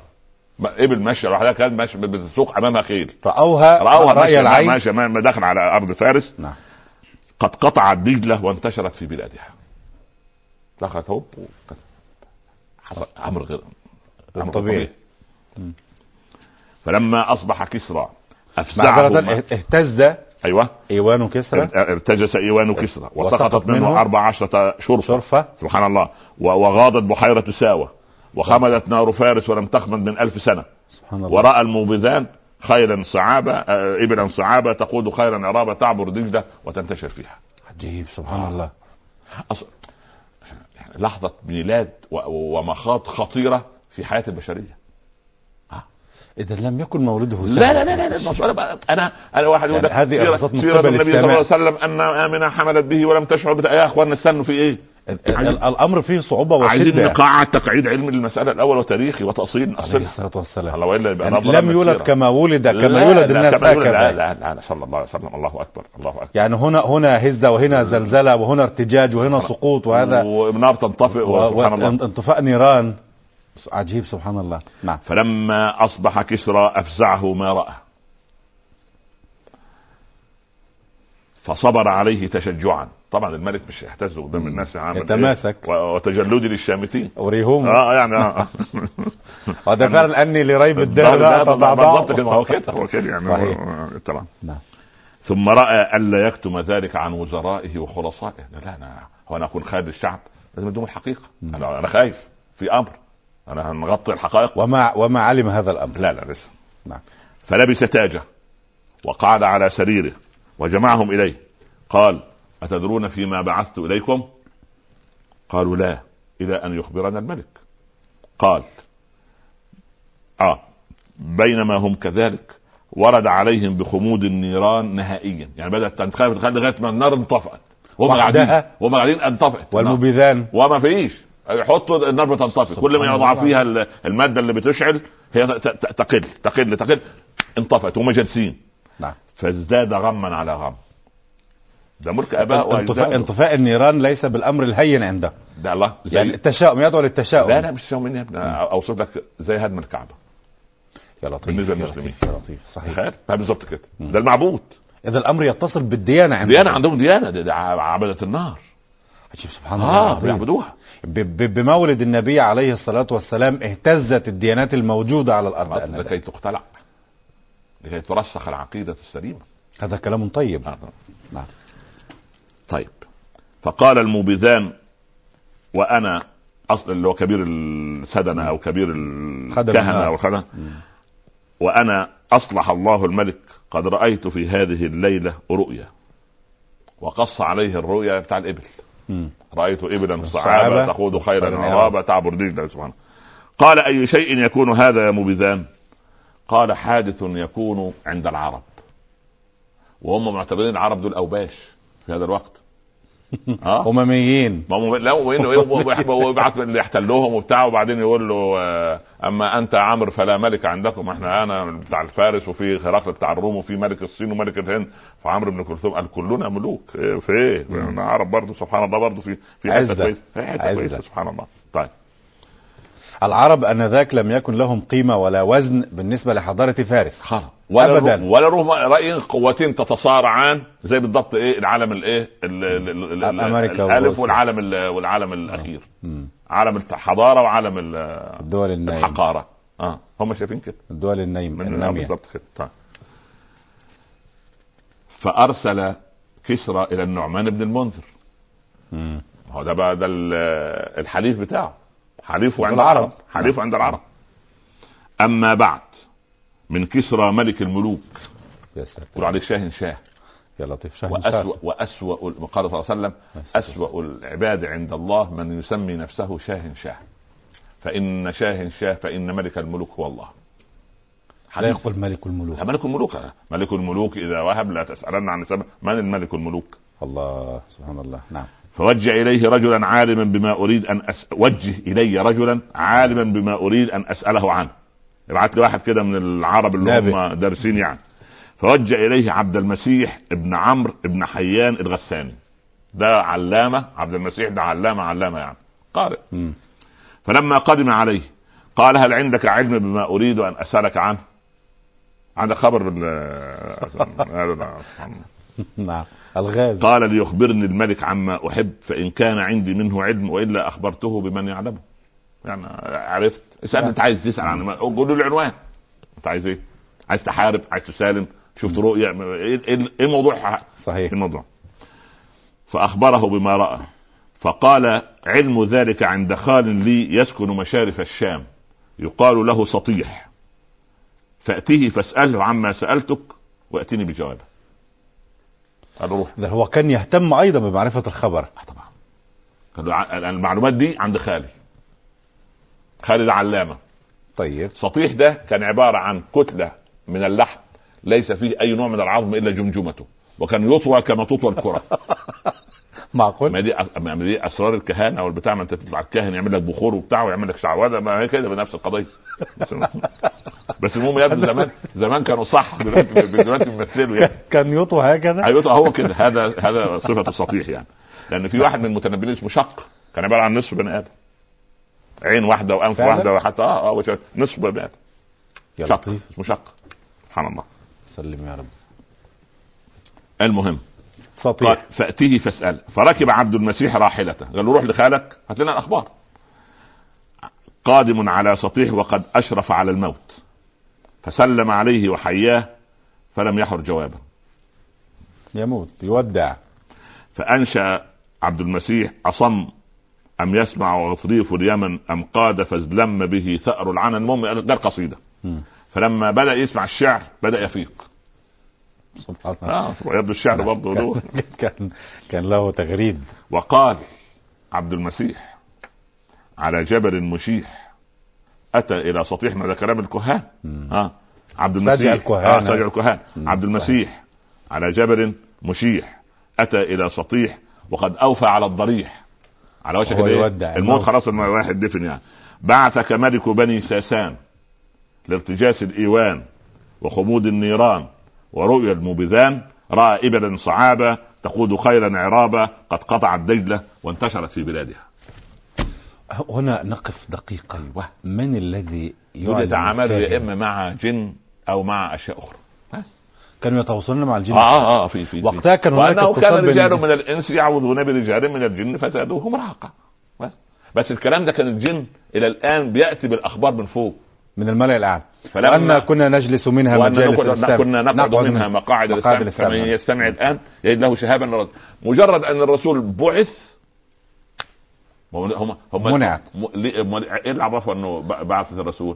Speaker 2: ما- إبل ماشية لوحدها كانت ماشية بتسوق أمامها خيل
Speaker 1: رأوها
Speaker 2: رأوها
Speaker 1: رأي
Speaker 2: ماشية
Speaker 1: العين
Speaker 2: ماشية ما- ما داخل على أرض فارس
Speaker 1: نعم
Speaker 2: قد قطعت دجلة وانتشرت في بلادها دخلت هوب وكت- حصل أمر غير أمر
Speaker 1: طبيعي
Speaker 2: فلما أصبح كسرى أفزعه
Speaker 1: معذرة
Speaker 2: ما-
Speaker 1: اهتز
Speaker 2: أيوه
Speaker 1: ايوان كسرى
Speaker 2: ارتجس ايوان كسرى وسقطت
Speaker 1: وسقطت
Speaker 2: منه
Speaker 1: منه
Speaker 2: أربع عشرة شرفة
Speaker 1: شرفة
Speaker 2: سبحان الله و- وغاضت بحيرة ساوة وخمدت نار فارس ولم تخمد من ألف سنة
Speaker 1: سبحان الله
Speaker 2: ورأى الموبذان خيلا صعابة آه، إبلا صعابة تقود خيلا عرابة تعبر دجلة وتنتشر فيها
Speaker 1: عجيب سبحان الله
Speaker 2: أص... يعني لحظة ميلاد و... و- ومخاض خطيرة في حياة البشرية
Speaker 1: اذا لم يكن مولده سهلا.
Speaker 2: لا لا لا لا, لا. مش أنا, بقى- أنا أنا واحد يقول
Speaker 1: يعني
Speaker 2: لك
Speaker 1: هذه
Speaker 2: سيرة,
Speaker 1: إرهاصات من
Speaker 2: سيرة
Speaker 1: قبل
Speaker 2: النبي صلى الله عليه
Speaker 1: السماء.
Speaker 2: وسلم أن آمنة حملت به ولم تشعر بت... يا إخوانا استنوا في إيه؟
Speaker 1: ال- ال- الامر فيه صعوبة
Speaker 2: عايزين
Speaker 1: وشدة
Speaker 2: نقعد تقعيد علمي للمسألة الأول وتاريخي وتأصيل
Speaker 1: عليه
Speaker 2: نأصلها
Speaker 1: الصلاة والسلام
Speaker 2: الله والا يبقى
Speaker 1: يعني
Speaker 2: أنا ضرب
Speaker 1: لم يولد
Speaker 2: السيرة.
Speaker 1: كما ولد كما
Speaker 2: لا،
Speaker 1: يولد
Speaker 2: لا،
Speaker 1: الناس
Speaker 2: كما يولد- لا
Speaker 1: هكذا
Speaker 2: لا لا لا، صلى الله عليه وسلم الله اكبر الله اكبر
Speaker 1: يعني هنا هنا هزة وهنا زلزلة وهنا ارتجاج وهنا سقوط وهذا
Speaker 2: ونار تنطفئ
Speaker 1: و-
Speaker 2: وسبحان
Speaker 1: و-
Speaker 2: الله
Speaker 1: انطفاء نيران عجيب سبحان الله نعم
Speaker 2: فلما اصبح كسرى افزعه ما راى فصبر عليه تشجعا طبعا الملك مش يحتز قدام الناس عامل
Speaker 1: يتماسك.
Speaker 2: إيه؟ و- وتجلدي للشامتين
Speaker 1: أريهم
Speaker 2: اه يعني آه.
Speaker 1: وده فعلا أني لريب طيب، الدهر
Speaker 2: ده-
Speaker 1: لا
Speaker 2: ده- ده-
Speaker 1: أتضعضع.
Speaker 2: بالظبط كده ما هو كده هو كده يعني
Speaker 1: صحيح.
Speaker 2: هو- طبعا
Speaker 1: نعم.
Speaker 2: ثم راى الا يكتم ذلك عن وزرائه وخلصائه لا لا انا هو انا اكون خائب للشعب لازم اديهم الحقيقه
Speaker 1: مم.
Speaker 2: انا انا خايف في امر انا هنغطي الحقائق
Speaker 1: وما وما علم هذا الأمر
Speaker 2: لا لا لسه
Speaker 1: نعم.
Speaker 2: فلبس تاجه وقعد على سريره وجمعهم اليه قال اتدرون فيما بعثت اليكم قالوا لا الى ان يخبرنا الملك قال اه بينما هم كذلك ورد عليهم بخمود النيران نهائيا يعني بدات تنخفض لغايه ما النار انطفأت وهم
Speaker 1: وحدها؟
Speaker 2: قاعدين وهم قاعدين نعم. انطفأت النار.
Speaker 1: والمبيذان
Speaker 2: وما فيش يحطوا النار بتنطفي
Speaker 1: سبحان
Speaker 2: كل ما يضع
Speaker 1: الله.
Speaker 2: فيها ال- الماده اللي بتشعل هي ت- ت- تقل تقل تقل انطفت وهم جالسين
Speaker 1: نعم.
Speaker 2: فازداد غما على غم ده ملك اباء
Speaker 1: انطفاء,
Speaker 2: واجداده
Speaker 1: انطفاء النيران ليس بالأمر الهين عنده
Speaker 2: ده الله زي
Speaker 1: يعني التشاؤم يدعو للتشاؤم
Speaker 2: لا لا مش يوم يا ابني اوصف لك زي هدم الكعبه
Speaker 1: يا لطيف
Speaker 2: بالنسبة
Speaker 1: يا
Speaker 2: للمسلمين.
Speaker 1: لطيف، يا لطيف صحيح
Speaker 2: تخيل ده بالظبط كده ده المعبود
Speaker 1: إذا الأمر يتصل بالديانة عندهم
Speaker 2: ديانه عندهم ديانه دي, دي عباده النار
Speaker 1: عجيب سبحان الله
Speaker 2: اه
Speaker 1: العظيم.
Speaker 2: بيعبدوها
Speaker 1: ب- ب- بمولد النبي عليه الصلاة والسلام اهتزت الديانات الموجودة على الأرض آنذاك.
Speaker 2: لكي تقتلع لكي ترسخ العقيده السليمه
Speaker 1: هذا كلام طيب
Speaker 2: آه.
Speaker 1: نعم.
Speaker 2: طيب فقال الموبذان وانا اصل اللي هو كبير السدنه او كبير
Speaker 1: خدم
Speaker 2: الكهنه
Speaker 1: النار.
Speaker 2: او الخدم
Speaker 1: مم.
Speaker 2: وانا اصلح الله الملك قد رايت في هذه الليله رؤيا وقص عليه الرؤيا بتاع الابل
Speaker 1: مم.
Speaker 2: رايت ابلا
Speaker 1: صعابة
Speaker 2: صعابه تقود خيرا
Speaker 1: خيراً
Speaker 2: عرابه تعبر دجله سبحانه قال اي شيء يكون هذا يا مبذان قال حادث يكون عند العرب وهم معتبرين العرب دول اوباش في هذا الوقت اه
Speaker 1: أمميين
Speaker 2: ما هم لا هو إنه إيه، هو بيحب- هو بيبعت اللي يحتلوهم وبتاع وبعدين يقول له آه، اما انت عمرو فلا ملك عندكم احنا انا بتاع الفارس وفي هرقل بتاع الروم وفي ملك الصين وملك الهند فعمرو بن كلثوم قال كلنا ملوك إيه، في ايه؟ انا عرب برضه سبحان الله برضه في في حته
Speaker 1: عزة.
Speaker 2: كويسه في حته
Speaker 1: عزة.
Speaker 2: كويسه سبحان الله طيب
Speaker 1: العرب آنذاك لم يكن لهم قيمة ولا وزن بالنسبة لحضارة فارس
Speaker 2: خلاص ولا
Speaker 1: أبداً.
Speaker 2: الروم- ولا روم راي قوتين تتصارعان زي بالضبط ايه العالم الايه ال- ال- ال- ال-
Speaker 1: أمريكا
Speaker 2: الالف
Speaker 1: وروسيا.
Speaker 2: والعالم ال- والعالم الاخير
Speaker 1: مم.
Speaker 2: عالم الحضاره وعالم ال-
Speaker 1: الدول النايم
Speaker 2: الحقاره اه هم شايفين كده
Speaker 1: الدول النايم
Speaker 2: من آه،
Speaker 1: النامية
Speaker 2: بالظبط كده طيب. فارسل كسرى الى النعمان بن المنذر
Speaker 1: مم.
Speaker 2: هو ده بقى ده ال- الحليف بتاعه حليفه عند
Speaker 1: العرب. نعم.
Speaker 2: العرب حليفه عند العرب اما بعد من كسرى ملك الملوك
Speaker 1: يا ساتر
Speaker 2: يقول عليه شاهن شاه
Speaker 1: يا لطيف شهر
Speaker 2: واسوا
Speaker 1: شهر.
Speaker 2: واسوا قال صلى الله عليه وسلم أسوأ العباد عند الله من يسمي نفسه شاه شاه فإن شاه شاه فإن ملك الملوك هو الله
Speaker 1: لا
Speaker 2: حديث
Speaker 1: يقبل ملك الملوك
Speaker 2: لا ملك الملوك ملك الملوك إذا وهب لا تسألن عن سبب من الملك الملوك
Speaker 1: الله سبحان الله نعم
Speaker 2: فوجه إليه رجلا عالما بما أريد أن أس... وجه إلي رجلا عالما بما أريد أن أسأله عنه ابعت لي واحد كده من العرب اللي
Speaker 1: نابئ.
Speaker 2: هم دارسين يعني فوجه إليه عبد المسيح ابن عمرو ابن حيان الغساني ده علامة عبد المسيح ده علامة علامة يعني قارئ
Speaker 1: مم.
Speaker 2: فلما قدم عليه قال هل عندك علم بما اريد ان اسالك عنه؟ عندك خبر بال-
Speaker 1: نعم الغاز
Speaker 2: [LAUGHS] قال ليخبرني الملك عما احب فان كان عندي منه علم والا اخبرته بمن يعلمه. يعني عرفت اسال انت عايز تسال عن ما- قول له العنوان. انت عايز ايه؟ عايز تحارب؟ عايز تسالم؟ شفت رؤيا؟ ايه إيه- إيه الموضوع؟
Speaker 1: صحيح
Speaker 2: الموضوع فأخبره بما رأى فقال علم ذلك عند خال لي يسكن مشارف الشام يقال له سطيح فأتيه فاسأله عما سألتك وأتني بجوابه قال روح
Speaker 1: ده هو كان يهتم أيضا بمعرفة الخبر
Speaker 2: آه طبعا قال له ع- المعلومات دي عند خالي خالي ده علامة
Speaker 1: طيب [LAUGHS]
Speaker 2: سطيح ده كان عبارة عن كتلة من اللحم ليس فيه أي نوع من العظم إلا جمجمته وكان يطوى كما تطوى الكرة
Speaker 1: معقول
Speaker 2: ما دي ما دي اسرار الكهنه والبتاع ما انت تطلع الكاهن يعمل لك بخور وبتاع ويعمل لك شعوذه ما هي كده بنفس القضيه بس, بس المهم يا ابني زمان زمان كانوا صح دلوقتي دلوقتي بيمثلوا يعني
Speaker 1: [LAUGHS] كان يطوى هكذا
Speaker 2: ايوه هو كده هذا هذا صفه السطيح يعني لان في واحد من المتنبيين اسمه شق كان عباره عن نصف بني ادم عين واحده وانف
Speaker 1: فعلا؟
Speaker 2: واحده وحتى اه اه وش- نصف بني ادم
Speaker 1: يا
Speaker 2: شق
Speaker 1: لطيف
Speaker 2: اسمه شق سبحان الله
Speaker 1: سلم يا رب
Speaker 2: المهم
Speaker 1: سطيح
Speaker 2: قال فاتيه فاساله فركب عبد المسيح راحلته قال له روح لخالك هات لنا الاخبار قادم على سطيح وقد اشرف على الموت فسلم عليه وحياه فلم يحر جوابا
Speaker 1: يموت يودع
Speaker 2: فانشا عبد المسيح اصم ام يسمع غطريف اليمن ام قاد فازلم به ثار العنن المهم ده القصيده
Speaker 1: مم.
Speaker 2: فلما بدا يسمع الشعر بدا يفيق
Speaker 1: سبحان الله
Speaker 2: آه. ويبدو الشعر برضه له
Speaker 1: [LAUGHS] كان كان له تغريد
Speaker 2: وقال عبد المسيح على جبل مشيح اتى الى سطيح ما ده كلام الكهان
Speaker 1: مم.
Speaker 2: اه عبد
Speaker 1: سجع
Speaker 2: المسيح
Speaker 1: الكهان.
Speaker 2: اه سجع الكهان
Speaker 1: مم.
Speaker 2: عبد المسيح على جبل مشيح اتى الى سطيح وقد اوفى على الضريح على وشك
Speaker 1: وهو
Speaker 2: الإيه؟
Speaker 1: يودع نعم.
Speaker 2: الموت
Speaker 1: الموت.
Speaker 2: خلاص الم- واحد دفن يعني بعثك ملك بني ساسان لارتجاس الايوان وخمود النيران ورؤيا المبذان راى ابلا صعابه تقود خيلا عرابه قد قطعت دجله وانتشرت في بلادها
Speaker 1: هنا نقف دقيقة
Speaker 2: أيوة.
Speaker 1: من الذي
Speaker 2: يوجد
Speaker 1: يعلن
Speaker 2: عمل
Speaker 1: الكاهن؟
Speaker 2: يا اما مع جن او مع اشياء اخرى
Speaker 1: كانوا يتواصلون مع الجن
Speaker 2: اه اه, آه في في في.
Speaker 1: وقتها كان هناك
Speaker 2: وانه
Speaker 1: اتصال
Speaker 2: كان
Speaker 1: بين
Speaker 2: رجال
Speaker 1: الجن.
Speaker 2: من الانس يعوذون برجال من الجن فزادوهم رهقا بس. بس الكلام ده كان الجن الى الان بياتي بالاخبار من فوق
Speaker 1: من الملأ الأعلى
Speaker 2: فلما-
Speaker 1: وأن كنا نجلس منها
Speaker 2: وأن
Speaker 1: مجالس
Speaker 2: نقعد-
Speaker 1: الإسلام
Speaker 2: كنا نقعد منها
Speaker 1: مقاعد
Speaker 2: مقاعد الاسلام
Speaker 1: الإسلام.
Speaker 2: فمن يستمع الان يجد له شهابا لرد مجرد ان الرسول بعث ما هم هم هم
Speaker 1: منعت.
Speaker 2: م- ليه- م- ايه اللي عرفه انه ب- بعثة الرسول؟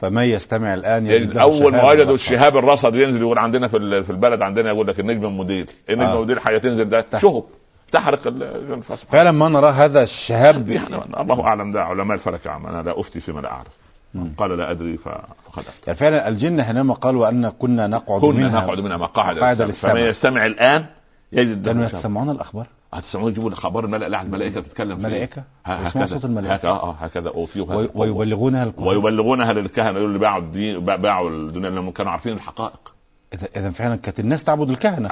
Speaker 1: فمن يستمع الآن يجد
Speaker 2: يجد
Speaker 1: له
Speaker 2: اول ما
Speaker 1: شهادة
Speaker 2: وجدوا
Speaker 1: بصر.
Speaker 2: الشهاب الرصد ينزل يقول عندنا في ال- في البلد عندنا يقول لك النجم المدير، النجم
Speaker 1: آه.
Speaker 2: المدير حيتنزل ده شهب تحرق ال-
Speaker 1: فعلا ما نرى هذا الشهاب
Speaker 2: يعني الله اعلم ده علماء الفلك يا عم انا لا افتي فيما لا اعرف من قال لا ادري ف- فقد افتى
Speaker 1: يعني فعلا الجن حينما قالوا وأن كنا نقعد
Speaker 2: كنا
Speaker 1: منها
Speaker 2: نقعد منها مقاعد
Speaker 1: مقاعد
Speaker 2: للسمع. فمن
Speaker 1: للسمع.
Speaker 2: يستمع الان يجد
Speaker 1: كانوا
Speaker 2: له شهب.
Speaker 1: يسمعون الأخبار
Speaker 2: هتسمعون يجيبوا لك اخبار الملأ لا الملائكه بتتكلم فيه.
Speaker 1: ملائكة
Speaker 2: ه-
Speaker 1: يسمعوا
Speaker 2: هكذا
Speaker 1: صوت الملائكة.
Speaker 2: هكذا اه آه، هكذا اوتيوها
Speaker 1: وي- ويبلغونها القرآن
Speaker 2: ويبلغونها للكهنه يقولوا اللي باعوا الدين بع- باعوا الدنيا لانهم كانوا عارفين الحقائق
Speaker 1: إذا- إذا فعلا كانت الناس تعبد
Speaker 2: نعم.
Speaker 1: الكهنة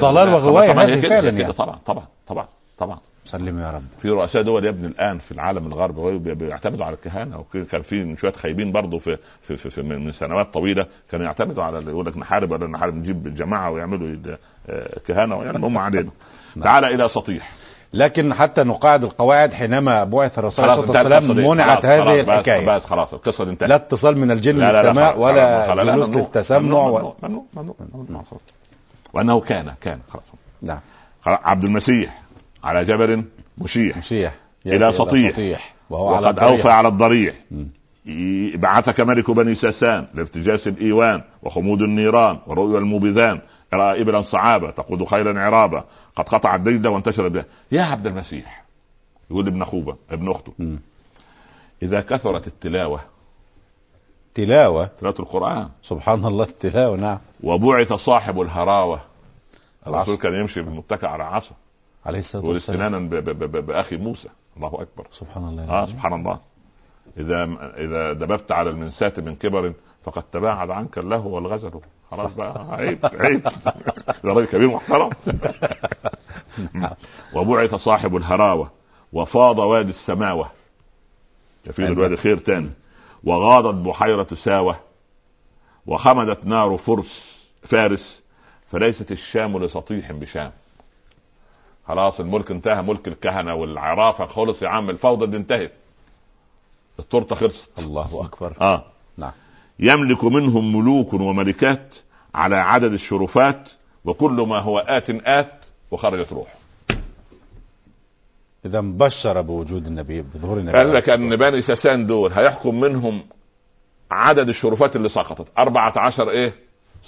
Speaker 2: ضلال
Speaker 1: وغواية هذه فعلاً
Speaker 2: كده
Speaker 1: يعني.
Speaker 2: طبعا طبعا طبعا طبعا
Speaker 1: سلم يا رب
Speaker 2: في رؤساء دول يا ابني الان في العالم الغربي وهو بي- بيعتمدوا على الكهنه وكان كان في من شويه خايبين برضه في, في, في, في من من سنوات طويله كانوا يعتمدوا على اللي يقول لك نحارب ولا نحارب نجيب جماعه ويعملوا آه، كهنه يعني هم علينا تعال الى سطيح
Speaker 1: لكن حتى نقاعد القواعد حينما بعث الرسول عليه
Speaker 2: خلاص
Speaker 1: الصلاة
Speaker 2: انتهت القصة دي.
Speaker 1: والسلام منعت
Speaker 2: خلاص، خلاص،
Speaker 1: هذه
Speaker 2: بس-
Speaker 1: الحكاية
Speaker 2: بس خلاص القصه دي انتهت
Speaker 1: لا اتصال من الجن
Speaker 2: لا لا لا
Speaker 1: للسماء
Speaker 2: خلاص، خلاص،
Speaker 1: ولا
Speaker 2: خلاص، لا،
Speaker 1: جلوس
Speaker 2: ممنوع،
Speaker 1: للتسمع
Speaker 2: ممنوع،
Speaker 1: و...
Speaker 2: ممنوع ممنوع ممنوع خلاص. وانه كان كان خلاص
Speaker 1: نعم
Speaker 2: خلاص، عبد المسيح على جبل مشيح
Speaker 1: مشيح
Speaker 2: إلى
Speaker 1: يأتي
Speaker 2: سطيح.
Speaker 1: وهو على
Speaker 2: وقد
Speaker 1: الضريح.
Speaker 2: اوفى على الضريح
Speaker 1: مم.
Speaker 2: ي- بعثك ملك بني ساسان لارتجاس الايوان وخمود النيران ورؤيا المبذان راى ابلا صعابه تقود خيلا عرابه قد قطع الدجله وانتشر به يا عبد المسيح يقول ابن اخوه ابن اخته
Speaker 1: مم.
Speaker 2: اذا كثرت التلاوه
Speaker 1: تلاوة
Speaker 2: تلاوه القران
Speaker 1: سبحان الله التلاوة نعم
Speaker 2: وبعث صاحب الهراوه
Speaker 1: العصا.
Speaker 2: الرسول كان يمشي متكئ على عصا
Speaker 1: عليه الصلاة
Speaker 2: يقول
Speaker 1: والسلام
Speaker 2: استنانا ب- ب- ب- باخي موسى الله اكبر
Speaker 1: سبحان الله
Speaker 2: اه سبحان الله اذا اذا دببت على المنساة من كبر فقد تباعد عنك اللهو والغزل خلاص بقى عيب عيب ده راجل كبير محترم وبعث صاحب الهراوه وفاض وادي السماوه كفيل
Speaker 1: أيوة.
Speaker 2: الوادي خير تاني وغاضت بحيره ساوه وخمدت نار فرس فارس فليست الشام لسطيح بشام خلاص الملك انتهى ملك الكهنه والعرافه خلص يا عم الفوضى دي انتهت التورته خلصت
Speaker 1: الله أكبر
Speaker 2: اه
Speaker 1: نعم.
Speaker 2: يملك منهم ملوك وملكات على عدد الشرفات وكل ما هو آت آت وخرجت روح
Speaker 1: إذا بشر بوجود النبي بظهور النبي
Speaker 2: قال لك أن بني ساسان دول هيحكم منهم عدد الشرفات اللي سقطت 14 إيه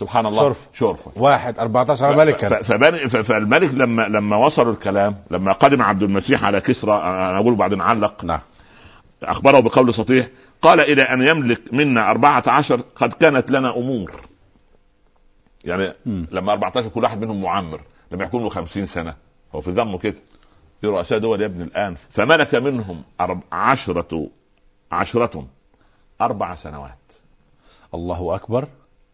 Speaker 2: سبحان الله
Speaker 1: شرف.
Speaker 2: شرفة
Speaker 1: واحد 14
Speaker 2: ف-
Speaker 1: ملكا
Speaker 2: فبني ف- فالملك لما لما وصلوا الكلام لما قدم عبد المسيح على كسرى انا اقول بعدين علق
Speaker 1: نعم
Speaker 2: اخبره بقول سطيح قال الى ان يملك منا 14 قد كانت لنا امور يعني
Speaker 1: مم.
Speaker 2: لما 14 كل واحد منهم معمر لما يكون له 50 سنه هو في ذمه كده في رؤساء دول يا ابني الان فملك منهم أرب... عشرة عشرة أربع سنوات
Speaker 1: الله أكبر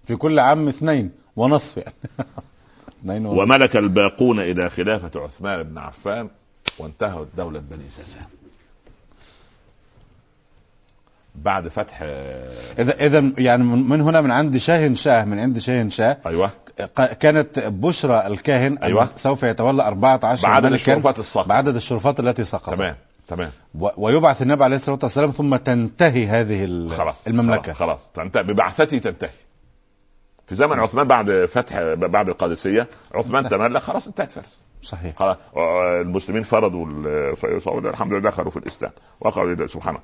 Speaker 1: في كل عام اثنين ونصف يعني [LAUGHS] اثنين ونصف
Speaker 2: وملك الباقون إلى خلافة عثمان بن عفان وانتهت دولة بني ساسان بعد فتح آه،
Speaker 1: اذا اذا يعني من من هنا من عند شاهن شاه من عند شاهن شاه
Speaker 2: ايوه
Speaker 1: ق- كانت بشرى الكاهن أنه
Speaker 2: أيوة.
Speaker 1: سوف يتولى 14
Speaker 2: بعدد
Speaker 1: ملكاً
Speaker 2: الشرفات الصقر
Speaker 1: بعدد الشرفات التي سقطت
Speaker 2: تمام تمام
Speaker 1: و- ويبعث النبي عليه الصلاه والسلام ثم تنتهي هذه ال-
Speaker 2: خلاص
Speaker 1: المملكه
Speaker 2: خلاص خلاص. تنتهي ببعثته تنتهي في زمن عثمان بعد فتح بعد القادسيه عثمان تملك خلاص انتهت فارس
Speaker 1: صحيح
Speaker 2: خلاص المسلمين فرضوا ال- صعود الحمد لله دخلوا في إيه الاسلام واخذوا الى سبحانه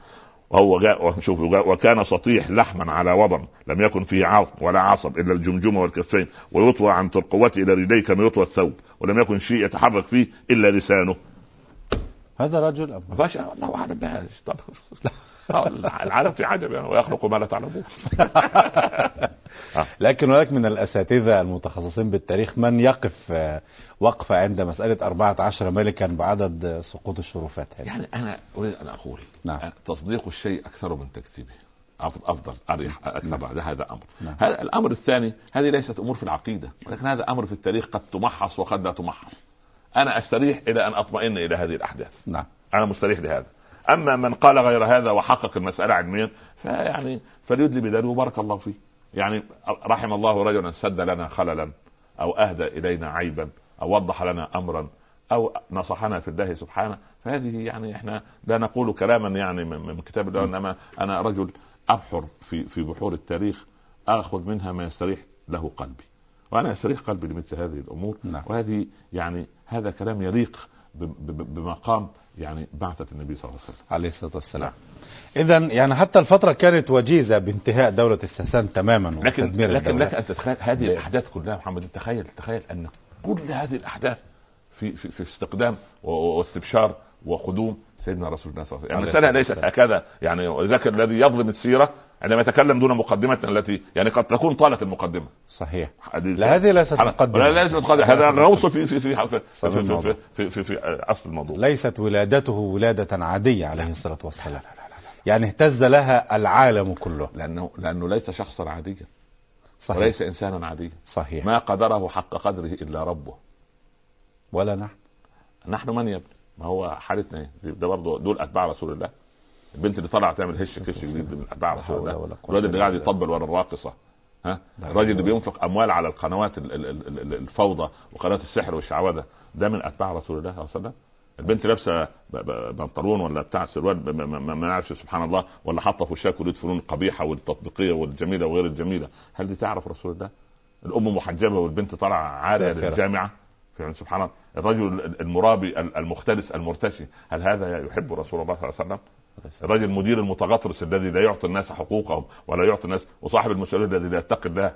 Speaker 2: وهو جاء شوف جاء وكان سطيح لحما على وضم لم يكن فيه عظم ولا عصب الا الجمجمه والكفين ويطوى عن ترقوته الى رجليه كما يطوى الثوب ولم يكن شيء يتحرك فيه الا لسانه
Speaker 1: هذا رجل أم
Speaker 2: ما فيهاش الله اعلم بها طب [LAUGHS] العالم في عجب يعني ويخلق ما لا تعلمون
Speaker 1: لكن هناك من الاساتذه المتخصصين بالتاريخ من يقف آه، وقفه عند مساله 14 ملكا بعدد آه، سقوط الشرفات هذه
Speaker 2: يعني انا اريد ان اقول
Speaker 1: نعم.
Speaker 2: تصديق الشيء اكثر من تكذيبه أف- افضل اريح اكثر هذا هذا امر
Speaker 1: نعم.
Speaker 2: هذا الامر الثاني هذه ليست امور في العقيده ولكن هذا امر في التاريخ قد تمحص وقد لا تمحص انا استريح الى ان اطمئن الى هذه الاحداث
Speaker 1: نعم
Speaker 2: انا مستريح لهذا اما من قال غير هذا وحقق المساله علميا فيعني فليدلي بدليل وبارك الله فيه يعني رحم الله رجلا سد لنا خللا او اهدى الينا عيبا او وضح لنا امرا او نصحنا في الله سبحانه فهذه يعني احنا لا نقول كلاما يعني من من كتاب الله انما انا رجل ابحر في في بحور التاريخ اخذ منها ما يستريح له قلبي وانا يستريح قلبي لمثل هذه الامور
Speaker 1: نعم.
Speaker 2: وهذه يعني هذا كلام يليق ب- ب- بمقام يعني بعثة النبي صلى الله عليه وسلم
Speaker 1: عليه الصلاه والسلام اذا يعني حتى الفتره كانت وجيزه بانتهاء دوله الساسان تماما
Speaker 2: لكن
Speaker 1: وتدمير
Speaker 2: لكن
Speaker 1: الدولة.
Speaker 2: لك ان تتخيل هذه الاحداث كلها محمد تخيل تخيل ان كل هذه الاحداث في في, في استقدام و- و- واستبشار وقدوم سيدنا رسول الله صلى
Speaker 1: عليه
Speaker 2: الله عليه وسلم، يعني
Speaker 1: الصلاة
Speaker 2: المسألة ليست
Speaker 1: والسلام.
Speaker 2: هكذا يعني ولذلك الذي يظلم السيرة عندما يتكلم دون مقدمتنا التي يعني قد تكون طالت المقدمه
Speaker 1: صحيح
Speaker 2: حديث-
Speaker 1: لا هذه ليست
Speaker 2: حلقة.
Speaker 1: مقدمه
Speaker 2: لا لازم تقدم هذا غوص في في في في
Speaker 1: صلب
Speaker 2: في-
Speaker 1: الموضوع.
Speaker 2: في في في في اصل الموضوع
Speaker 1: ليست ولادته ولادة عادية عليه الصلاة والسلام يعني اهتز لها العالم كله
Speaker 2: لانه لانه ليس شخصا عاديا
Speaker 1: صحيح
Speaker 2: وليس انسانا عاديا
Speaker 1: صحيح
Speaker 2: ما قدره حق قدره الا ربه
Speaker 1: ولا نحن
Speaker 2: نحن من يا ابني ما هو حالتنا ايه ده برضه دول اتباع رسول الله البنت اللي طالعه تعمل هش كش جديد من اتباع
Speaker 1: لا
Speaker 2: رسول
Speaker 1: حول
Speaker 2: الله
Speaker 1: ولا قوة
Speaker 2: الراجل اللي
Speaker 1: إلا
Speaker 2: قاعد
Speaker 1: بالله.
Speaker 2: يطبل ورا الراقصه ها
Speaker 1: لا
Speaker 2: الراجل
Speaker 1: حول
Speaker 2: اللي
Speaker 1: ولا
Speaker 2: بينفق اموال على القنوات ال- ال- ال- ال- الفوضى وقناه السحر والشعوذه ده من اتباع رسول الله صلى الله عليه وسلم البنت لابسه ب- ب- بنطلون ولا بتاع سروال ب- ب- ما ما نعرفش سبحان الله ولا حاطه في وشها كليه فنون القبيحه والتطبيقيه والجميله وغير الجميله هل دي تعرف رسول الله؟ الام محجبه والبنت طالعه عاريه
Speaker 1: سافرة.
Speaker 2: للجامعه يعني سبحان الله الرجل المرابي المختلس المرتشي هل هذا يحب رسول الله صلى الله عليه وسلم؟ الراجل المدير المتغطرس الذي لا يعطي الناس حقوقهم ولا يعطي الناس وصاحب المسؤوليه الذي لا يتقي الله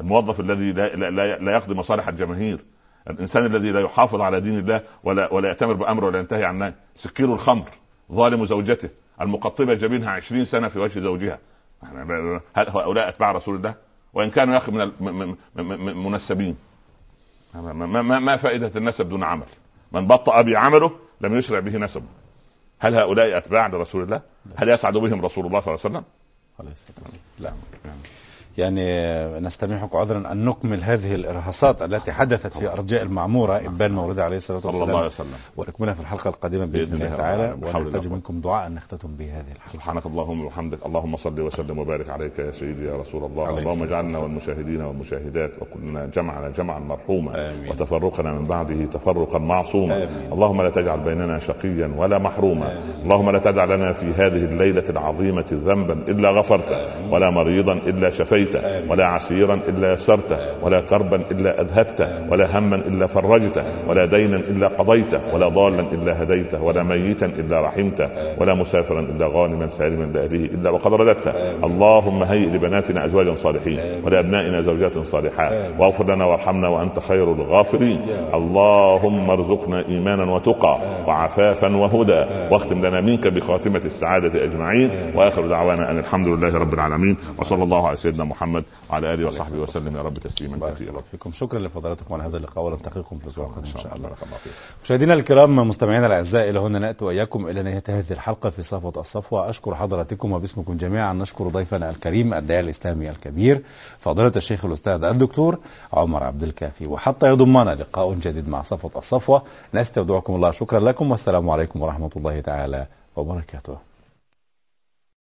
Speaker 2: الموظف الذي لا لا لا, لا يقضي مصالح الجماهير الانسان الذي لا يحافظ على دين الله ولا ولا ياتمر بامره ولا ينتهي عن نهي سكير الخمر ظالم زوجته المقطبه جبينها 20 سنه في وجه زوجها إحنا ب- هل هؤلاء اتباع رسول الله وان كانوا يا اخي من ال- من- من- من- من- منسبين ما, ما, ما- ما فائده النسب دون عمل من بطأ بعمله لم يسرع به نسبه هل هؤلاء اتباع لرسول الله؟ هل يسعد بهم رسول الله صلى الله عليه وسلم؟
Speaker 1: عليه الصلاة والسلام لا يعني نستميحك عذرا أن نكمل هذه الإرهاصات التي حدثت في أرجاء المعمورة إبان مولده عليه الصلاة
Speaker 2: صلى الله عليه
Speaker 1: والسلام
Speaker 2: وسلم
Speaker 1: ونكملها في الحلقة القادمة بإذن
Speaker 2: بإذن
Speaker 1: الله
Speaker 2: الله
Speaker 1: تعالى
Speaker 2: تعالى. بحول
Speaker 1: ونحتاج
Speaker 2: الله.
Speaker 1: منكم دعاء أن نختتم به هذه الحلقة
Speaker 2: سبحانك اللهم وبحمدك اللهم صل وسلم وبارك عليك يا سيدي يا رسول الله
Speaker 1: عليه
Speaker 2: اللهم
Speaker 1: الصلاة
Speaker 2: اجعلنا والمشاهدين والمشاهدات وكلنا جمعنا جمعا مرحوما
Speaker 1: آمين.
Speaker 2: وتفرقنا من بعده تفرقا معصوما
Speaker 1: آمين.
Speaker 2: اللهم لا تجعل بيننا شقيا ولا محروما اللهم لا تدع لنا في هذه الليلة العظيمة ذنبا إلا غفرته ولا مريضا إلا شفيته ولا عسيرا إلا يسرته ولا كربا إلا أذهبته ولا هما إلا فرجته ولا دينا إلا قضيته ولا ضالا إلا هديته ولا ميتا إلا رحمته ولا مسافرا إلا غانما سالما بأهله إلا وقد رددته اللهم هيئ لبناتنا أزواجا صالحين ولأبنائنا زوجات صالحات واغفر لنا وارحمنا وأنت خير الغافرين اللهم ارزقنا إيمانا وتقى وعفافا وهدى واختم لنا منك بخاتمة السعادة أجمعين وآخر دعوانا أن الحمد لله رب العالمين وصلى الله على سيدنا محمد وعلى آله وصحبه وسلم يا رب تسليما
Speaker 1: بارك
Speaker 2: كثيرا
Speaker 1: الله فيكم شكرا لفضلاتكم على هذا اللقاء ونلتقيكم في الأسبوع القادم إن شاء الله
Speaker 2: بارك الله فيك
Speaker 1: مشاهدينا الكرام مستمعينا الاعزاء الى هنا ناتي واياكم الى نهايه هذه الحلقه في صفوه الصفوه اشكر حضراتكم وباسمكم جميعا نشكر ضيفنا الكريم الداعي الاسلامي الكبير فضيله الشيخ الاستاذ الدكتور عمر عبد الكافي وحتى يضمنا لقاء جديد مع صفوه الصفوه نستودعكم الله شكرا لكم والسلام عليكم ورحمه الله تعالى وبركاته